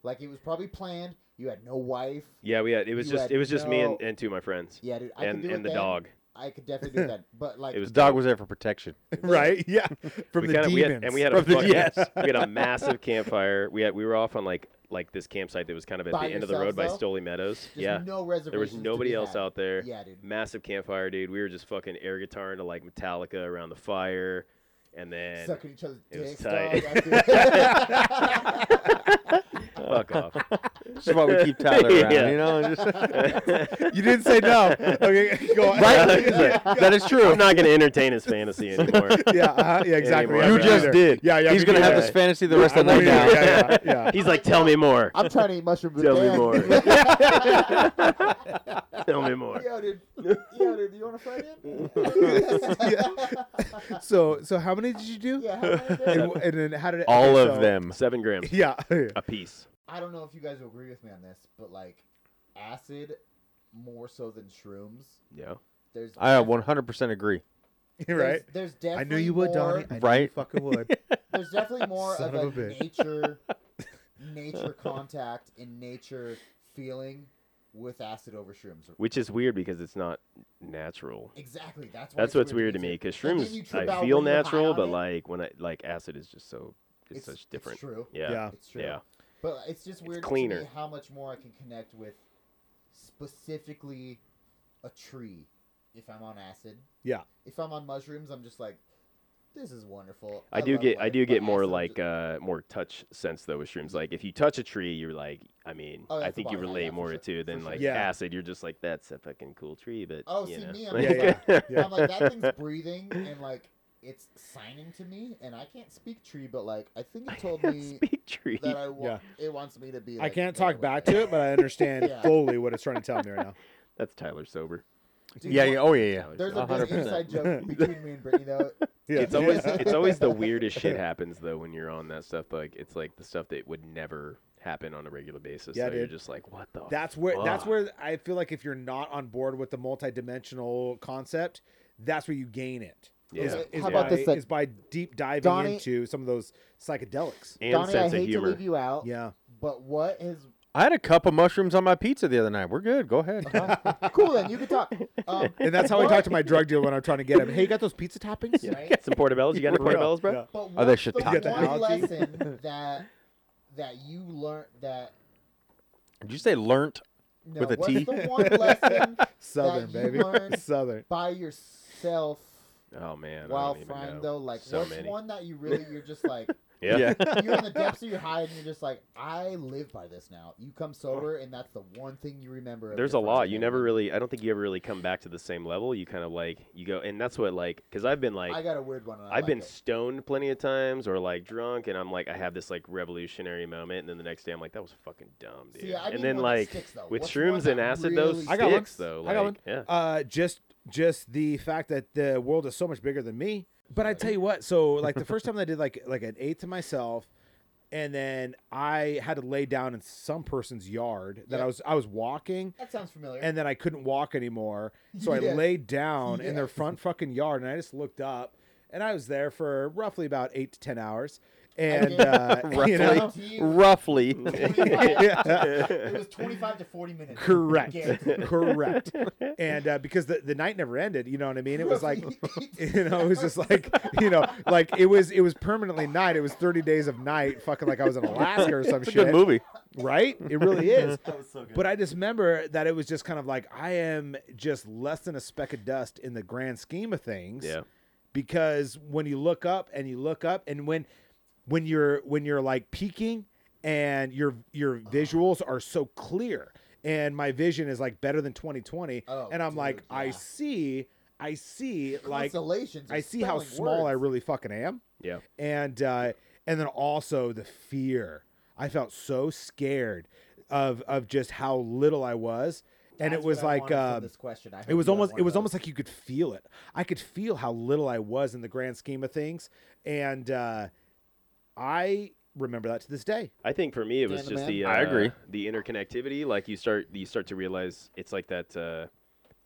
F: Like it was probably planned. You had no wife.
H: Yeah, we had. It was
F: You
H: just.
F: had
H: It was just me and,
F: no-
H: and two of my friends.
F: Yeah, dude. I
H: and
F: could do it
H: and the
F: then.
H: dog.
F: I could definitely
E: <laughs>
F: do that. But like,
H: It
G: His
H: was
G: dog was there for protection.
E: right? Yeah. From
H: we
E: the
H: kinda-
E: demons.
H: we had, and we had a
G: From the-
F: <laughs>
H: fucking,
G: yes.
H: we had a massive campfire. We had we were off on like like this campsite that was kind of at
F: By
H: the end of the road
F: yourselves,
H: by
F: though?
H: Stoley Meadows.
F: just
H: Yeah.
F: no reservations.
H: There was
F: to
H: nobody
F: be
H: else
F: had.
H: out there.
F: Yeah, dude.
H: Massive campfire, dude. We were just fucking air guitar to like Metallica around the fire, and then
F: Sucking each other's
H: it was
F: dicks.
H: tight.
F: dog.
H: <laughs>
F: That's it.
H: fuck
F: <laughs>
H: off. <laughs>
G: This is why we keep Tyler around,
H: Yeah.
G: you
E: <laughs>
G: know. and just-
E: you didn't say
F: <laughs>
E: no. Okay, go on. <laughs>
G: right? that is true.
H: I'm not gonna entertain his
F: <laughs>
H: fantasy anymore.
E: Yeah,
G: <laughs>
E: uh-huh, yeah, exactly.
H: Anymore.
E: Yeah,
H: You
E: me
H: just
E: neither.
G: did.
E: Yeah, yeah.
G: He's
E: me
G: gonna have
E: neither.
G: this fantasy the rest of the
E: I'm
G: night
E: with you.
G: now.
E: Yeah, yeah, yeah.
H: He's like, tell me more.
F: I'm trying to eat mushrooms. with
H: Tell me
F: Dan. <laughs>
H: more. tell me more. <laughs>
G: <laughs>
F: Yo, dude. Yo, dude. You want to fight him?
E: So so how many did you do?
F: Yeah, how many did I
E: and, and then how did it?
G: All
E: okay,
G: of
E: so-
G: them.
H: Seven
E: <laughs>
H: grams
E: Yeah.
H: a piece.
F: I don't know if you guys will agree with me on this, but like acid more so than shrooms.
H: Yeah.
F: There's
G: <laughs> I uh,
F: def-
G: 100% agree.
E: You're right.
F: There's, there's
E: I
F: definitely
E: knew you would,
F: more,
E: Donnie. I knew you
G: Right?
E: fucking
G: <laughs>
E: would.
F: There's
E: <laughs>
F: definitely more
E: Son
F: of,
E: of
F: a,
E: a bitch. <laughs>
F: nature nature contact and nature feeling with acid over shrooms.
H: Which is weird because it's not natural.
F: Exactly. That's why
H: That's
F: it's
H: what's
F: weird
H: weird to me because
F: And then
H: shrooms
F: you trip
H: I
F: out
H: feel
F: when you're high
H: natural,
F: on
H: but
F: it.
H: like when I like acid is just so it's, such different.
F: It's true.
H: Yeah.
E: Yeah.
F: It's true.
H: Yeah.
F: But it's just weird
H: cleaner.
F: to me how much more I can connect with specifically a tree if I'm on acid.
E: Yeah.
F: If I'm on mushrooms, I'm just like, this is wonderful.
H: I do
F: love
H: get I
F: life,
H: do
F: but
H: get more
F: acid, I'm
H: like
F: just-
H: uh more touch sense though with shrooms. Like if you touch a tree, you're like I mean
F: Oh,
H: I
F: that's
H: think
F: the
H: you
F: bottom, yeah,
H: relate
F: yeah, for
H: more
F: sure,
H: to
F: for
H: than
F: sure.
H: like
E: Yeah.
H: acid. You're just like that's a fucking cool tree, but
F: Oh,
H: you
F: see
H: know.
F: me, I'm
H: <laughs> like-
E: just like-
F: I'm like, that thing's breathing and like it's signing to me, and I can't speak tree, but like I think it told me
H: Speak tree.
F: that I wa- it wants me to be.
E: I
F: Like,
E: can't
F: that
E: talk
F: way.
E: back to it, but I understand
F: Yeah.
E: fully what it's trying to tell me right now.
H: That's
F: <laughs>
H: Tyler sober.
F: Dude,
G: yeah,
F: what-
G: yeah. Oh, yeah, yeah.
F: <laughs> There's a big
G: 100%.
F: inside joke between me and Brittany though.
E: Yeah.
H: It's always
E: Yeah.
H: it's always the weirdest
F: <laughs>
H: shit happens though when you're on that stuff. Like it's like the stuff that would never happen on a regular basis.
E: Yeah,
H: so you're
E: dude.
H: just like what the
E: That's where that's
H: fuck?
E: where I feel like if you're not on board with the multidimensional concept, that's where you gain it.
H: Yeah.
E: Is- is
F: How about
E: by,
F: this then?
E: Is by deep diving
F: Donnie-
E: into some of those psychedelics.
H: and
F: Donnie, I
H: sense of
F: hate to
H: humor.
F: leave you out.
E: Yeah.
F: But what is
G: I had a cup of mushrooms on my pizza the other night. We're good. Go ahead.
E: Uh-huh.
G: <laughs>
F: Oh, cool? Then you can talk. Um,
E: And that's how I talk to my drug dealer when I'm trying to get him. Hey, you got those pizza toppings?
F: right?
H: Some portobellos. You got any
G: <laughs>
E: For real.
H: portobellos, bro?
E: Yeah.
F: But
G: Oh,
F: what's
G: they
F: the
G: should talk.
E: the
F: one
E: algae.
F: lesson that that you learned that
G: Did you say learnt?
F: no,
G: With a
F: what's
G: T?
F: the one
E: <laughs>
F: lesson
E: Southern,
F: that you
E: baby. <laughs>
F: learned
E: Southern.
F: by yourself
H: Oh man. I
F: while
H: don't even
F: frying
H: know.
F: though? Like
H: So
F: what's
H: many.
F: one that you really you're just
H: <laughs>
F: like
H: Yeah.
F: you're in the depths of your high and you're just like I live by this now. You come sober and that's the one thing you remember. of
H: There's a
F: your
H: lot.
F: first
H: You
F: day.
H: never really. I don't think you ever really come back to the same level. You kind of like you go, and that's what like because I've been like
F: I got a weird one. And I
H: I've
F: like
H: been
F: it.
H: stoned plenty of times or like drunk, and I'm like, I have this like revolutionary moment, and then the next day I'm like, that was fucking dumb, dude.
F: See, I mean
H: and then
F: one that
H: like
F: sticks, though.
H: with
F: What's one
H: shrooms
F: that
H: and acid, those
F: really
H: sticks
E: I got one.
H: though.
E: I
H: Like,
E: got one.
H: yeah,
E: Uh, just just the fact that the world is so much bigger than me. But I tell you what, so like the first time I did like like an eight to myself, and then I had to lay down in some person's yard that I
F: Yeah.
E: was I was walking,
F: That sounds familiar.
E: and then I couldn't walk anymore. So
F: Yeah.
E: I laid down in their
F: Yeah.
E: front fucking yard, and I just looked up, and I was there for roughly about eight to ten hours, and
F: did. <laughs>
E: uh, you know, <laughs>
F: Guarantee you-
G: Roughly.
F: it was 25 to 40 minutes.
E: correct,
F: Guaranteed.
E: correct, and uh, because the the night never ended, you know what I mean? <laughs> It was
F: <laughs>
E: like.
F: Eight
E: You know, it was just like you know, like it was it was permanently night. It was thirty days of night, fucking like I was in Alaska or some
G: It's a
E: shit.
G: good movie.
E: right? It
G: <laughs>
E: really is.
D: That was
F: <laughs>
D: so good.
E: But I just remember that it was just kind of like I am just less than a speck of dust in the grand scheme of things.
H: Yeah.
E: Because when you look up and you look up and when when you're when you're like peaking and your your visuals are so clear and my vision is like better than 2020
F: Oh,
E: and I'm
F: dude,
E: like I
F: yeah.
E: see I see like
F: Constellations are
E: I see how
F: spelling
E: small I
F: words.
E: really fucking am
H: yeah.
E: and uh, and then also the fear. I felt so scared of of just how little I was, and
F: That's
E: it was
F: what I
E: like
F: wanted from
E: um,
F: this question. I hope
E: it was
F: you have
E: almost
F: one
E: it
F: of
E: was
F: those.
E: almost like you could feel it. I could feel how little I was in the grand scheme of things, and uh, I remember that to this day.
H: I think for me it was
F: Dan the
H: just
F: man?
H: the uh,
G: I agree.
H: the interconnectivity. Like you start you start to realize it's like that. Uh,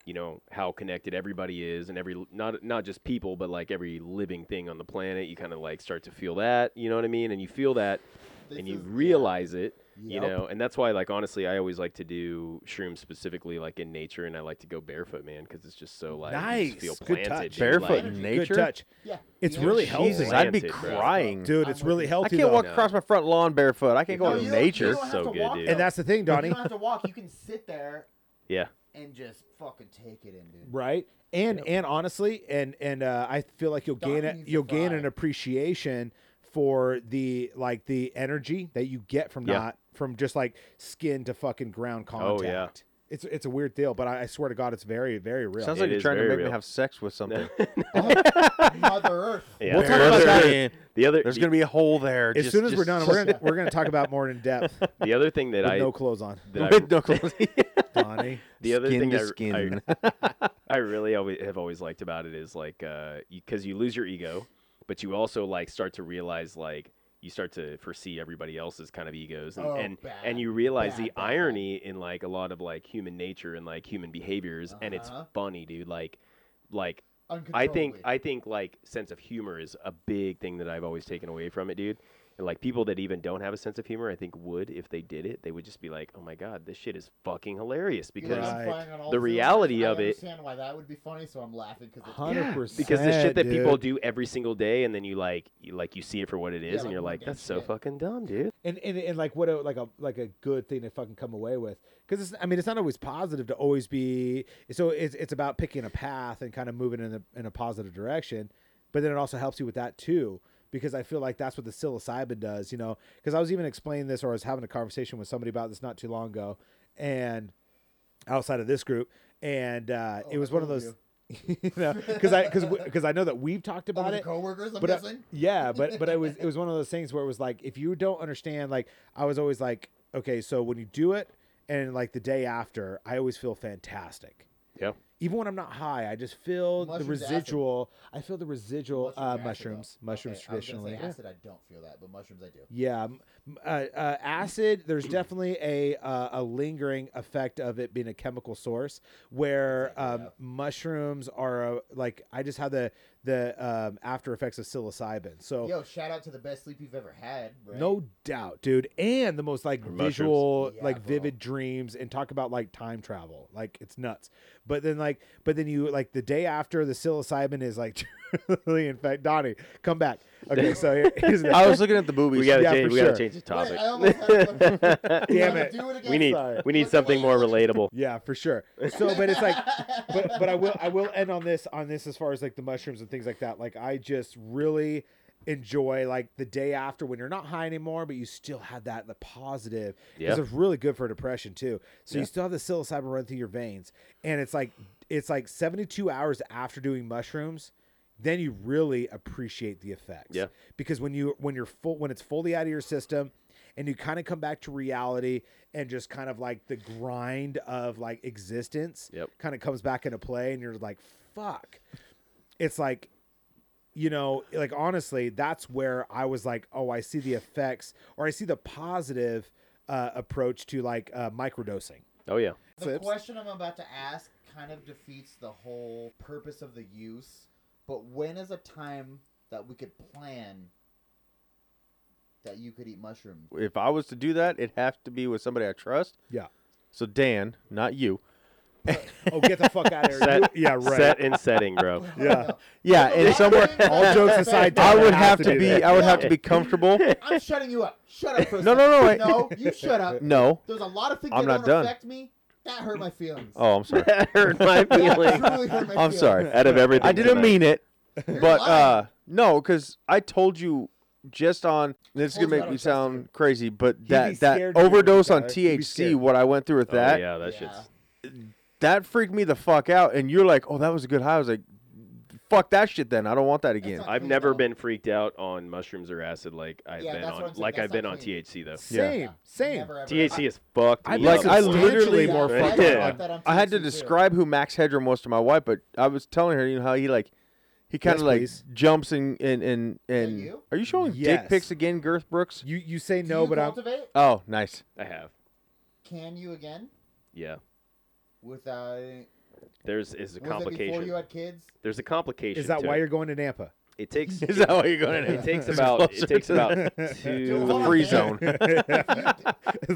H: you know how connected everybody is, and every not not just people, but like every living thing on the planet. You kind of like start to feel that. You know what I mean? And you feel that,
F: This
H: and you
F: is- yeah.
H: realize it. You
F: Yep.
H: know, and that's why like honestly, I always like to do shrooms specifically like in nature, and I like to go barefoot, man, because it's just so like you just
E: Nice.
H: feel
E: Good
H: planted,
E: touch.
H: dude,
G: Barefoot
H: like-
G: in
E: Good
G: nature.
E: touch,
F: Yeah.
E: It's
F: Yeah.
E: really
H: Jesus,
E: healthy,
G: Jesus, I'd be
H: Planted, bro.
G: crying.
E: Oh, dude.
F: I'm
E: It's
F: with
E: really
F: you.
E: healthy.
G: I can't
E: though.
G: walk across my front lawn barefoot. I can't go
F: No,
G: out
F: Oh, you
G: in
F: don't- you
G: nature.
F: don't have
H: So
F: to
H: good,
F: walk,
H: dude.
F: though.
E: and that's the thing,
F: You <laughs>
E: Donnie.
F: don't have to walk. You can sit there
H: yeah,
F: and just fucking take it in, dude.
E: right and and honestly and and uh, i feel like you'll gain
F: Dog
E: a,
F: needs a
E: you'll gain
F: fry.
E: an appreciation for the like the energy that you get from
H: Yeah.
E: not from just like skin to fucking ground
H: Oh,
E: contact
H: yeah.
E: it's it's a weird deal but i, I swear to god it's very very real
H: It
G: Sounds like you're
H: is
G: trying to
H: very
G: make me
H: real.
G: have
E: <laughs>
G: sex with something.
H: <laughs>
F: Mother Earth.
H: yeah.
E: We'll talk about
H: There's-
E: that.
G: Man,
H: The other
G: There's
H: the,
G: gonna be a hole there.
E: as
G: Just-
E: soon as we're done
G: just-
E: we're gonna, we're gonna talk about more in
G: <laughs>
E: depth with
H: the other thing that
E: <laughs>
H: I
E: no clothes on
H: that I,
G: With no clothes.
E: donnie
H: the other
G: Skin
H: thing
G: to
H: I, I-
G: skin.
H: <laughs> I really always have always liked about it is like because you lose your ego, but you also like start to realize like you start to foresee everybody else's kind of egos and
F: Oh,
H: and,
F: bad,
H: and you realize
F: bad,
H: the
F: bad, bad.
H: irony in like a lot of like human nature and like human behaviors and it's
F: Uh-huh.
H: funny, dude. Like like I
F: Uncontrollably.
H: think I think like sense of humor is a big thing that I've always taken away from it, dude. And like people that even don't have a sense of humor, I think would if they did it, they would just be like, "Oh my god, this shit is fucking hilarious."
F: You're
H: Because
E: Right.
F: justifying on all
H: the
F: cylinders.
H: reality
F: I
H: of it-
F: understand why that would be funny, so I'm laughing because it's
H: Yeah,
E: 100%,
H: because the shit that people
E: dude.
H: do every single day, and then you like, you, like you see it for what it is,
F: like
H: and you're
F: we're
H: like,
F: dumb
H: that's so
F: shit."
H: fucking dumb, dude.
E: and, and and like what a like a like a good thing to fucking come away with because it's I mean it's not always positive to always be so it's it's about picking a path and kind of moving in a in a positive direction, but then it also helps you with that too because I feel like that's what the psilocybin does you know because I was even explaining this or I was having a conversation with somebody about this not too long ago and outside of this group and uh, it was one of those <laughs> you know because I because because I know that we've talked about
F: Over the
E: it
F: coworkers. I'm
E: but uh, I-
F: guessing.
E: <laughs> yeah, but but it
F: <laughs>
E: was it was one of those things where it was like if you don't understand, like I was always like, okay, so when you do it, and like the day after, I always feel fantastic.
H: Yeah.
E: Even when I'm not high, I just feel the
F: Mushrooms acid.
E: residual. I feel the residual
F: Mushrooms
E: uh,
F: are acid,
E: mushrooms.
F: though.
E: Mushrooms
F: Okay,
E: traditionally. yeah.
F: I was gonna say acid, I don't feel that, but mushrooms, I do.
E: Yeah, m- m- uh, uh, acid. There's definitely a uh, a lingering effect of it being a chemical source, where
F: Exactly,
E: um, mushrooms are uh, like I just have the the um, after effects of psilocybin. So
F: Yo, shout out to the best sleep you've ever had. Right?
E: Oh. no doubt, dude. And the most like
H: mushrooms.
E: visual,
F: Yeah,
E: like
F: bro.
E: vivid dreams, and talk about like time travel. Like it's nuts. But then like, but then you like the day after the psilocybin is like, <laughs> truly. In fact, Donnie, come back. Okay, so here- here's the,
G: <laughs> I was looking at the boobies.
H: We gotta
E: Yeah,
H: change.
E: for
H: We gotta
E: sure.
H: change the
F: Wait,
H: topic.
F: I <laughs> almost
H: <laughs>
F: had it.
E: <laughs> damn
F: Let's
E: it.
F: Do it again.
H: we need
E: sorry.
H: we need
F: Look at
H: something
F: what <laughs>
H: more
F: you did.
H: relatable.
E: Yeah, for sure. So, but it's like, but but I will I will end on this on this as far as like the mushrooms and things like that. Like I just really enjoy like the day after when you're not high anymore, but you still have that the positive because
H: Yeah.
E: it's really good for depression too. So you still have the psilocybin run through your veins, and it's like it's like 72 hours after doing mushrooms. Then you really appreciate the effects.
H: Yeah.
E: Because when you when you're full when it's fully out of your system, and you kind of come back to reality and just kind of like the grind of like existence
H: Yep.
E: kind of comes back into play and you're like fuck it's like you know like honestly that's where i was like oh i see the effects or i see the positive uh, approach to like uh, microdosing
H: Oh yeah,
F: The
E: Slips.
F: question I'm about to ask kind of defeats the whole purpose of the use, but when is a time that we could plan that you could eat mushroom?
G: If I was to do that, it'd have to be with somebody I trust.
E: yeah
G: So Dan, not you.
E: oh get the fuck out of here
H: Set-
E: You- yeah right
H: set and setting, bro. <laughs>
E: yeah
G: Yeah,
E: <laughs>
G: Uh, and
F: <laughs>
G: somewhere
E: all jokes aside
G: <laughs> I
E: Tyler
G: would
E: has
G: have to
E: do
G: be.
E: that.
G: I would have to
E: <laughs>
G: be comfortable.
F: I'm shutting you up. Shut up. For a
G: No,
F: second.
G: no, no, wait.
F: No, you shut up.
G: No.
F: There's a lot of things
G: I'm
F: that
G: not
F: don't
G: done.
F: affect me. That hurt my feelings.
G: Oh,
E: <laughs>
G: I'm sorry.
H: that hurt my
F: That <laughs>
H: feelings.
F: really hurt my
G: I'm
F: feelings.
G: sorry.
H: Out of everything,
G: I didn't
H: tonight.
G: mean it,
H: <laughs>
G: but
F: lying.
G: uh, no, because I told you just on. This is
F: told you I
G: gonna make
F: don't
G: me
F: trust
G: sound crazy, but
E: be
G: that
E: scared
G: that
E: to do it,
G: overdose on
E: Tyler. He'd be
G: THC,
E: scared.
G: what I went through with
H: Oh,
G: that,
H: yeah, that
F: Yeah.
H: shit's
G: that freaked me the fuck out. And you're like, "Oh, that was a good high." I was like, "Fuck that shit." Then I don't want that again.
F: not-
H: I've
F: Please
H: never
F: don't.
H: been freaked out on mushrooms or acid like I've
F: Yeah,
H: been
F: that's what
H: on
F: I'm saying.
H: like
F: That's
H: I've been
F: not
H: on
F: clean.
H: THC though.
E: same
F: Yeah.
E: same
F: Never, ever.
H: THC is fucked.
E: I
H: me
E: like-
H: up.
E: I
H: Like,
E: literally
F: Yeah,
E: more
F: I
H: fucked up.
F: got that on
G: I had to
F: THC too.
G: describe who Max Hedrum was to my wife, but I was telling her, you know, how he like, he kind of
E: Yes,
G: like
E: please.
G: jumps and and and and.
F: you?
G: Are you showing
E: Yes.
G: dick pics again, Girth Brooks?
E: you you say
F: Do
E: no
F: you
E: but i'm
F: cultivate?
G: Oh, nice.
H: I have.
F: Can you again? uh,
H: Yeah.
F: Without
H: There's is a
F: was it before you
H: complication.
F: had kids?
H: There's a complication.
E: is that
H: to
E: why
H: it.
E: you're going to nampa
H: It takes.
G: <laughs> Is that why you're going
H: it
G: to <laughs>
H: takes about. It takes
E: <laughs>
H: about two.
F: The
G: free
F: Yeah.
G: zone?
E: there's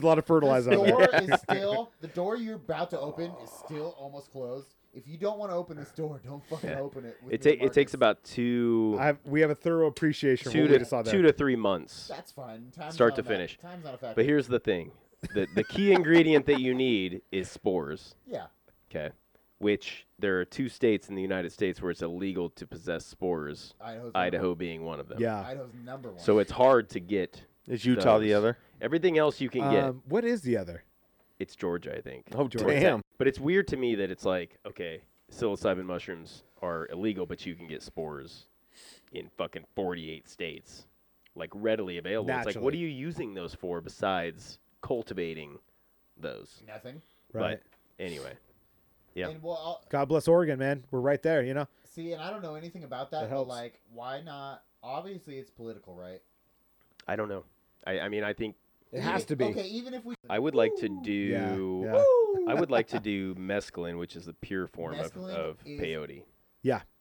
E: a lot of
F: This
E: fertilizer on there
F: door is still the door you're about to open is still almost closed. If you don't want to open this door, don't fucking
H: Yeah.
F: open it. with
H: It
F: your
H: takes. It takes
F: markers.
H: about two.
E: I have, we have a thorough appreciation
H: Two
E: for what we just saw
H: to
E: there.
H: two to three months.
F: That's fine. Time's
H: Start
F: not
H: to
F: a fact-
H: finish.
F: Time's not a factor.
H: But here's the thing. The
E: <laughs>
H: the key ingredient that you need is spores.
F: yeah,
H: Okay. Which there are two states in the United States where it's illegal to possess spores.
F: Idaho's
H: Idaho being one of them.
E: yeah.
F: Idaho's number one.
H: So it's hard to get.
G: Is Utah the
H: those.
G: other?
H: Everything else you can get.
E: Um, what is the other?
H: It's Georgia, I think.
G: Oh,
E: Georgia.
G: damn.
H: But it's weird to me that it's like, okay, psilocybin mushrooms are illegal, but you can get spores in fucking 48 states, like readily available. It's like, what
E: Naturally.
H: are you using those for besides cultivating those?
F: nothing.
E: Right.
H: But anyway, Yeah.
F: And well, I'll-
E: God bless Oregon, man. We're right there, you know.
F: see, and I don't know anything about that,
E: That
F: but
E: helps.
F: like, why not? Obviously, it's political, right?
H: I don't know. I, I mean, I think
E: It has to be.
F: Okay, even if we.
H: I would like to do.
E: Yeah, yeah.
H: I
F: <laughs>
H: would like to do mescaline, which is the pure form of,
F: Mescaline
H: of
F: is-
H: peyote.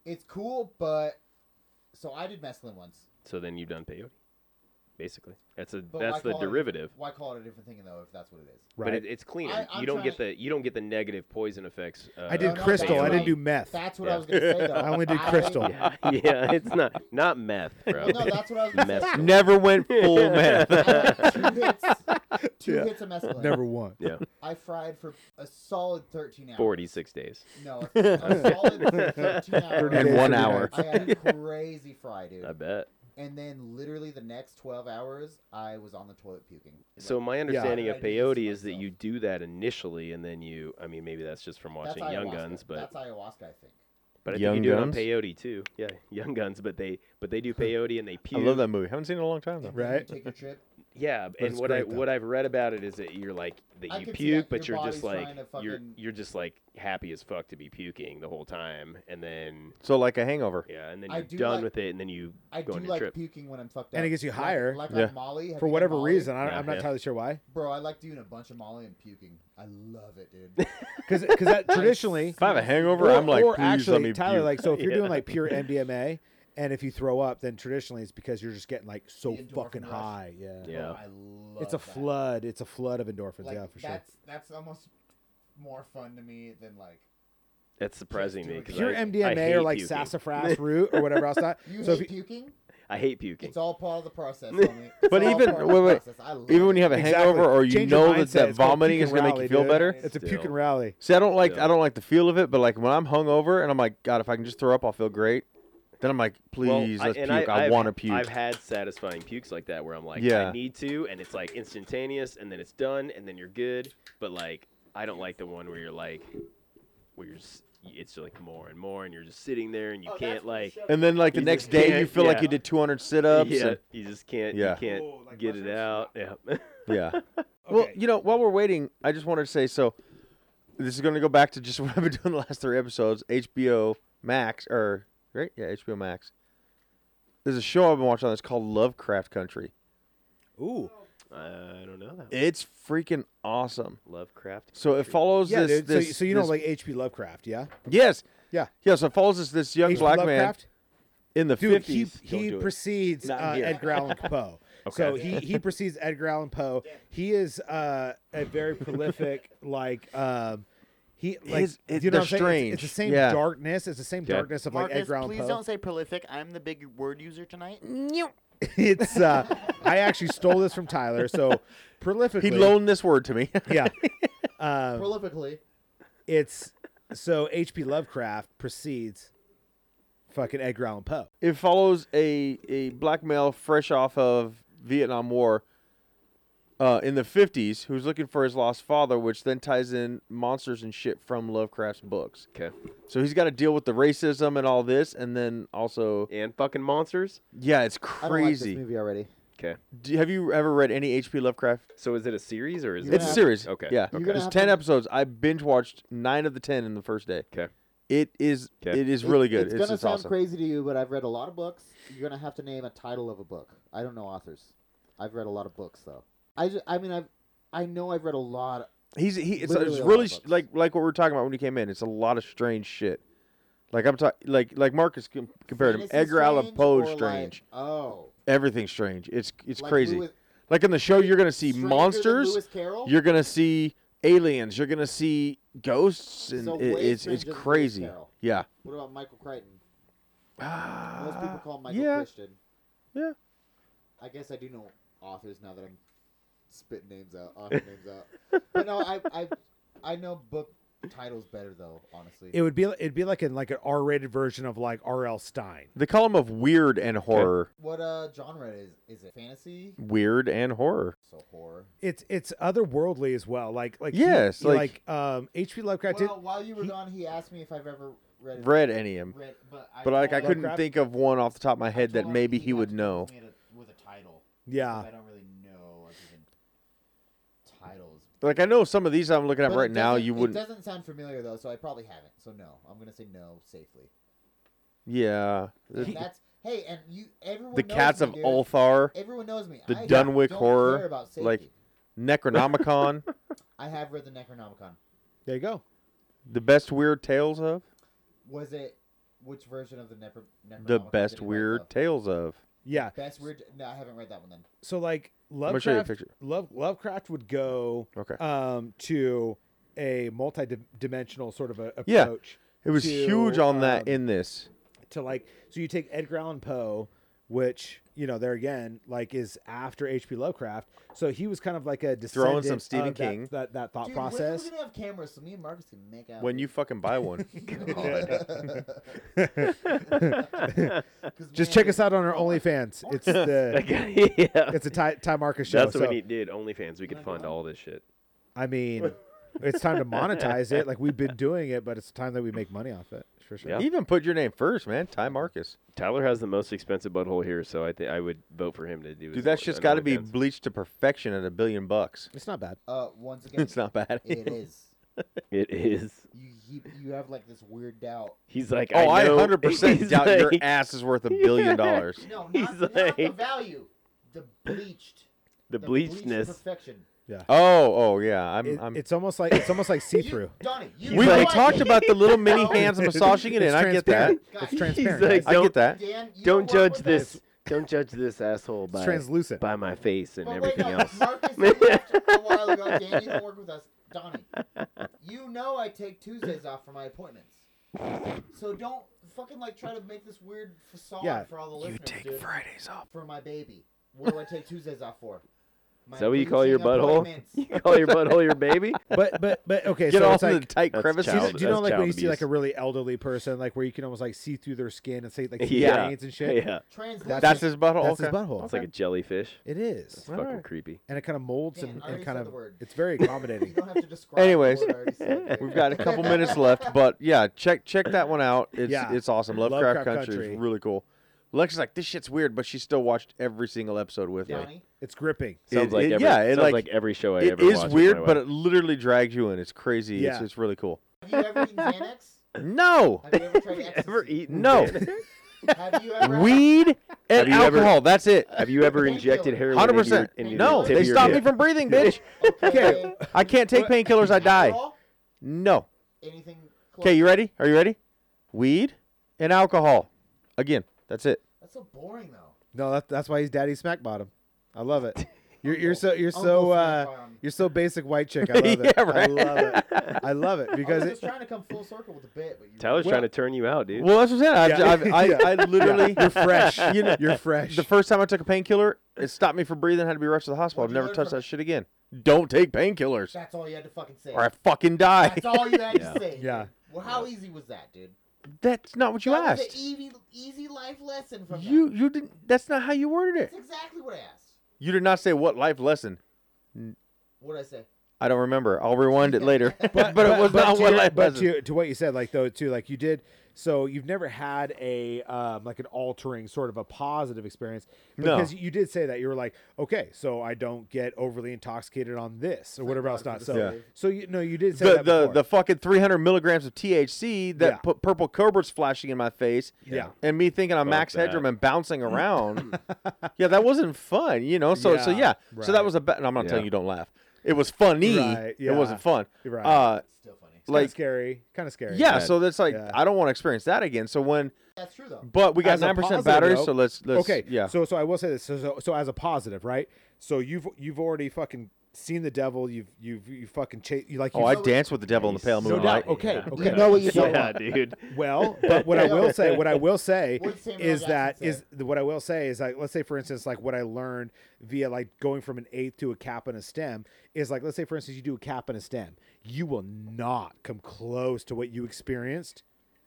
F: It's cool, but so I did mescaline once.
H: So then you've done peyote, basically. That's a
F: But why
H: that's the
F: call it-
H: derivative.
F: Why call it a different thing though, if that's what it is?
H: But
E: Right.
H: it, it's cleaner.
F: I- I'm
H: you don't get
F: trying
H: the you don't get the negative poison effects. Uh,
E: I did
F: no,
E: crystal.
F: that's
E: I didn't
H: <laughs>
F: right.
E: do meth.
F: That's what
H: Yeah.
F: I was gonna say
E: <laughs>
F: though.
E: I only did crystal.
H: yeah, <laughs> yeah, it's not not meth, bro.
F: Well, Oh, no, that's what I was gonna
H: Meth.
F: say.
G: Never went full
F: I
G: meth.
F: had two
E: <laughs>
F: hits, two
E: Yeah.
F: hits of mescaline.
E: Never won.
H: <laughs> yeah,
F: I fried for a solid 13 hours.
H: forty six days.
F: No, a, a solid 13
E: <laughs>
F: hours.
G: And
E: days,
G: one
E: 30
G: hour.
E: nights.
F: I had
E: <laughs>
F: a crazy fry, dude.
H: I bet.
F: And then literally the next 12 hours, I was on the toilet puking.
H: So my understanding
F: Yeah.
H: of peyote is that
F: Myself.
H: you do that initially, and then you. I mean, maybe that's just from
F: That's
H: watching Young
F: ayahuasca.
H: Guns, but
F: that's ayahuasca, I think.
H: but I
G: Young
H: think you do
G: Guns?
H: it on peyote too. Yeah, Young Guns, but they but they do peyote and they
G: I
H: puke.
G: love that movie. Haven't seen it in a long time
F: And
G: though.
F: then you
E: Right.
F: Take your trip.
H: Yeah, and
E: it's
H: what I
E: great, though.
H: what I've read about it is that you're like that
F: I
H: you
F: could see
H: puke,
F: that.
H: but
F: Your
H: you're just
F: body's
H: like
F: trying to
H: you're
F: fucking-
H: you're just like happy as fuck to be puking the whole time, and then
G: So like a hangover.
H: yeah, and then
F: I
H: you're
F: do
H: done
F: like-
H: with it, and then you
F: I
H: go
F: do
H: on your
F: like
H: trip.
F: puking when I'm fucked up.
E: And it gets you
F: Like-
E: higher.
F: Like,
G: Yeah.
F: on Molly. Have
E: For
F: you done
E: whatever
F: Molly?
E: reason, I,
H: Yeah,
E: I'm not
H: yeah.
E: entirely sure
F: <laughs>
E: why.
F: Bro, I like doing a bunch of Molly and puking. I love it, dude.
E: Because <laughs> that traditionally,
G: If I have a hangover,
E: or,
G: I'm like,
E: or
G: please
E: actually,
G: let me
E: Tyler,
G: puke.
E: like, so if you're
H: Yeah.
E: doing like pure MDMA, and if you throw up, then traditionally it's because you're just getting like so
F: The endorphin
E: fucking
F: rush.
E: high. Yeah,
H: <laughs> Yeah.
F: I love
E: it's a
F: that.
E: flood. It's a flood of endorphins.
F: Like,
E: yeah, for sure.
F: that's, That's almost more fun to me than like.
H: That's surprising
F: do
H: me
F: it.
H: because
E: Pure
H: I, I
E: MDMA
H: hate
E: or like
H: puking.
G: <laughs>
E: sassafras root or whatever
F: <laughs>
E: else. That
F: You
E: so if
F: hate
E: you-
F: puking?
H: I hate puking.
F: It's all part of the <laughs> process. homie. It's
G: <laughs> But
F: all
G: even-
F: part of the
G: wait, wait.
F: process. I love
G: Even when you have a <laughs>
E: Exactly.
G: <laughs> hangover or you
E: Change your
G: know that
E: mindset.
G: that
E: It's called
G: vomiting
E: puke
G: is
E: and
G: gonna make you
E: rally,
G: feel
E: dude.
G: better.
E: It's a
H: Still.
E: puke and rally.
G: See, I don't like
H: Yeah.
G: I don't like the feel of it, but like when I'm hungover and I'm like, God, if I can just throw up, I'll feel great. Then I'm like,
H: Well,
G: please,
H: I-
G: let's
H: and
G: puke. I,
H: I've-
G: want to puke.
H: I've had satisfying pukes like that where I'm like,
G: Yeah.
H: I need to, and it's like instantaneous, and then it's done, and then you're good. But like, I don't like the one where you're like, where you're, s- it's like more and more, and you're just sitting there
F: Oh,
H: and you can't like,
G: and then like the
H: You
G: next
H: just
G: day,
H: can't-
G: you feel like
H: yeah.
G: you did 200 sit-ups.
H: yeah,
G: and-
H: you just can't,
G: Yeah.
H: you can't
F: Oh,
H: get it out. <laughs>
F: <laughs>
H: Yeah.
G: yeah. Well, you know, while we're waiting, I just wanted to say so. This is going to go back to just <laughs> what I've been doing the last three episodes. HBO Max, or right? Yeah, HBO Max. There's a show I've been watching that's called Lovecraft Country.
E: Ooh,
H: I don't know that.
G: It's freaking awesome.
H: Lovecraft.
G: So it follows
E: yeah,
G: this.
E: dude.
G: this
E: so, so you
G: this,
E: know, like H.P. Lovecraft, yeah.
G: yes,
E: Yeah.
G: yeah. So it follows this this young
E: H.P.
G: black man
E: Lovecraft?
G: in the
E: Dude,
G: 50s.
E: he, he
G: Don't do it.
E: precedes
G: Not
E: uh,
G: here.
E: Edgar Allan
G: <laughs>
E: Poe. So he, he precedes Edgar Allan Poe. He is uh, a very prolific, <laughs> like, um, he, like,
G: His- it-
E: you know
G: they're
E: what I'm saying? It's- It's,
G: strange.
E: the same
G: Yeah.
E: darkness. It's the same
H: Okay.
E: darkness of, like, Edgar Allan Poe. <laughs>
F: say prolific. I'm the big word user tonight.
E: it's, uh, I actually stole this from Tyler. So prolifically.
G: <laughs> He loaned this word to me. <laughs>
E: Yeah. Um,
F: Prolifically.
E: it's, so H.P. Lovecraft precedes fucking Edgar Allan Poe.
G: it follows a a black male fresh off of Vietnam War uh, in the 50s who's looking for his lost father, which then ties in monsters and shit from Lovecraft's books.
H: Okay.
G: So he's got to deal with the racism and all this, and then also,
H: And fucking monsters.
G: yeah, it's
F: I don't like this
G: crazy.
F: movie already.
H: Okay.
G: Do, have you ever read any H.P. Lovecraft?
H: So is it a series or is
F: You're
H: it?
G: It's a
F: have-
G: series.
H: Okay.
G: Yeah.
F: You're gonna
G: There's
F: have
G: 10
F: to-
G: episodes. I binge watched nine of the 10 in the first day.
H: 'Kay.
G: It is.
H: 'Kay.
G: It is
F: It-
G: really good.
F: It's,
G: It's,
F: gonna
G: it's
F: sound
G: awesome.
F: crazy to you, but I've read a lot of books. You're gonna have to name a title of a book. I don't know authors. I've read a lot of books though. I, ju- I mean I've I know I've read a lot.
G: He's he. It's,
F: Literally
G: it's
F: a lot
G: really
F: of
G: sh-
F: books.
G: like like what we were talking about when you came in. It's a lot of strange shit. Like I'm talking like like Marcus com- compared him.
F: Fantasy
G: Edgar Allan
F: strange
G: Poe
F: or, like-
G: strange.
F: oh,
G: Everything's strange. It's it's
F: like
G: crazy.
F: Lewis-
G: like in the show, you're gonna see
F: stranger than
G: monsters.
F: Lewis Carroll?
G: You're gonna see aliens. You're gonna see ghosts, and
F: So
G: it-
F: way
G: it's
F: stranger
G: it's
F: than Lewis
G: crazy.
F: Carroll.
G: Yeah.
F: What about Michael Crichton? Most people
G: Ah,
F: call him Michael
G: yeah.
F: Christian.
G: Yeah.
F: I guess I do know authors now that I'm spitting names out, author names
G: <laughs>
F: out. But no, I I I know book titles better though, honestly.
E: It would be it'd be like in like an R-rated version of like R.L. Stein.
G: <sighs> They call him of weird and horror.
F: what uh genre is is it? Fantasy?
G: Weird and horror.
F: So horror.
E: It's it's otherworldly as well. Like like he-
G: Yes,
E: he,
G: like-
E: like, um H.P. Lovecraft. did-
F: Well, while you were
E: he-
F: gone, he asked me if I've ever read
G: Read any of 'em.
F: read- but I,
G: But like I
F: told him-
G: couldn't
E: Lovecraft?
G: think of one off the top of my
F: I
G: head
F: told
G: that
F: him
G: maybe
F: he'd
G: he
F: have
G: would
F: to
G: know.
F: come with a- with a title.
E: yeah,
F: I don't really know other than titles.
G: Like I know some of these I'm looking at
F: But
G: right
F: it
G: now,
F: doesn't-
G: you wouldn't.
F: It doesn't sound familiar though, so I probably haven't. So no, I'm gonna say no safely.
G: Yeah,
F: And
G: the,
F: that's hey, and you everyone.
G: the
F: knows
G: Cats
F: me,
G: of
F: dude.
G: Ulthar,
F: Everyone knows me.
G: the
F: I
G: Dunwick
F: don't Care
G: Horror,
F: about safety.
G: like
F: <laughs>
G: Necronomicon,
F: I have read the Necronomicon.
E: There you go.
G: the best weird tales of,
F: Was it which version of the Necro? Necronomicon
G: the
F: did
G: best
F: you read,
G: weird
F: though?
G: tales of.
E: Yeah.
F: Best weird. No, I haven't read that one then.
E: So like
G: gonna
E: Lovecraft,
G: show you a picture.
E: Love Lovecraft would go
G: Okay.
E: um, to a multi-dimensional sort of a, approach.
G: Yeah. It was
E: to,
G: huge on that
E: um,
G: in this.
E: to like so you take Edgar Allan Poe, which you know there again like is after H.P. Lovecraft, so he was kind of like a
G: Throwing some
E: descendant
G: Stephen
E: of that-
G: King.
E: that, that, thought
F: Dude,
E: process.
F: We're, we're gonna have cameras, so me and Marcus can make out.
G: When
F: <laughs>
G: you fucking buy one, <laughs>
E: Just check us out on our OnlyFans. It's
F: <laughs>
E: the
H: <laughs> yeah.
E: it's a Ty, Ty Marcus show.
H: That's what
E: so,
H: we need, dude. OnlyFans. We could fund all this shit.
E: I mean, it's time
G: <laughs>
E: to monetize it. Like we've been doing it, but it's time that we make money off it for sure. E,
H: Yeah.
G: even put your name first, man. Ty Marcus,
H: Tyler has the most expensive butthole here, so I think I would vote for him to do.
G: dude. That's just got to be bleached to perfection at a billion bucks. <laughs>
E: It's not bad.
F: Uh, once again,
G: It's not
F: <laughs>
G: bad.
F: It is.
H: It is.
F: You, you you have like this weird doubt.
H: He's like,
G: Oh, I
H: know- <laughs>
G: hundred
F: <laughs>
G: percent
H: He's
G: doubt your
H: like,
G: ass is worth a billion dollars.
F: No, not,
H: <laughs> He's
F: not the
H: like-
F: value. The bleached.
H: The
F: The bleached
H: bleachedness.
F: perfection.
G: Oh, oh yeah. I'm.
E: It-
G: I'm
E: it's almost like it's almost
G: <laughs>
E: like see
F: You-
E: through.
F: Donnie, you
G: we
H: He's
G: we
H: like-
G: talked about the little mini
F: No.
G: hands massaging it in.
E: It's
G: I get that. <laughs>
E: transparent.
F: Guys,
E: It's transparent.
H: like,
E: guys.
G: I
H: Don't-
G: get that.
F: Dan, you
H: Don't
F: know what
H: judge
F: with
H: this. Don't judge this asshole by
E: It's translucent.
H: by my face and
F: Well, wait,
H: everything
F: no,
H: else. <laughs>
F: Marcus you left a while ago. Dan, you don't work with us. Donnie,
H: <laughs>
F: you know I take Tuesdays off for my appointments. So don't fucking like try to make this weird facade
E: Yeah,
F: for all the listeners. dude,
G: Fridays off.
F: for my baby. What do I take Tuesdays off
H: <laughs>
F: for? My
H: Is that what you call your
F: bleaching
H: butthole?
F: appointments.
H: <laughs> You call your butthole your
G: <laughs>
H: baby?
E: But but but okay.
G: Get
E: so
G: off
E: it's like,
G: the tight
H: That's
G: crevice.
E: Do you, know-
H: child-
E: do you know
H: that's
E: like when
H: child
E: you see like a
H: abuse.
E: really elderly person, like where you can almost like see through their skin and say like see
H: Yeah.
E: veins and shit?
H: Yeah,
F: Translation.
G: That's his butthole.
E: That's
G: okay.
E: his butthole.
H: it's like a jellyfish.
E: it is,
H: It's fucking creepy.
E: and it kind of molds
F: Dan,
E: and, and
F: I already
E: kind
F: said
E: of
F: the word.
E: it's very
F: You <laughs>
E: accommodating.
F: don't have to describe.
G: Anyways.
F: the word I already said,
H: <laughs>
F: dude.
G: We've got a
F: <laughs>
G: couple minutes left, but yeah, check check that one out. It's
E: Yeah.
G: it's awesome. Lovecraft,
E: Lovecraft
G: Country,
E: Country.
G: is really cool. Lex is like, this shit's weird, but she still watched every single episode with me.
F: Donnie,
E: It's gripping.
H: Sounds
G: It-
H: like
G: it-
H: every,
G: yeah, it,
H: sounds
G: like-
H: like, every show I
G: It
H: ever
G: is
H: watched with
G: weird,
H: my
G: but
H: wife.
G: it literally drags you in. It's crazy. It's
E: Yeah.
G: it's really cool.
F: have you ever eaten Xanax?
E: <laughs>
G: No,
F: Have you ever tried ecstasy?
H: ever eaten
G: <laughs> No.
H: Xanax?
F: Have you ever?
G: weed and
H: you ever-
G: alcohol. that's it.
H: Have you ever
F: Painkiller.
H: injected heroin?
G: Hundred
H: into your-
G: percent.
H: into your
G: No,
H: tip
G: they
H: of your
G: stopped me
H: dick?
G: from breathing, bitch.
F: Okay.
G: <laughs> I can't take painkillers. I die.
F: Adderall?
G: No.
F: Anything? close?
G: Okay, you ready? Are you ready? Weed and alcohol. Again, that's it.
F: That's so boring though.
E: No, that, that's why he's daddy smack bottom. I love
G: <laughs>
E: it. You're you're so you're
F: Uncle
E: so
F: Smack
E: uh,
F: Bottom.
E: you're so basic white chick.
G: <laughs>
E: I love it.
G: Yeah,
E: I
G: right.
E: love it. I love it because
G: <laughs>
F: I was
E: it,
F: just trying to come full circle with the bit, but you.
H: Tyler's
E: Well-
H: trying to turn you out, dude.
G: Well, that's what I'm saying. I,
E: Yeah.
G: I, I,
E: Yeah.
G: I literally.
E: you're fresh.
G: <laughs> You know,
E: You're fresh.
G: the first time I took a painkiller, it stopped me from breathing. Had to be rushed to the hospital.
F: What'd
G: I've
F: you
G: never
F: learn
G: touched
F: from
G: that shit again. Don't take painkillers,
F: That's all you had to fucking say.
G: or I fucking die.
F: That's all you had to say. dude.
E: Yeah.
F: Well, how easy was that, dude?
G: <laughs> That's not what you
F: that Was E
G: asked.
F: an easy, easy life lesson from
G: You
F: That.
G: you didn't. That's not how you worded it.
F: That's exactly what I asked.
G: You did not say what life lesson.
F: What did I say?
G: I don't remember. I'll rewind it later. but, <laughs> but, it was
E: but
G: not
E: to
G: what
E: your-
G: life
E: but
G: lesson.
E: to, to what you said like though too like you did so you've never had a um, like an altering sort of a positive experience
G: No.
E: because you did say that you were like okay so i don't get overly intoxicated on this or whatever else not so
G: Yeah.
E: so you no you did say
G: the
E: that
G: the,
E: before.
G: the fucking 300 milligrams of THC that
E: Yeah.
G: put purple cobra's flashing in my face.
E: Yeah.
G: And me thinking I'm
H: Fuck
G: Max
H: that.
G: Headroom and bouncing
E: <laughs>
G: around. yeah, that wasn't fun, you know? So, so
E: Yeah,
G: yeah. So that
E: right.
G: was a bet. and I'm not telling
H: Yeah.
G: you don't laugh. It was funny.
E: Right,
G: It wasn't
E: yeah.
G: fun.
E: You're right.
G: Uh,
F: It's still funny.
E: like
G: like,
E: scary kind of scary
G: yeah.
H: bad.
G: So that's like,
E: Yeah.
G: I don't want to experience that again. So when,
F: That's true though.
G: but we got
E: As a
G: 9%
E: positive,
G: battery.
E: though-
G: So let's, let's,
E: okay
G: yeah.
E: so so i will say this so, so so as a positive right so you've you've already fucking seen the devil you've you've you fucking chase you like you
G: oh, I danced with the devil in the pale
E: no doubt
G: moonlight.
E: okay
H: Yeah.
E: okay
F: You know what you don't
H: <laughs> yeah,
F: want.
H: dude.
E: Well, but what I will say, what I will say
F: <laughs> What did Samuel
E: is
F: Jackson
E: that
F: say?
E: is what I will say is like let's say for instance like what I learned via like going from an eighth to a cap and a stem is like let's say for instance you do a cap and a stem, you will not come close to what you experienced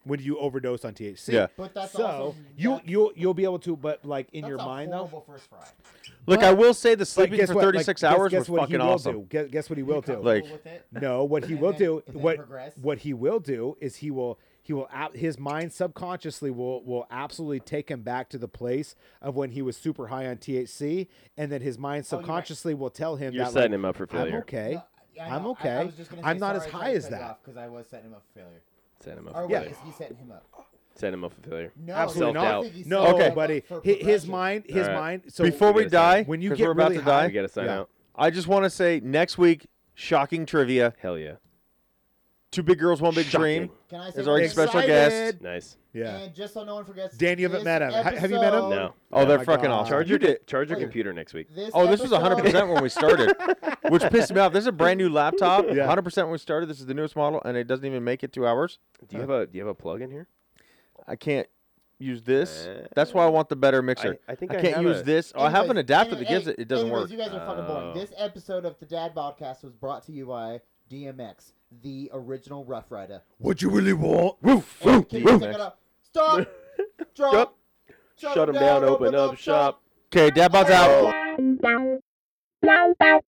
E: when you overdose on THC.
G: Yeah.
F: But that's
E: so
F: also
E: you
F: that-
E: you you'll be able to, but like in
F: That's
E: your
F: a
E: mind though.
F: horrible first fry.
G: Look, I will say the
E: But
G: sleeping for
E: what? Like,
G: 36
E: guess-
G: hours
E: guess
G: was
E: what he
G: fucking
E: will
G: awesome.
E: Do. Guess, guess what he will do.
G: Like-
F: Comfortable with it?
E: No, what he
F: And
E: will
F: then-
E: do,
F: and then
E: what
F: progress?
E: what he will do is he will he will ab- his mind subconsciously will will absolutely take him back to the place of when he was super high on THC, and then his mind
F: Oh, you're right.
E: subconsciously will tell him
H: You're
E: that
H: setting
E: like,
H: him up for
E: I'm
H: failure.
E: okay.
F: No, I
E: I'm
F: know, I- I,
E: okay.
F: was just gonna say,
E: I'm not
F: sorry,
E: as high as that.
F: because I was setting him up for failure.
H: Set him up
F: Or
H: for
F: wait,
H: failure.
F: is he setting him up?
H: Set him up for failliure.
F: No,
E: Absolutely
F: I
E: not.
F: think he's
E: No,
F: setting
E: okay,
F: him up
E: buddy.
F: for
E: Hi- His
F: progression.
E: mind, his
H: All right.
E: mind. So
G: Before we
H: gotta sign-
G: die,
E: when you
G: 'cause
E: get
G: we're about
E: really
G: to die,
E: high-
H: We gotta sign
E: Yeah.
H: out.
G: I just want to say next week, shocking trivia:
H: Hell yeah.
G: two big girls, one big
H: Shocking.
G: dream.
F: Can I say
G: Is our
F: this?
G: special guest?
H: Nice.
E: yeah,
F: And just so no one forgets,
E: Dan, you haven't
F: this
E: met him. Ha- have you met him?
F: episode-
H: No.
G: Oh, they're
E: my
G: fucking
E: God.
G: awesome.
H: Charge
G: You
H: your
G: did-
H: charge your
F: Wait.
H: computer next week.
F: This
G: Oh, this was
F: episode, <laughs>
G: 100% when we started, which pissed me off. This is a brand new laptop.
E: Yeah.
G: 100% when we started. This is the newest model, and it doesn't even make it two hours.
H: Do you have a Do you have a plug in here?
G: I can't use this. That's why I want the better mixer.
H: I- I think I
G: can't
H: have
G: use
H: a-
G: this. Oh, I have an
F: Anyways,
G: adapter that
F: any-
G: gives
F: hey,
G: it. It doesn't
F: anyways,
G: work.
F: You guys are fucking boring.
H: Oh.
F: This episode of the Dad Podcast was brought to you by DMX, the original Rough Rider.
E: What you really want?
G: Woof,
F: Hey,
G: woof,
F: can you
G: woof.
F: check it out?
G: <laughs>
F: Stop.
H: Yup.
F: Drop.
H: Shut 'em down, open up shop.
G: Okay, Dad Bod's out.
C: Bow, bow, bow.